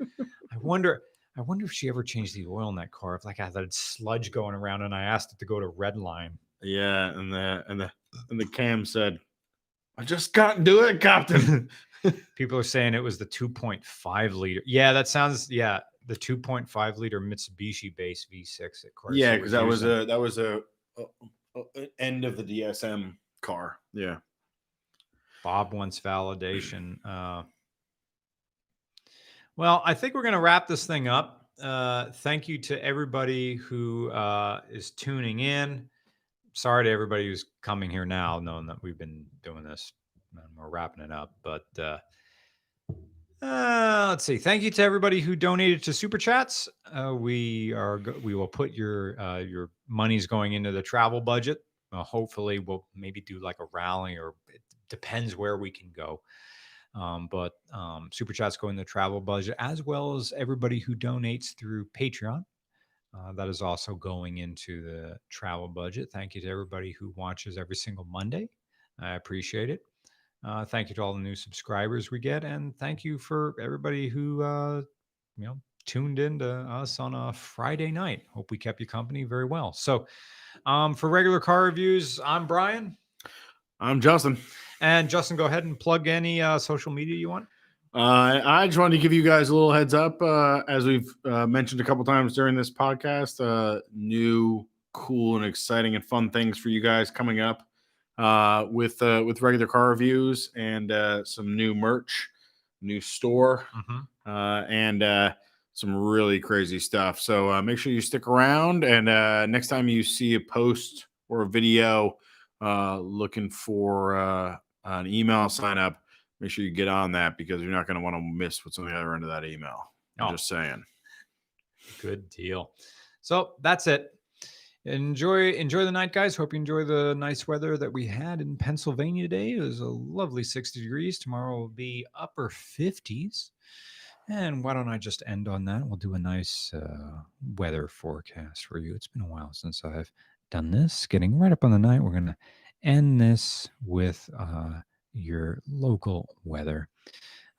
Speaker 2: I wonder. I wonder if she ever changed the oil in that car. If like I had that sludge going around, and I asked it to go to red line.
Speaker 1: yeah. And the and the and the cam said, I just can't do it, Captain.
Speaker 2: People are saying it was the 2.5 liter. Yeah, that sounds. Yeah, the 2.5 liter Mitsubishi base V6 at Corsa.
Speaker 1: yeah, because that was
Speaker 2: using.
Speaker 1: a that was a, a, a- a- end of the DSM car. Yeah.
Speaker 2: Bob wants validation. Uh, well, I think we're going to wrap this thing up. Uh, thank you to everybody who uh, is tuning in. Sorry to everybody who's coming here now, knowing that we've been doing this and we're wrapping it up. But uh, uh, let's see. Thank you to everybody who donated to super chats. Uh, we are go- we will put your uh, your money's going into the travel budget. Uh, hopefully, we'll maybe do like a rally or depends where we can go. Um, but um, super chats go in the travel budget as well as everybody who donates through Patreon. Uh, that is also going into the travel budget. Thank you to everybody who watches every single Monday. I appreciate it. Uh, thank you to all the new subscribers we get, and thank you for everybody who uh, you know tuned in to us on a Friday night. Hope we kept you company very well. So, um, for regular car reviews, I'm Brian.
Speaker 1: I'm Justin.
Speaker 2: And Justin, go ahead and plug any uh, social media you want.
Speaker 1: Uh, I just wanted to give you guys a little heads up. Uh, as we've uh, mentioned a couple times during this podcast, uh, new, cool, and exciting and fun things for you guys coming up uh, with uh, with regular car reviews and uh, some new merch, new store, uh, and uh, some really crazy stuff. So uh, make sure you stick around. And uh, next time you see a post or a video uh, looking for uh, an email sign up, make sure you get on that because you're not going to want to miss what's on the other end of that email.
Speaker 2: Oh.
Speaker 1: I'm just saying.
Speaker 2: Good deal. So that's it. Enjoy enjoy the night, guys. Hope you enjoy the nice weather that we had in Pennsylvania today. It was a lovely 60 degrees. Tomorrow will be upper 50s. And why don't I just end on that? We'll do a nice uh, weather forecast for you. It's been a while since I've done this. Getting right up on the night, we're going to end this with uh, your local weather.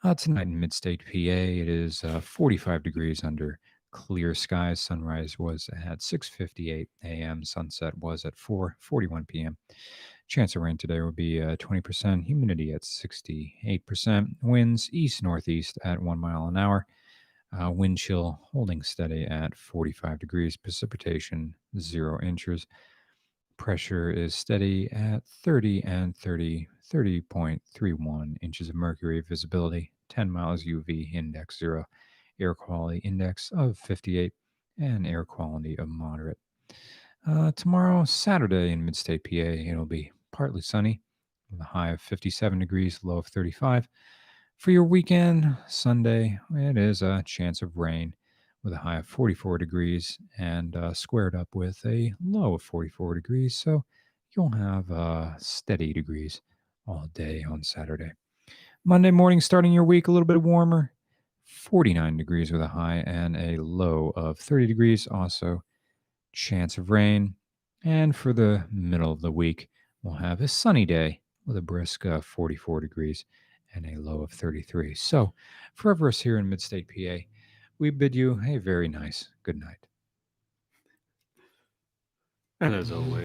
Speaker 2: Uh, tonight in Midstate, PA, it is uh, 45 degrees under clear skies. Sunrise was at 6:58 a.m. Sunset was at 4:41 p.m. Chance of rain today will be uh, 20%. Humidity at 68%. Winds east northeast at one mile an hour. Uh, wind chill holding steady at 45 degrees. Precipitation zero inches. Pressure is steady at 30 and 30, 30.31 inches of mercury. Visibility 10 miles UV index zero air quality index of 58 and air quality of moderate. Uh, tomorrow, Saturday in Midstate PA, it'll be partly sunny with a high of 57 degrees, low of 35. For your weekend, Sunday, it is a chance of rain with a high of 44 degrees and uh, squared up with a low of 44 degrees. So you'll have uh, steady degrees all day on Saturday. Monday morning, starting your week a little bit warmer, 49 degrees with a high and a low of 30 degrees. Also, chance of rain. And for the middle of the week, we'll have a sunny day with a brisk uh, 44 degrees and a low of 33. So, for us here in Midstate PA, we bid you a very nice good night.
Speaker 1: And as always.